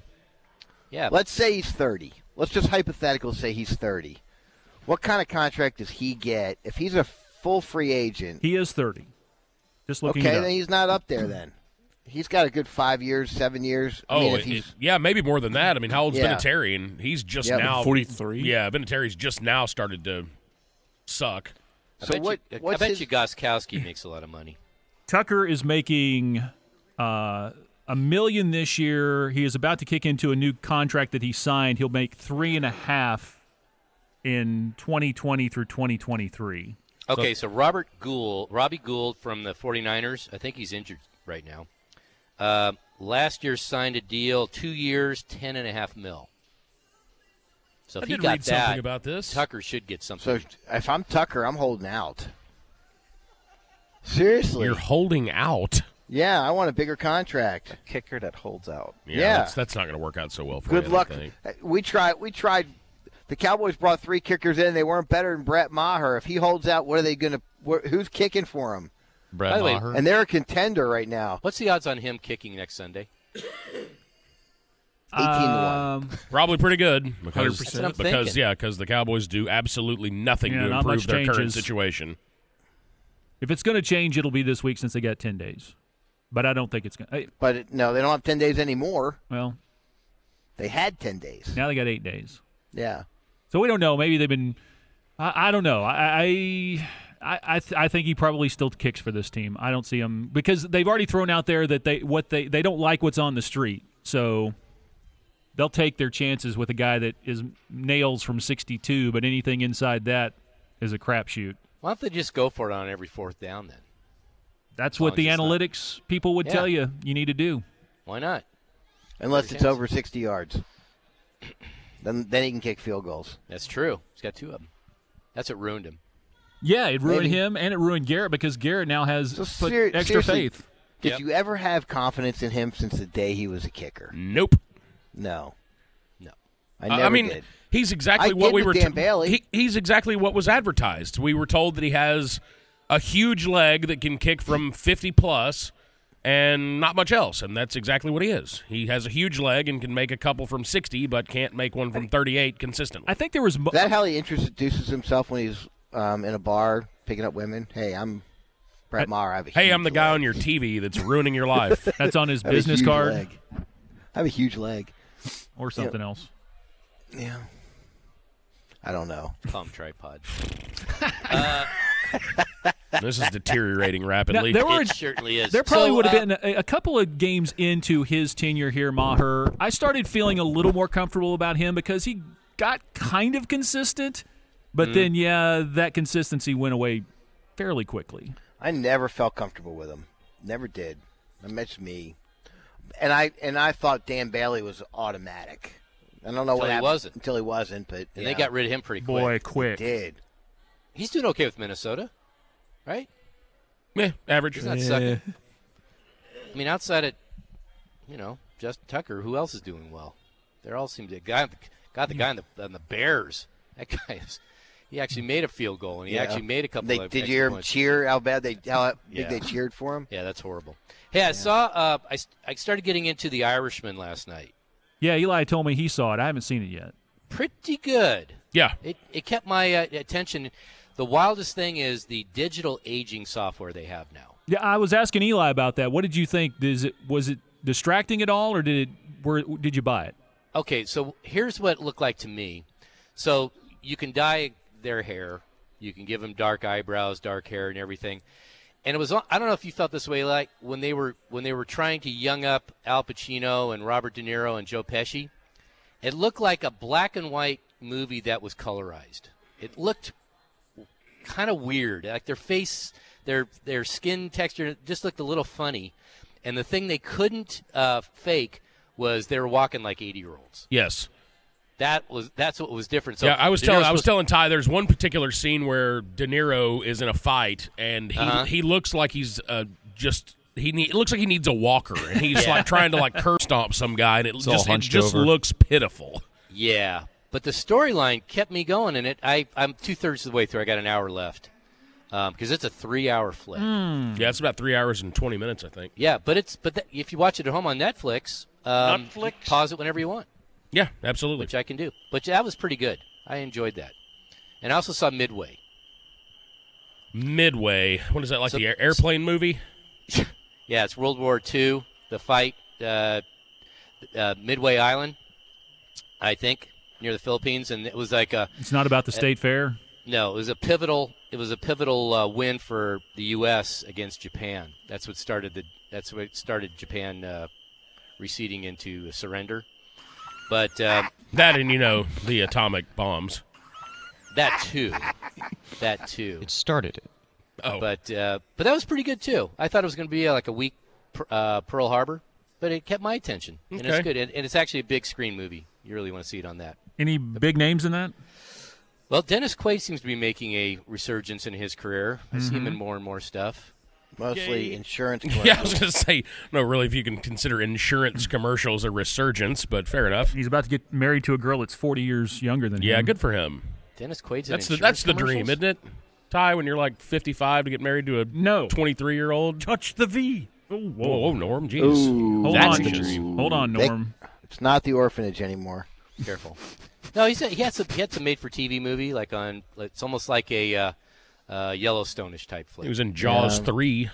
[SPEAKER 2] Yeah.
[SPEAKER 1] Let's say he's 30. Let's just hypothetical say he's 30. What kind of contract does he get if he's a full free agent?
[SPEAKER 11] He is 30. Just looking
[SPEAKER 1] Okay,
[SPEAKER 11] it up.
[SPEAKER 1] then he's not up there then. He's got a good five years, seven years. I
[SPEAKER 10] Oh,
[SPEAKER 1] mean, if
[SPEAKER 10] it-
[SPEAKER 1] he's-
[SPEAKER 10] it- yeah, maybe more than that. I mean, how old's
[SPEAKER 1] Yeah.
[SPEAKER 10] Vinatieri? And he's just
[SPEAKER 1] Yep.
[SPEAKER 10] now
[SPEAKER 1] 43?
[SPEAKER 10] Yeah, Vinatieri's just now started to suck.
[SPEAKER 2] I bet you, uh, I bet you Goskowski makes a lot of money.
[SPEAKER 11] Tucker is making uh, a million this year. He is about to kick into a new contract that he signed. He'll make three and a half in 2020 through 2023.
[SPEAKER 2] Okay, so, Robert Gould, Robbie Gould from the 49ers, I think he's injured right now. Uh, last year signed a deal, two years, ten and a half mil. So if
[SPEAKER 10] I
[SPEAKER 2] he
[SPEAKER 10] did
[SPEAKER 2] got
[SPEAKER 10] read
[SPEAKER 2] that,
[SPEAKER 10] something about this.
[SPEAKER 2] Tucker should get something.
[SPEAKER 1] so if I'm Tucker, I'm holding out. Seriously.
[SPEAKER 10] You're holding out.
[SPEAKER 1] Yeah, I want a bigger contract.
[SPEAKER 5] kicker that holds out.
[SPEAKER 10] Yeah,
[SPEAKER 1] Yeah.
[SPEAKER 10] That's, that's not going to work out so well for
[SPEAKER 1] Good
[SPEAKER 10] you, I
[SPEAKER 1] luck. Uh,
[SPEAKER 10] don't think.
[SPEAKER 1] We tried. We tried. The Cowboys brought three kickers in. They weren't better than Brett Maher. If he holds out, what are they going to? Who's kicking for him?
[SPEAKER 3] Brett
[SPEAKER 2] By the way-
[SPEAKER 3] Maher.
[SPEAKER 1] And they're a contender right now.
[SPEAKER 2] What's the odds on him kicking next Sunday?
[SPEAKER 1] 18
[SPEAKER 10] Uh,
[SPEAKER 11] to 1.
[SPEAKER 10] Probably pretty good
[SPEAKER 11] 100%.
[SPEAKER 10] because
[SPEAKER 11] That's what I'm
[SPEAKER 10] because
[SPEAKER 11] thinking.
[SPEAKER 10] yeah, because the Cowboys do absolutely nothing
[SPEAKER 11] Yeah,
[SPEAKER 10] to
[SPEAKER 11] not
[SPEAKER 10] improve
[SPEAKER 11] much
[SPEAKER 10] their current
[SPEAKER 11] changes.
[SPEAKER 10] situation.
[SPEAKER 11] If it's going to change, it'll be this week since they got 10 days. But I don't think it's going to.
[SPEAKER 1] But it- no, they don't have 10 days anymore.
[SPEAKER 11] Well,
[SPEAKER 1] They had 10 days.
[SPEAKER 11] now they got eight days.
[SPEAKER 1] Yeah.
[SPEAKER 11] So we don't know. Maybe they've been. I, I don't know. I I I, th- I think he probably still kicks for this team. I don't see him because they've already thrown out there that they what they they don't like what's on the street. So they'll take their chances with a guy that is nails from 62, but anything inside that is a crapshoot.
[SPEAKER 2] Why don't they just go for it on every fourth down then?
[SPEAKER 11] That's
[SPEAKER 2] As long
[SPEAKER 11] what the
[SPEAKER 2] as it's not-
[SPEAKER 11] analytics people would
[SPEAKER 2] Yeah.
[SPEAKER 11] tell you you need to do.
[SPEAKER 2] Why not?
[SPEAKER 1] Unless it's
[SPEAKER 2] Yes.
[SPEAKER 1] over 60 yards, then then he can kick field goals.
[SPEAKER 2] That's true. He's got two of them. That's what ruined him.
[SPEAKER 11] Yeah, it ruined
[SPEAKER 1] Maybe.
[SPEAKER 11] him and it ruined Garrett because Garrett now has put
[SPEAKER 1] Ser-
[SPEAKER 11] extra
[SPEAKER 1] seriously,
[SPEAKER 11] faith.
[SPEAKER 1] Did
[SPEAKER 2] Yep.
[SPEAKER 1] you ever have confidence in him since the day he was a kicker?
[SPEAKER 10] Nope.
[SPEAKER 1] No.
[SPEAKER 2] No.
[SPEAKER 1] I
[SPEAKER 10] Uh,
[SPEAKER 1] never
[SPEAKER 10] mean,
[SPEAKER 1] did.
[SPEAKER 10] he's exactly
[SPEAKER 1] I
[SPEAKER 10] what
[SPEAKER 1] did
[SPEAKER 10] we
[SPEAKER 1] with
[SPEAKER 10] were.
[SPEAKER 1] Dan Bailey.
[SPEAKER 10] he- he's exactly what was advertised. We were told that he has a huge leg that can kick from fifty plus, and not much else. And that's exactly what he is. He has a huge leg and can make a couple from sixty, but can't make one from thirty-eight consistently.
[SPEAKER 11] I think there was mo-
[SPEAKER 1] Is that how he introduces himself when he's um, in a bar picking up women? Hey, I'm Brett Maher. I have a
[SPEAKER 10] Hey, I'm the guy on your TV that's ruining your life.
[SPEAKER 11] That's on his
[SPEAKER 1] I have a
[SPEAKER 11] business
[SPEAKER 1] huge
[SPEAKER 11] card
[SPEAKER 1] leg. I have a huge leg.
[SPEAKER 11] or something else.
[SPEAKER 1] Yeah. I don't know.
[SPEAKER 2] Palm tripod.
[SPEAKER 10] this is deteriorating
[SPEAKER 11] Now,
[SPEAKER 10] rapidly.
[SPEAKER 11] there were
[SPEAKER 2] It certainly is.
[SPEAKER 11] there probably
[SPEAKER 2] So,
[SPEAKER 11] would have
[SPEAKER 2] uh,
[SPEAKER 11] been a, a couple of games into his tenure here, Maher. I started feeling a little more comfortable about him because he got kind of consistent,
[SPEAKER 2] Mm.
[SPEAKER 11] but then yeah, that consistency went away fairly quickly.
[SPEAKER 1] I never felt comfortable with him. Never did. That's me. And I and I thought Dan Bailey was automatic. I don't know
[SPEAKER 2] Until
[SPEAKER 1] what
[SPEAKER 2] he
[SPEAKER 1] happened
[SPEAKER 2] wasn't.
[SPEAKER 1] until he wasn't. But
[SPEAKER 2] And
[SPEAKER 1] yeah,
[SPEAKER 2] they got rid of him pretty quick.
[SPEAKER 11] quick.
[SPEAKER 1] did.
[SPEAKER 2] He's doing okay with Minnesota, right?
[SPEAKER 10] Meh, average.
[SPEAKER 2] He's
[SPEAKER 11] Eh.
[SPEAKER 2] not sucking. I mean, outside of, you know, Justin Tucker, who else is doing well? They all seem to. Guy, got the guy on the on the Bears. That guy is. He actually made a field goal, and he
[SPEAKER 1] Yeah.
[SPEAKER 2] actually made a couple.
[SPEAKER 1] They,
[SPEAKER 2] of
[SPEAKER 1] did
[SPEAKER 2] extra
[SPEAKER 1] you hear him
[SPEAKER 2] points.
[SPEAKER 1] cheer? How bad they how big
[SPEAKER 2] Yeah.
[SPEAKER 1] they cheered for him?
[SPEAKER 2] Yeah, that's horrible. Hey, I saw. Uh, I s- I started getting into the Irishman last night.
[SPEAKER 11] Yeah, Eli told me he saw it. I haven't seen it yet.
[SPEAKER 2] Pretty good.
[SPEAKER 10] Yeah.
[SPEAKER 2] It, it kept my uh, attention. The wildest thing is the digital aging software they have now.
[SPEAKER 11] Yeah, I was asking Eli about that. What did you think? Is it was it distracting at all, or did it? Were, did you buy it?
[SPEAKER 2] Okay, so here's what it looked like to me. So you can dye their hair, you can give them dark eyebrows, dark hair, and everything. And it was I don't know if you felt this way like when they were when they were trying to young up Al Pacino and Robert De Niro and Joe Pesci. It looked like a black and white movie that was colorized. It looked kind of weird. Like their face, their their skin texture just looked a little funny. And the thing they couldn't uh, fake was they were walking like eighty year olds.
[SPEAKER 10] Yes.
[SPEAKER 2] That was that's what was different. So
[SPEAKER 10] yeah, I was
[SPEAKER 2] De
[SPEAKER 10] telling
[SPEAKER 2] Niro's
[SPEAKER 10] I was
[SPEAKER 2] supposed-
[SPEAKER 10] telling Ty. There's one particular scene where De Niro is in a fight, and he
[SPEAKER 2] Uh-huh.
[SPEAKER 10] he looks like he's uh, just he need, it looks like he needs a walker, and he's like trying to like curb stomp some guy, and it
[SPEAKER 9] all
[SPEAKER 10] just it
[SPEAKER 9] hunched
[SPEAKER 10] just
[SPEAKER 9] over.
[SPEAKER 10] looks pitiful.
[SPEAKER 2] Yeah, but the storyline kept me going, and it I I'm two thirds of the way through. I got an hour left because it's a three hour flick.
[SPEAKER 10] Yeah, it's about three hours and twenty minutes, I think.
[SPEAKER 2] Yeah, but it's but that if you watch it at home on Netflix, um, you
[SPEAKER 12] Netflix?
[SPEAKER 2] pause it whenever you want.
[SPEAKER 10] Yeah, absolutely.
[SPEAKER 2] Which I can do. But that was pretty good. I enjoyed that. And I also saw Midway.
[SPEAKER 10] Midway. What is that like? the air- airplane movie?
[SPEAKER 2] Yeah, it's World War II, the fight, uh, uh, Midway Island, I think, near the Philippines, and it was like a.
[SPEAKER 11] It's not about the
[SPEAKER 2] uh,
[SPEAKER 11] state fair.
[SPEAKER 2] No, it was a pivotal. It was a pivotal uh, win for the U.S. against Japan. That's what started the. That's what started Japan uh, receding into surrender. But um,
[SPEAKER 10] That and you know the atomic bombs.
[SPEAKER 2] that too, that too. It
[SPEAKER 12] started it.
[SPEAKER 10] Oh.
[SPEAKER 2] But uh, but that was pretty good too. I thought it was going to be uh, like a week uh, Pearl Harbor, but it kept my attention, and it's
[SPEAKER 11] Okay.
[SPEAKER 2] good. And, and it's actually a big screen movie. You really want to see it on that.
[SPEAKER 11] Any big names in that?
[SPEAKER 2] Well, Dennis Quaid seems to be making a resurgence in his career. I see
[SPEAKER 10] Mm-hmm.
[SPEAKER 2] him
[SPEAKER 11] Mhm.
[SPEAKER 2] in more and more stuff.
[SPEAKER 1] Mostly insurance
[SPEAKER 10] Yeah, I was going to say, no, really, if you can consider insurance commercials a resurgence, but fair enough.
[SPEAKER 11] He's about to get married to a girl that's 40 years younger than him.
[SPEAKER 10] Yeah, good for him.
[SPEAKER 2] Dennis Quaid's in
[SPEAKER 10] That's the
[SPEAKER 2] insurance
[SPEAKER 10] that's the dream,
[SPEAKER 2] commercials?
[SPEAKER 10] isn't it? Ty, when you're like 55 to get married to a
[SPEAKER 11] no
[SPEAKER 10] 23 year old,
[SPEAKER 11] touch the V. Oh,
[SPEAKER 10] whoa, whoa, Norm, jeez,
[SPEAKER 1] Ooh.
[SPEAKER 10] that's the dream.
[SPEAKER 1] They- it's not the orphanage anymore.
[SPEAKER 2] Careful. No, he's a, he had some he had some made for TV movie like on. It's almost like a uh, uh, Yellowstone-ish type flick.
[SPEAKER 10] He was in Jaws
[SPEAKER 1] Yeah.
[SPEAKER 10] three.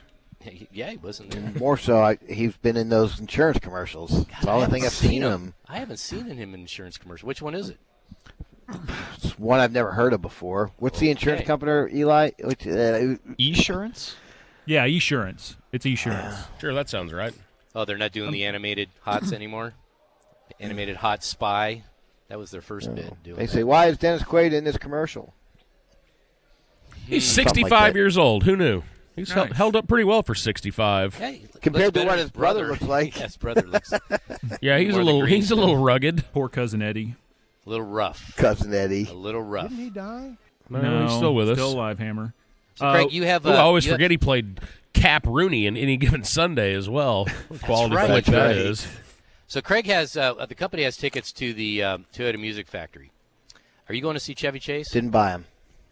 [SPEAKER 2] Yeah, he wasn't there.
[SPEAKER 1] More so, I, he's been in those insurance commercials. it's the only
[SPEAKER 2] haven't
[SPEAKER 1] thing I've seen him.
[SPEAKER 2] I haven't seen him in insurance commercial. Which one is it?
[SPEAKER 1] It's one I've never heard of before. What's the insurance
[SPEAKER 2] Okay.
[SPEAKER 1] company, Eli? Which, uh,
[SPEAKER 12] Esurance?
[SPEAKER 11] Yeah, Esurance. It's Esurance.
[SPEAKER 10] Sure, that sounds right.
[SPEAKER 2] Oh, they're not doing the animated hots anymore. Animated hot spy. That was their first bid. Doing
[SPEAKER 1] They
[SPEAKER 2] that.
[SPEAKER 1] say, why is Dennis Quaid in this commercial?
[SPEAKER 10] He's
[SPEAKER 1] Something like
[SPEAKER 10] 65 years old. Who knew? He's held, held up pretty well for 65.
[SPEAKER 2] Hey,
[SPEAKER 1] Compared
[SPEAKER 2] looks
[SPEAKER 1] to
[SPEAKER 2] better
[SPEAKER 1] what
[SPEAKER 2] than
[SPEAKER 1] his brother looks like.
[SPEAKER 2] Yes, brother looks
[SPEAKER 10] yeah, he's
[SPEAKER 2] More
[SPEAKER 10] a
[SPEAKER 2] of the
[SPEAKER 10] little
[SPEAKER 2] green
[SPEAKER 10] he's a little
[SPEAKER 2] stuff.
[SPEAKER 10] rugged.
[SPEAKER 11] Poor cousin Eddie.
[SPEAKER 2] a little rough.
[SPEAKER 1] Cousin Eddie.
[SPEAKER 2] A little rough.
[SPEAKER 12] Did he die?
[SPEAKER 10] No, he's still with us.
[SPEAKER 11] Still alive, Hammer.
[SPEAKER 2] So, Craig, you have,
[SPEAKER 10] Ooh, I
[SPEAKER 2] uh,
[SPEAKER 10] always
[SPEAKER 2] you have-
[SPEAKER 10] forget he played Cap Rooney in any given Sunday as well. What quality
[SPEAKER 2] right.
[SPEAKER 10] flick
[SPEAKER 2] That's
[SPEAKER 10] that
[SPEAKER 2] right.
[SPEAKER 10] is.
[SPEAKER 2] So Craig has uh, the company has tickets to the um, Toyota Music Factory. Are you going to see Chevy Chase?
[SPEAKER 1] Didn't buy him.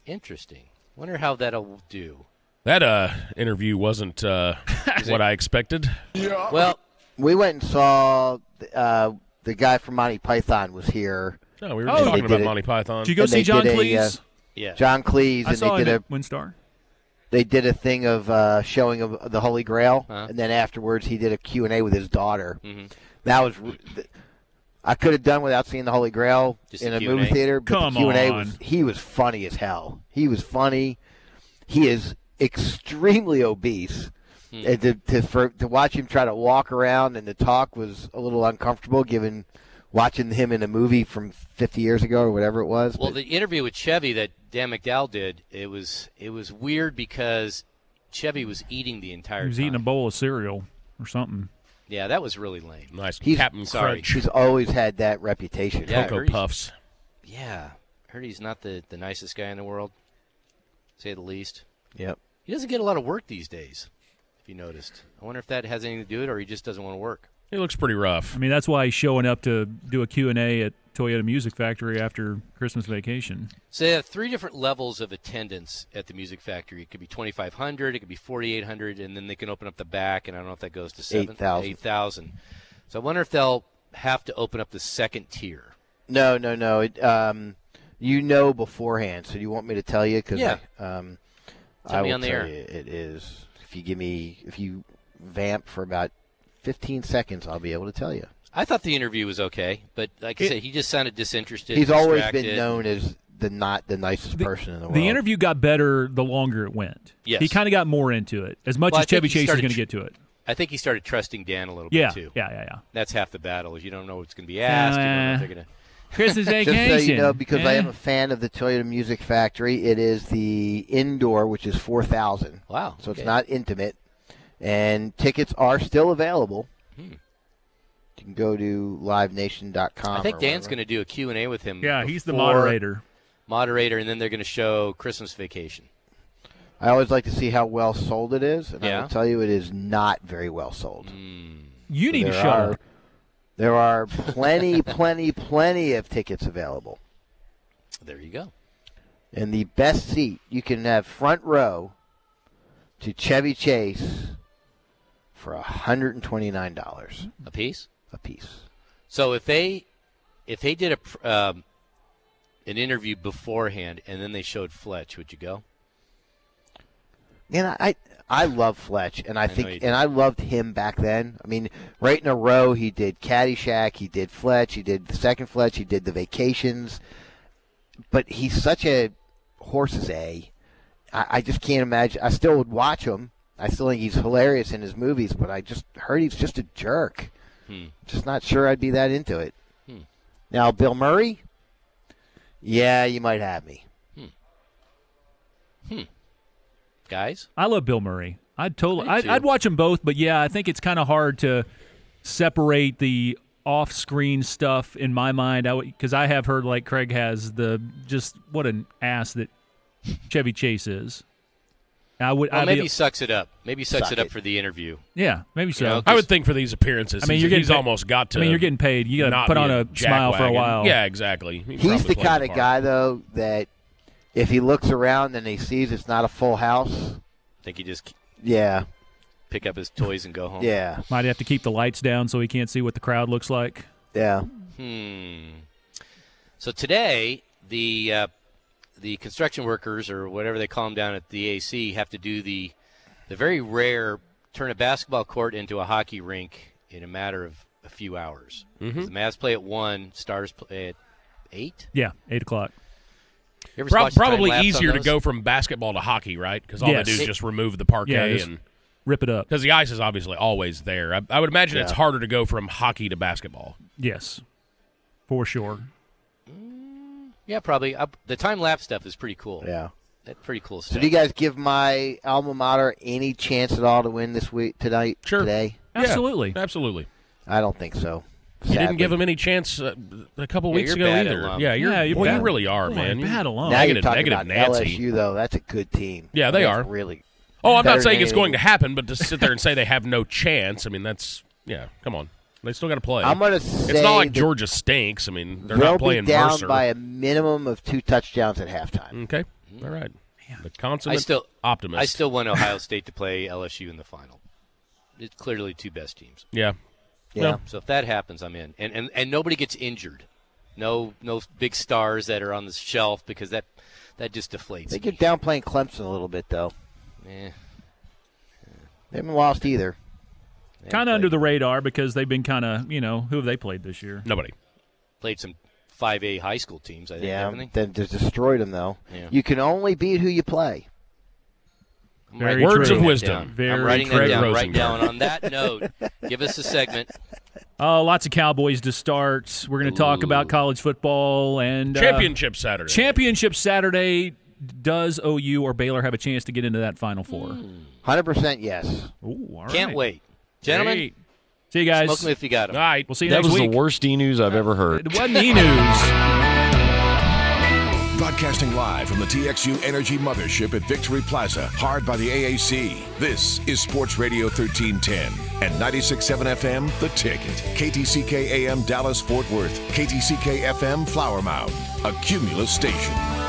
[SPEAKER 2] Interesting. Wonder how that'll do.
[SPEAKER 10] That uh, interview wasn't uh, what I expected.
[SPEAKER 2] Well,
[SPEAKER 1] we went and saw uh, the guy from Monty Python was here.
[SPEAKER 10] No, we were
[SPEAKER 1] And
[SPEAKER 10] just
[SPEAKER 1] they
[SPEAKER 10] talking
[SPEAKER 1] did
[SPEAKER 10] about
[SPEAKER 1] it-
[SPEAKER 10] Monty Python.
[SPEAKER 1] and
[SPEAKER 10] Did you go
[SPEAKER 1] they
[SPEAKER 10] see John
[SPEAKER 1] did a,
[SPEAKER 10] Cleese?
[SPEAKER 1] uh,
[SPEAKER 2] Yeah.
[SPEAKER 1] John Cleese,
[SPEAKER 11] I
[SPEAKER 1] and
[SPEAKER 11] saw
[SPEAKER 1] they
[SPEAKER 11] him
[SPEAKER 1] did a
[SPEAKER 11] at Windstar.
[SPEAKER 1] they did a thing of uh, showing of the Holy Grail,
[SPEAKER 2] Uh-huh.
[SPEAKER 1] and then afterwards he did a Q and A with his daughter.
[SPEAKER 2] Mhm.
[SPEAKER 1] That was r- th- I could have done without seeing the Holy Grail
[SPEAKER 2] Just
[SPEAKER 1] in
[SPEAKER 2] the
[SPEAKER 1] a
[SPEAKER 2] Q&A?
[SPEAKER 1] movie theater, but
[SPEAKER 11] Come
[SPEAKER 1] the Q and A
[SPEAKER 11] on.
[SPEAKER 1] was he was funny as hell. He was funny. He is extremely obese.
[SPEAKER 2] Hmm.
[SPEAKER 1] And to to, for, to watch him try to walk around and the talk was a little uncomfortable, given watching him in a movie from 50 years ago or whatever it was.
[SPEAKER 2] Well,
[SPEAKER 1] but-
[SPEAKER 2] the interview with Chevy that Dan McDowell did, it was it was weird because Chevy was eating the entire
[SPEAKER 11] He was
[SPEAKER 2] time.
[SPEAKER 11] eating a bowl of cereal or something.
[SPEAKER 2] Yeah, that was really lame.
[SPEAKER 10] Nice
[SPEAKER 1] He's-
[SPEAKER 10] Captain
[SPEAKER 2] Sorry.
[SPEAKER 10] Crunch.
[SPEAKER 1] he's always had that reputation.
[SPEAKER 2] Yeah, I
[SPEAKER 10] Cocoa
[SPEAKER 2] heard he's-
[SPEAKER 10] Puffs.
[SPEAKER 2] Yeah, heard he's not the the nicest guy in the world, say the least.
[SPEAKER 1] Yep.
[SPEAKER 2] He doesn't get a lot of work these days. If you noticed, I wonder if that has anything to do with it, or he just doesn't want to work.
[SPEAKER 10] He looks pretty rough.
[SPEAKER 11] I mean, that's why he's showing up to do a Q&A at Toyota Music Factory after Christmas vacation.
[SPEAKER 2] So they have three different levels of attendance at the Music Factory. It could be 2,500, it could be 4,800, and then they can open up the back, and I don't know if that goes to seven-
[SPEAKER 1] 8,000.
[SPEAKER 2] 8,000. so I wonder if they'll have to open up the second tier.
[SPEAKER 1] No, no, no. It, um, you know beforehand, so you want me to tell you? Cause
[SPEAKER 2] Yeah.
[SPEAKER 1] I, um,
[SPEAKER 2] Tell
[SPEAKER 1] I
[SPEAKER 2] me
[SPEAKER 1] will
[SPEAKER 2] on the
[SPEAKER 1] tell
[SPEAKER 2] air.
[SPEAKER 1] you it is. If you give me, if you vamp for about 15 seconds, I'll be able to tell you.
[SPEAKER 2] I thought the interview was okay, but like I said, he just sounded disinterested.
[SPEAKER 1] He's always been
[SPEAKER 2] distracted.
[SPEAKER 1] known as the not the nicest person in the world.
[SPEAKER 11] The interview got better the longer it went.
[SPEAKER 2] Yes.
[SPEAKER 11] He kind of got more into it, as much
[SPEAKER 2] Well, I
[SPEAKER 11] as Chevy
[SPEAKER 2] think he
[SPEAKER 11] Chase is
[SPEAKER 2] started
[SPEAKER 11] going to
[SPEAKER 2] tr-
[SPEAKER 11] get to it.
[SPEAKER 2] I think he started trusting Dan a little
[SPEAKER 11] Yeah,
[SPEAKER 2] bit too.
[SPEAKER 11] yeah, Uh. yeah, yeah.
[SPEAKER 2] That's half the battle. is You don't know what's going to be asked. you don't know if they're going to.
[SPEAKER 11] Christmas
[SPEAKER 1] Just so you
[SPEAKER 11] vacation.
[SPEAKER 1] know, because I
[SPEAKER 11] Yeah.
[SPEAKER 1] am a fan of the Toyota Music Factory, it is the indoor, which is 4,000.
[SPEAKER 2] Wow.
[SPEAKER 1] So
[SPEAKER 2] okay.
[SPEAKER 1] it's not intimate. And tickets are still available.
[SPEAKER 2] Hmm.
[SPEAKER 1] You can go to livenation.com.
[SPEAKER 2] I think
[SPEAKER 1] or
[SPEAKER 2] Dan's
[SPEAKER 1] whatever.
[SPEAKER 2] going to do a Q and A with him.
[SPEAKER 11] Yeah, he's the
[SPEAKER 2] before-
[SPEAKER 11] moderator.
[SPEAKER 2] Moderator, and then they're going to show Christmas Vacation.
[SPEAKER 1] I always like to see how well sold it is, and I
[SPEAKER 2] Yeah.
[SPEAKER 1] will tell you it is not very well sold.
[SPEAKER 11] You need to
[SPEAKER 1] There
[SPEAKER 11] show
[SPEAKER 1] are-
[SPEAKER 11] up.
[SPEAKER 1] There are plenty, plenty, plenty of tickets available.
[SPEAKER 2] There you go.
[SPEAKER 1] And the best seat you can have front row to Chevy Chase for $129
[SPEAKER 2] A piece.
[SPEAKER 1] a piece.
[SPEAKER 2] So if they if they did a pr- um, an interview beforehand and then they showed Fletch, would you go?
[SPEAKER 1] Man, I I- I love Fletch, and I,
[SPEAKER 2] know you
[SPEAKER 1] think,
[SPEAKER 2] do.
[SPEAKER 1] and I loved him back then. I mean, right in a row, he did Caddyshack, he did Fletch, he did the second Fletch, he did the Vacations. But he's such a horse's a. I, I just can't imagine. I still would watch him. I still think he's hilarious in his movies, but I just heard he's just a jerk.
[SPEAKER 2] Hmm.
[SPEAKER 1] Just not sure I'd be that into it.
[SPEAKER 2] Hmm.
[SPEAKER 1] Now, Bill Murray. Yeah, you might have me.
[SPEAKER 2] Guys,
[SPEAKER 11] I love Bill Murray. I'd totally,
[SPEAKER 2] Me
[SPEAKER 11] I'd,
[SPEAKER 2] too.
[SPEAKER 11] I'd watch them both, but yeah, I think it's kind of hard to separate the off-screen stuff in my mind. I because I have heard like Craig has the just what an ass that Chevy Chase is. I would,
[SPEAKER 2] well,
[SPEAKER 11] I'd be-
[SPEAKER 2] maybe he sucks it up. Maybe he sucks
[SPEAKER 11] Suck
[SPEAKER 2] it up
[SPEAKER 11] it.
[SPEAKER 2] for the interview.
[SPEAKER 11] yeah, maybe
[SPEAKER 2] You
[SPEAKER 11] so.
[SPEAKER 2] know,
[SPEAKER 10] I would think for these appearances.
[SPEAKER 11] I mean,
[SPEAKER 10] he's-
[SPEAKER 11] you're getting
[SPEAKER 10] he's
[SPEAKER 11] pa-
[SPEAKER 10] almost got to.
[SPEAKER 11] I mean, you're getting paid. You gotta
[SPEAKER 10] not
[SPEAKER 11] put
[SPEAKER 10] be
[SPEAKER 11] on a smile for a
[SPEAKER 10] jackwagon.
[SPEAKER 11] while.
[SPEAKER 10] Yeah, exactly. He
[SPEAKER 1] He's
[SPEAKER 10] probably
[SPEAKER 1] the
[SPEAKER 10] plays
[SPEAKER 1] kind of
[SPEAKER 10] part.
[SPEAKER 1] guy though that if he looks around and he sees it's not a full house,
[SPEAKER 2] think he just
[SPEAKER 1] yeah,
[SPEAKER 2] pick up his toys and go home.
[SPEAKER 1] yeah,
[SPEAKER 11] might have to keep the lights down so he can't see what the crowd looks like.
[SPEAKER 1] yeah.
[SPEAKER 2] Hmm. So today, the uh, the construction workers or whatever they call them down at the AC have to do the the very rare turn a basketball court into a hockey rink in a matter of a few hours. 'Cause
[SPEAKER 10] Mhm.
[SPEAKER 2] The Mavs play at one, Stars play at eight.
[SPEAKER 11] Yeah, eight o'clock.
[SPEAKER 2] You ever
[SPEAKER 10] Prob-
[SPEAKER 2] watch the time
[SPEAKER 10] probably
[SPEAKER 2] lapse on
[SPEAKER 10] easier to
[SPEAKER 2] those?
[SPEAKER 10] go from basketball to hockey, right? Because all
[SPEAKER 11] Yes.
[SPEAKER 10] they do is
[SPEAKER 11] It-
[SPEAKER 10] just remove the parquet
[SPEAKER 11] Yeah, just
[SPEAKER 10] and
[SPEAKER 11] rip it up.
[SPEAKER 10] because the ice is obviously always there. I, I would imagine it's
[SPEAKER 11] Yeah.
[SPEAKER 10] harder to go from hockey to basketball.
[SPEAKER 11] Yes, for sure.
[SPEAKER 2] Yeah, probably. Uh, the time lapse stuff is pretty cool.
[SPEAKER 1] Yeah.
[SPEAKER 2] That's pretty cool stuff.
[SPEAKER 1] So do you guys give my alma mater any chance at all to win this week tonight? Sure. Today?
[SPEAKER 11] Absolutely.
[SPEAKER 10] absolutely.
[SPEAKER 1] I don't think so.
[SPEAKER 10] You didn't
[SPEAKER 1] Sadly.
[SPEAKER 10] give him any chance uh, a couple
[SPEAKER 1] Yeah,
[SPEAKER 10] weeks
[SPEAKER 1] you're
[SPEAKER 10] ago
[SPEAKER 1] bad
[SPEAKER 10] either.
[SPEAKER 1] alum.
[SPEAKER 10] Yeah, you're,
[SPEAKER 1] Yeah, you're
[SPEAKER 10] boy, you
[SPEAKER 1] bad.
[SPEAKER 10] really are,
[SPEAKER 1] Boy,
[SPEAKER 10] man. You-
[SPEAKER 11] bad alum.
[SPEAKER 1] Now you're
[SPEAKER 10] Negative,
[SPEAKER 1] talking
[SPEAKER 10] negative
[SPEAKER 1] about
[SPEAKER 10] Nancy.
[SPEAKER 1] LSU though. That's a good team.
[SPEAKER 10] Yeah, they
[SPEAKER 1] That's
[SPEAKER 10] are.
[SPEAKER 1] really.
[SPEAKER 10] Oh, I'm
[SPEAKER 1] better
[SPEAKER 10] not saying
[SPEAKER 1] than
[SPEAKER 10] it's going to
[SPEAKER 1] anything.
[SPEAKER 10] happen, but to sit there and say they have no chance, I mean, that's yeah. Come on, they still got to play.
[SPEAKER 1] I'm gonna
[SPEAKER 10] it's
[SPEAKER 1] say
[SPEAKER 10] not like
[SPEAKER 1] that
[SPEAKER 10] Georgia stinks. I mean, they're
[SPEAKER 1] They'll
[SPEAKER 10] not playing
[SPEAKER 1] be down
[SPEAKER 10] Mercer.
[SPEAKER 1] by a minimum of two touchdowns at halftime.
[SPEAKER 10] okay, all right. The
[SPEAKER 2] I
[SPEAKER 10] consummate
[SPEAKER 2] still
[SPEAKER 10] optimist.
[SPEAKER 2] I still want Ohio State to play LSU in the final. It's clearly two best teams.
[SPEAKER 10] Yeah.
[SPEAKER 1] Yeah.
[SPEAKER 2] So if that happens, I'm in, and and, and nobody gets injured. No no big stars that are on the shelf because that that just deflates.
[SPEAKER 1] They
[SPEAKER 2] me.
[SPEAKER 1] get down playing Clemson a little bit though.
[SPEAKER 2] Eh.
[SPEAKER 1] They haven't lost either.
[SPEAKER 11] Kind of under the radar because they've been kind of you know who have they played this year?
[SPEAKER 10] Nobody.
[SPEAKER 2] Played some five A high school teams. I think.
[SPEAKER 1] Yeah,
[SPEAKER 2] Haven't they?
[SPEAKER 1] then just destroyed them though.
[SPEAKER 2] Yeah.
[SPEAKER 1] You can only beat who you play.
[SPEAKER 2] I'm
[SPEAKER 11] Very
[SPEAKER 2] writing
[SPEAKER 11] Words
[SPEAKER 2] that
[SPEAKER 11] of
[SPEAKER 2] down.
[SPEAKER 11] wisdom.
[SPEAKER 2] I'm
[SPEAKER 11] Very
[SPEAKER 2] writing that
[SPEAKER 11] Craig
[SPEAKER 2] down right
[SPEAKER 11] Rosenberg.
[SPEAKER 2] now. And on that note, give us a segment.
[SPEAKER 11] Uh, lots of Cowboys to start. We're going to talk about college football and uh,
[SPEAKER 10] Championship Saturday.
[SPEAKER 11] Championship Saturday. Does OU or Baylor have a chance to get into that Final Four?
[SPEAKER 1] Hundred percent, yes.
[SPEAKER 11] Ooh, all
[SPEAKER 2] Hmm. Can't
[SPEAKER 11] right.
[SPEAKER 2] wait, gentlemen.
[SPEAKER 11] Great. See you guys.
[SPEAKER 2] Smoke 'em if you got 'em.
[SPEAKER 11] All right, we'll see you
[SPEAKER 9] that
[SPEAKER 11] next
[SPEAKER 9] was
[SPEAKER 11] week.
[SPEAKER 9] the worst e news I've ever heard.
[SPEAKER 11] It wasn't e news.
[SPEAKER 12] Broadcasting live from the TXU Energy Mothership at Victory Plaza, hard by the AAC. This is Sports Radio 1310 and 96.7 FM, The Ticket. KTCK AM Dallas Fort Worth, KTCK FM Flower Mound, a cumulus station.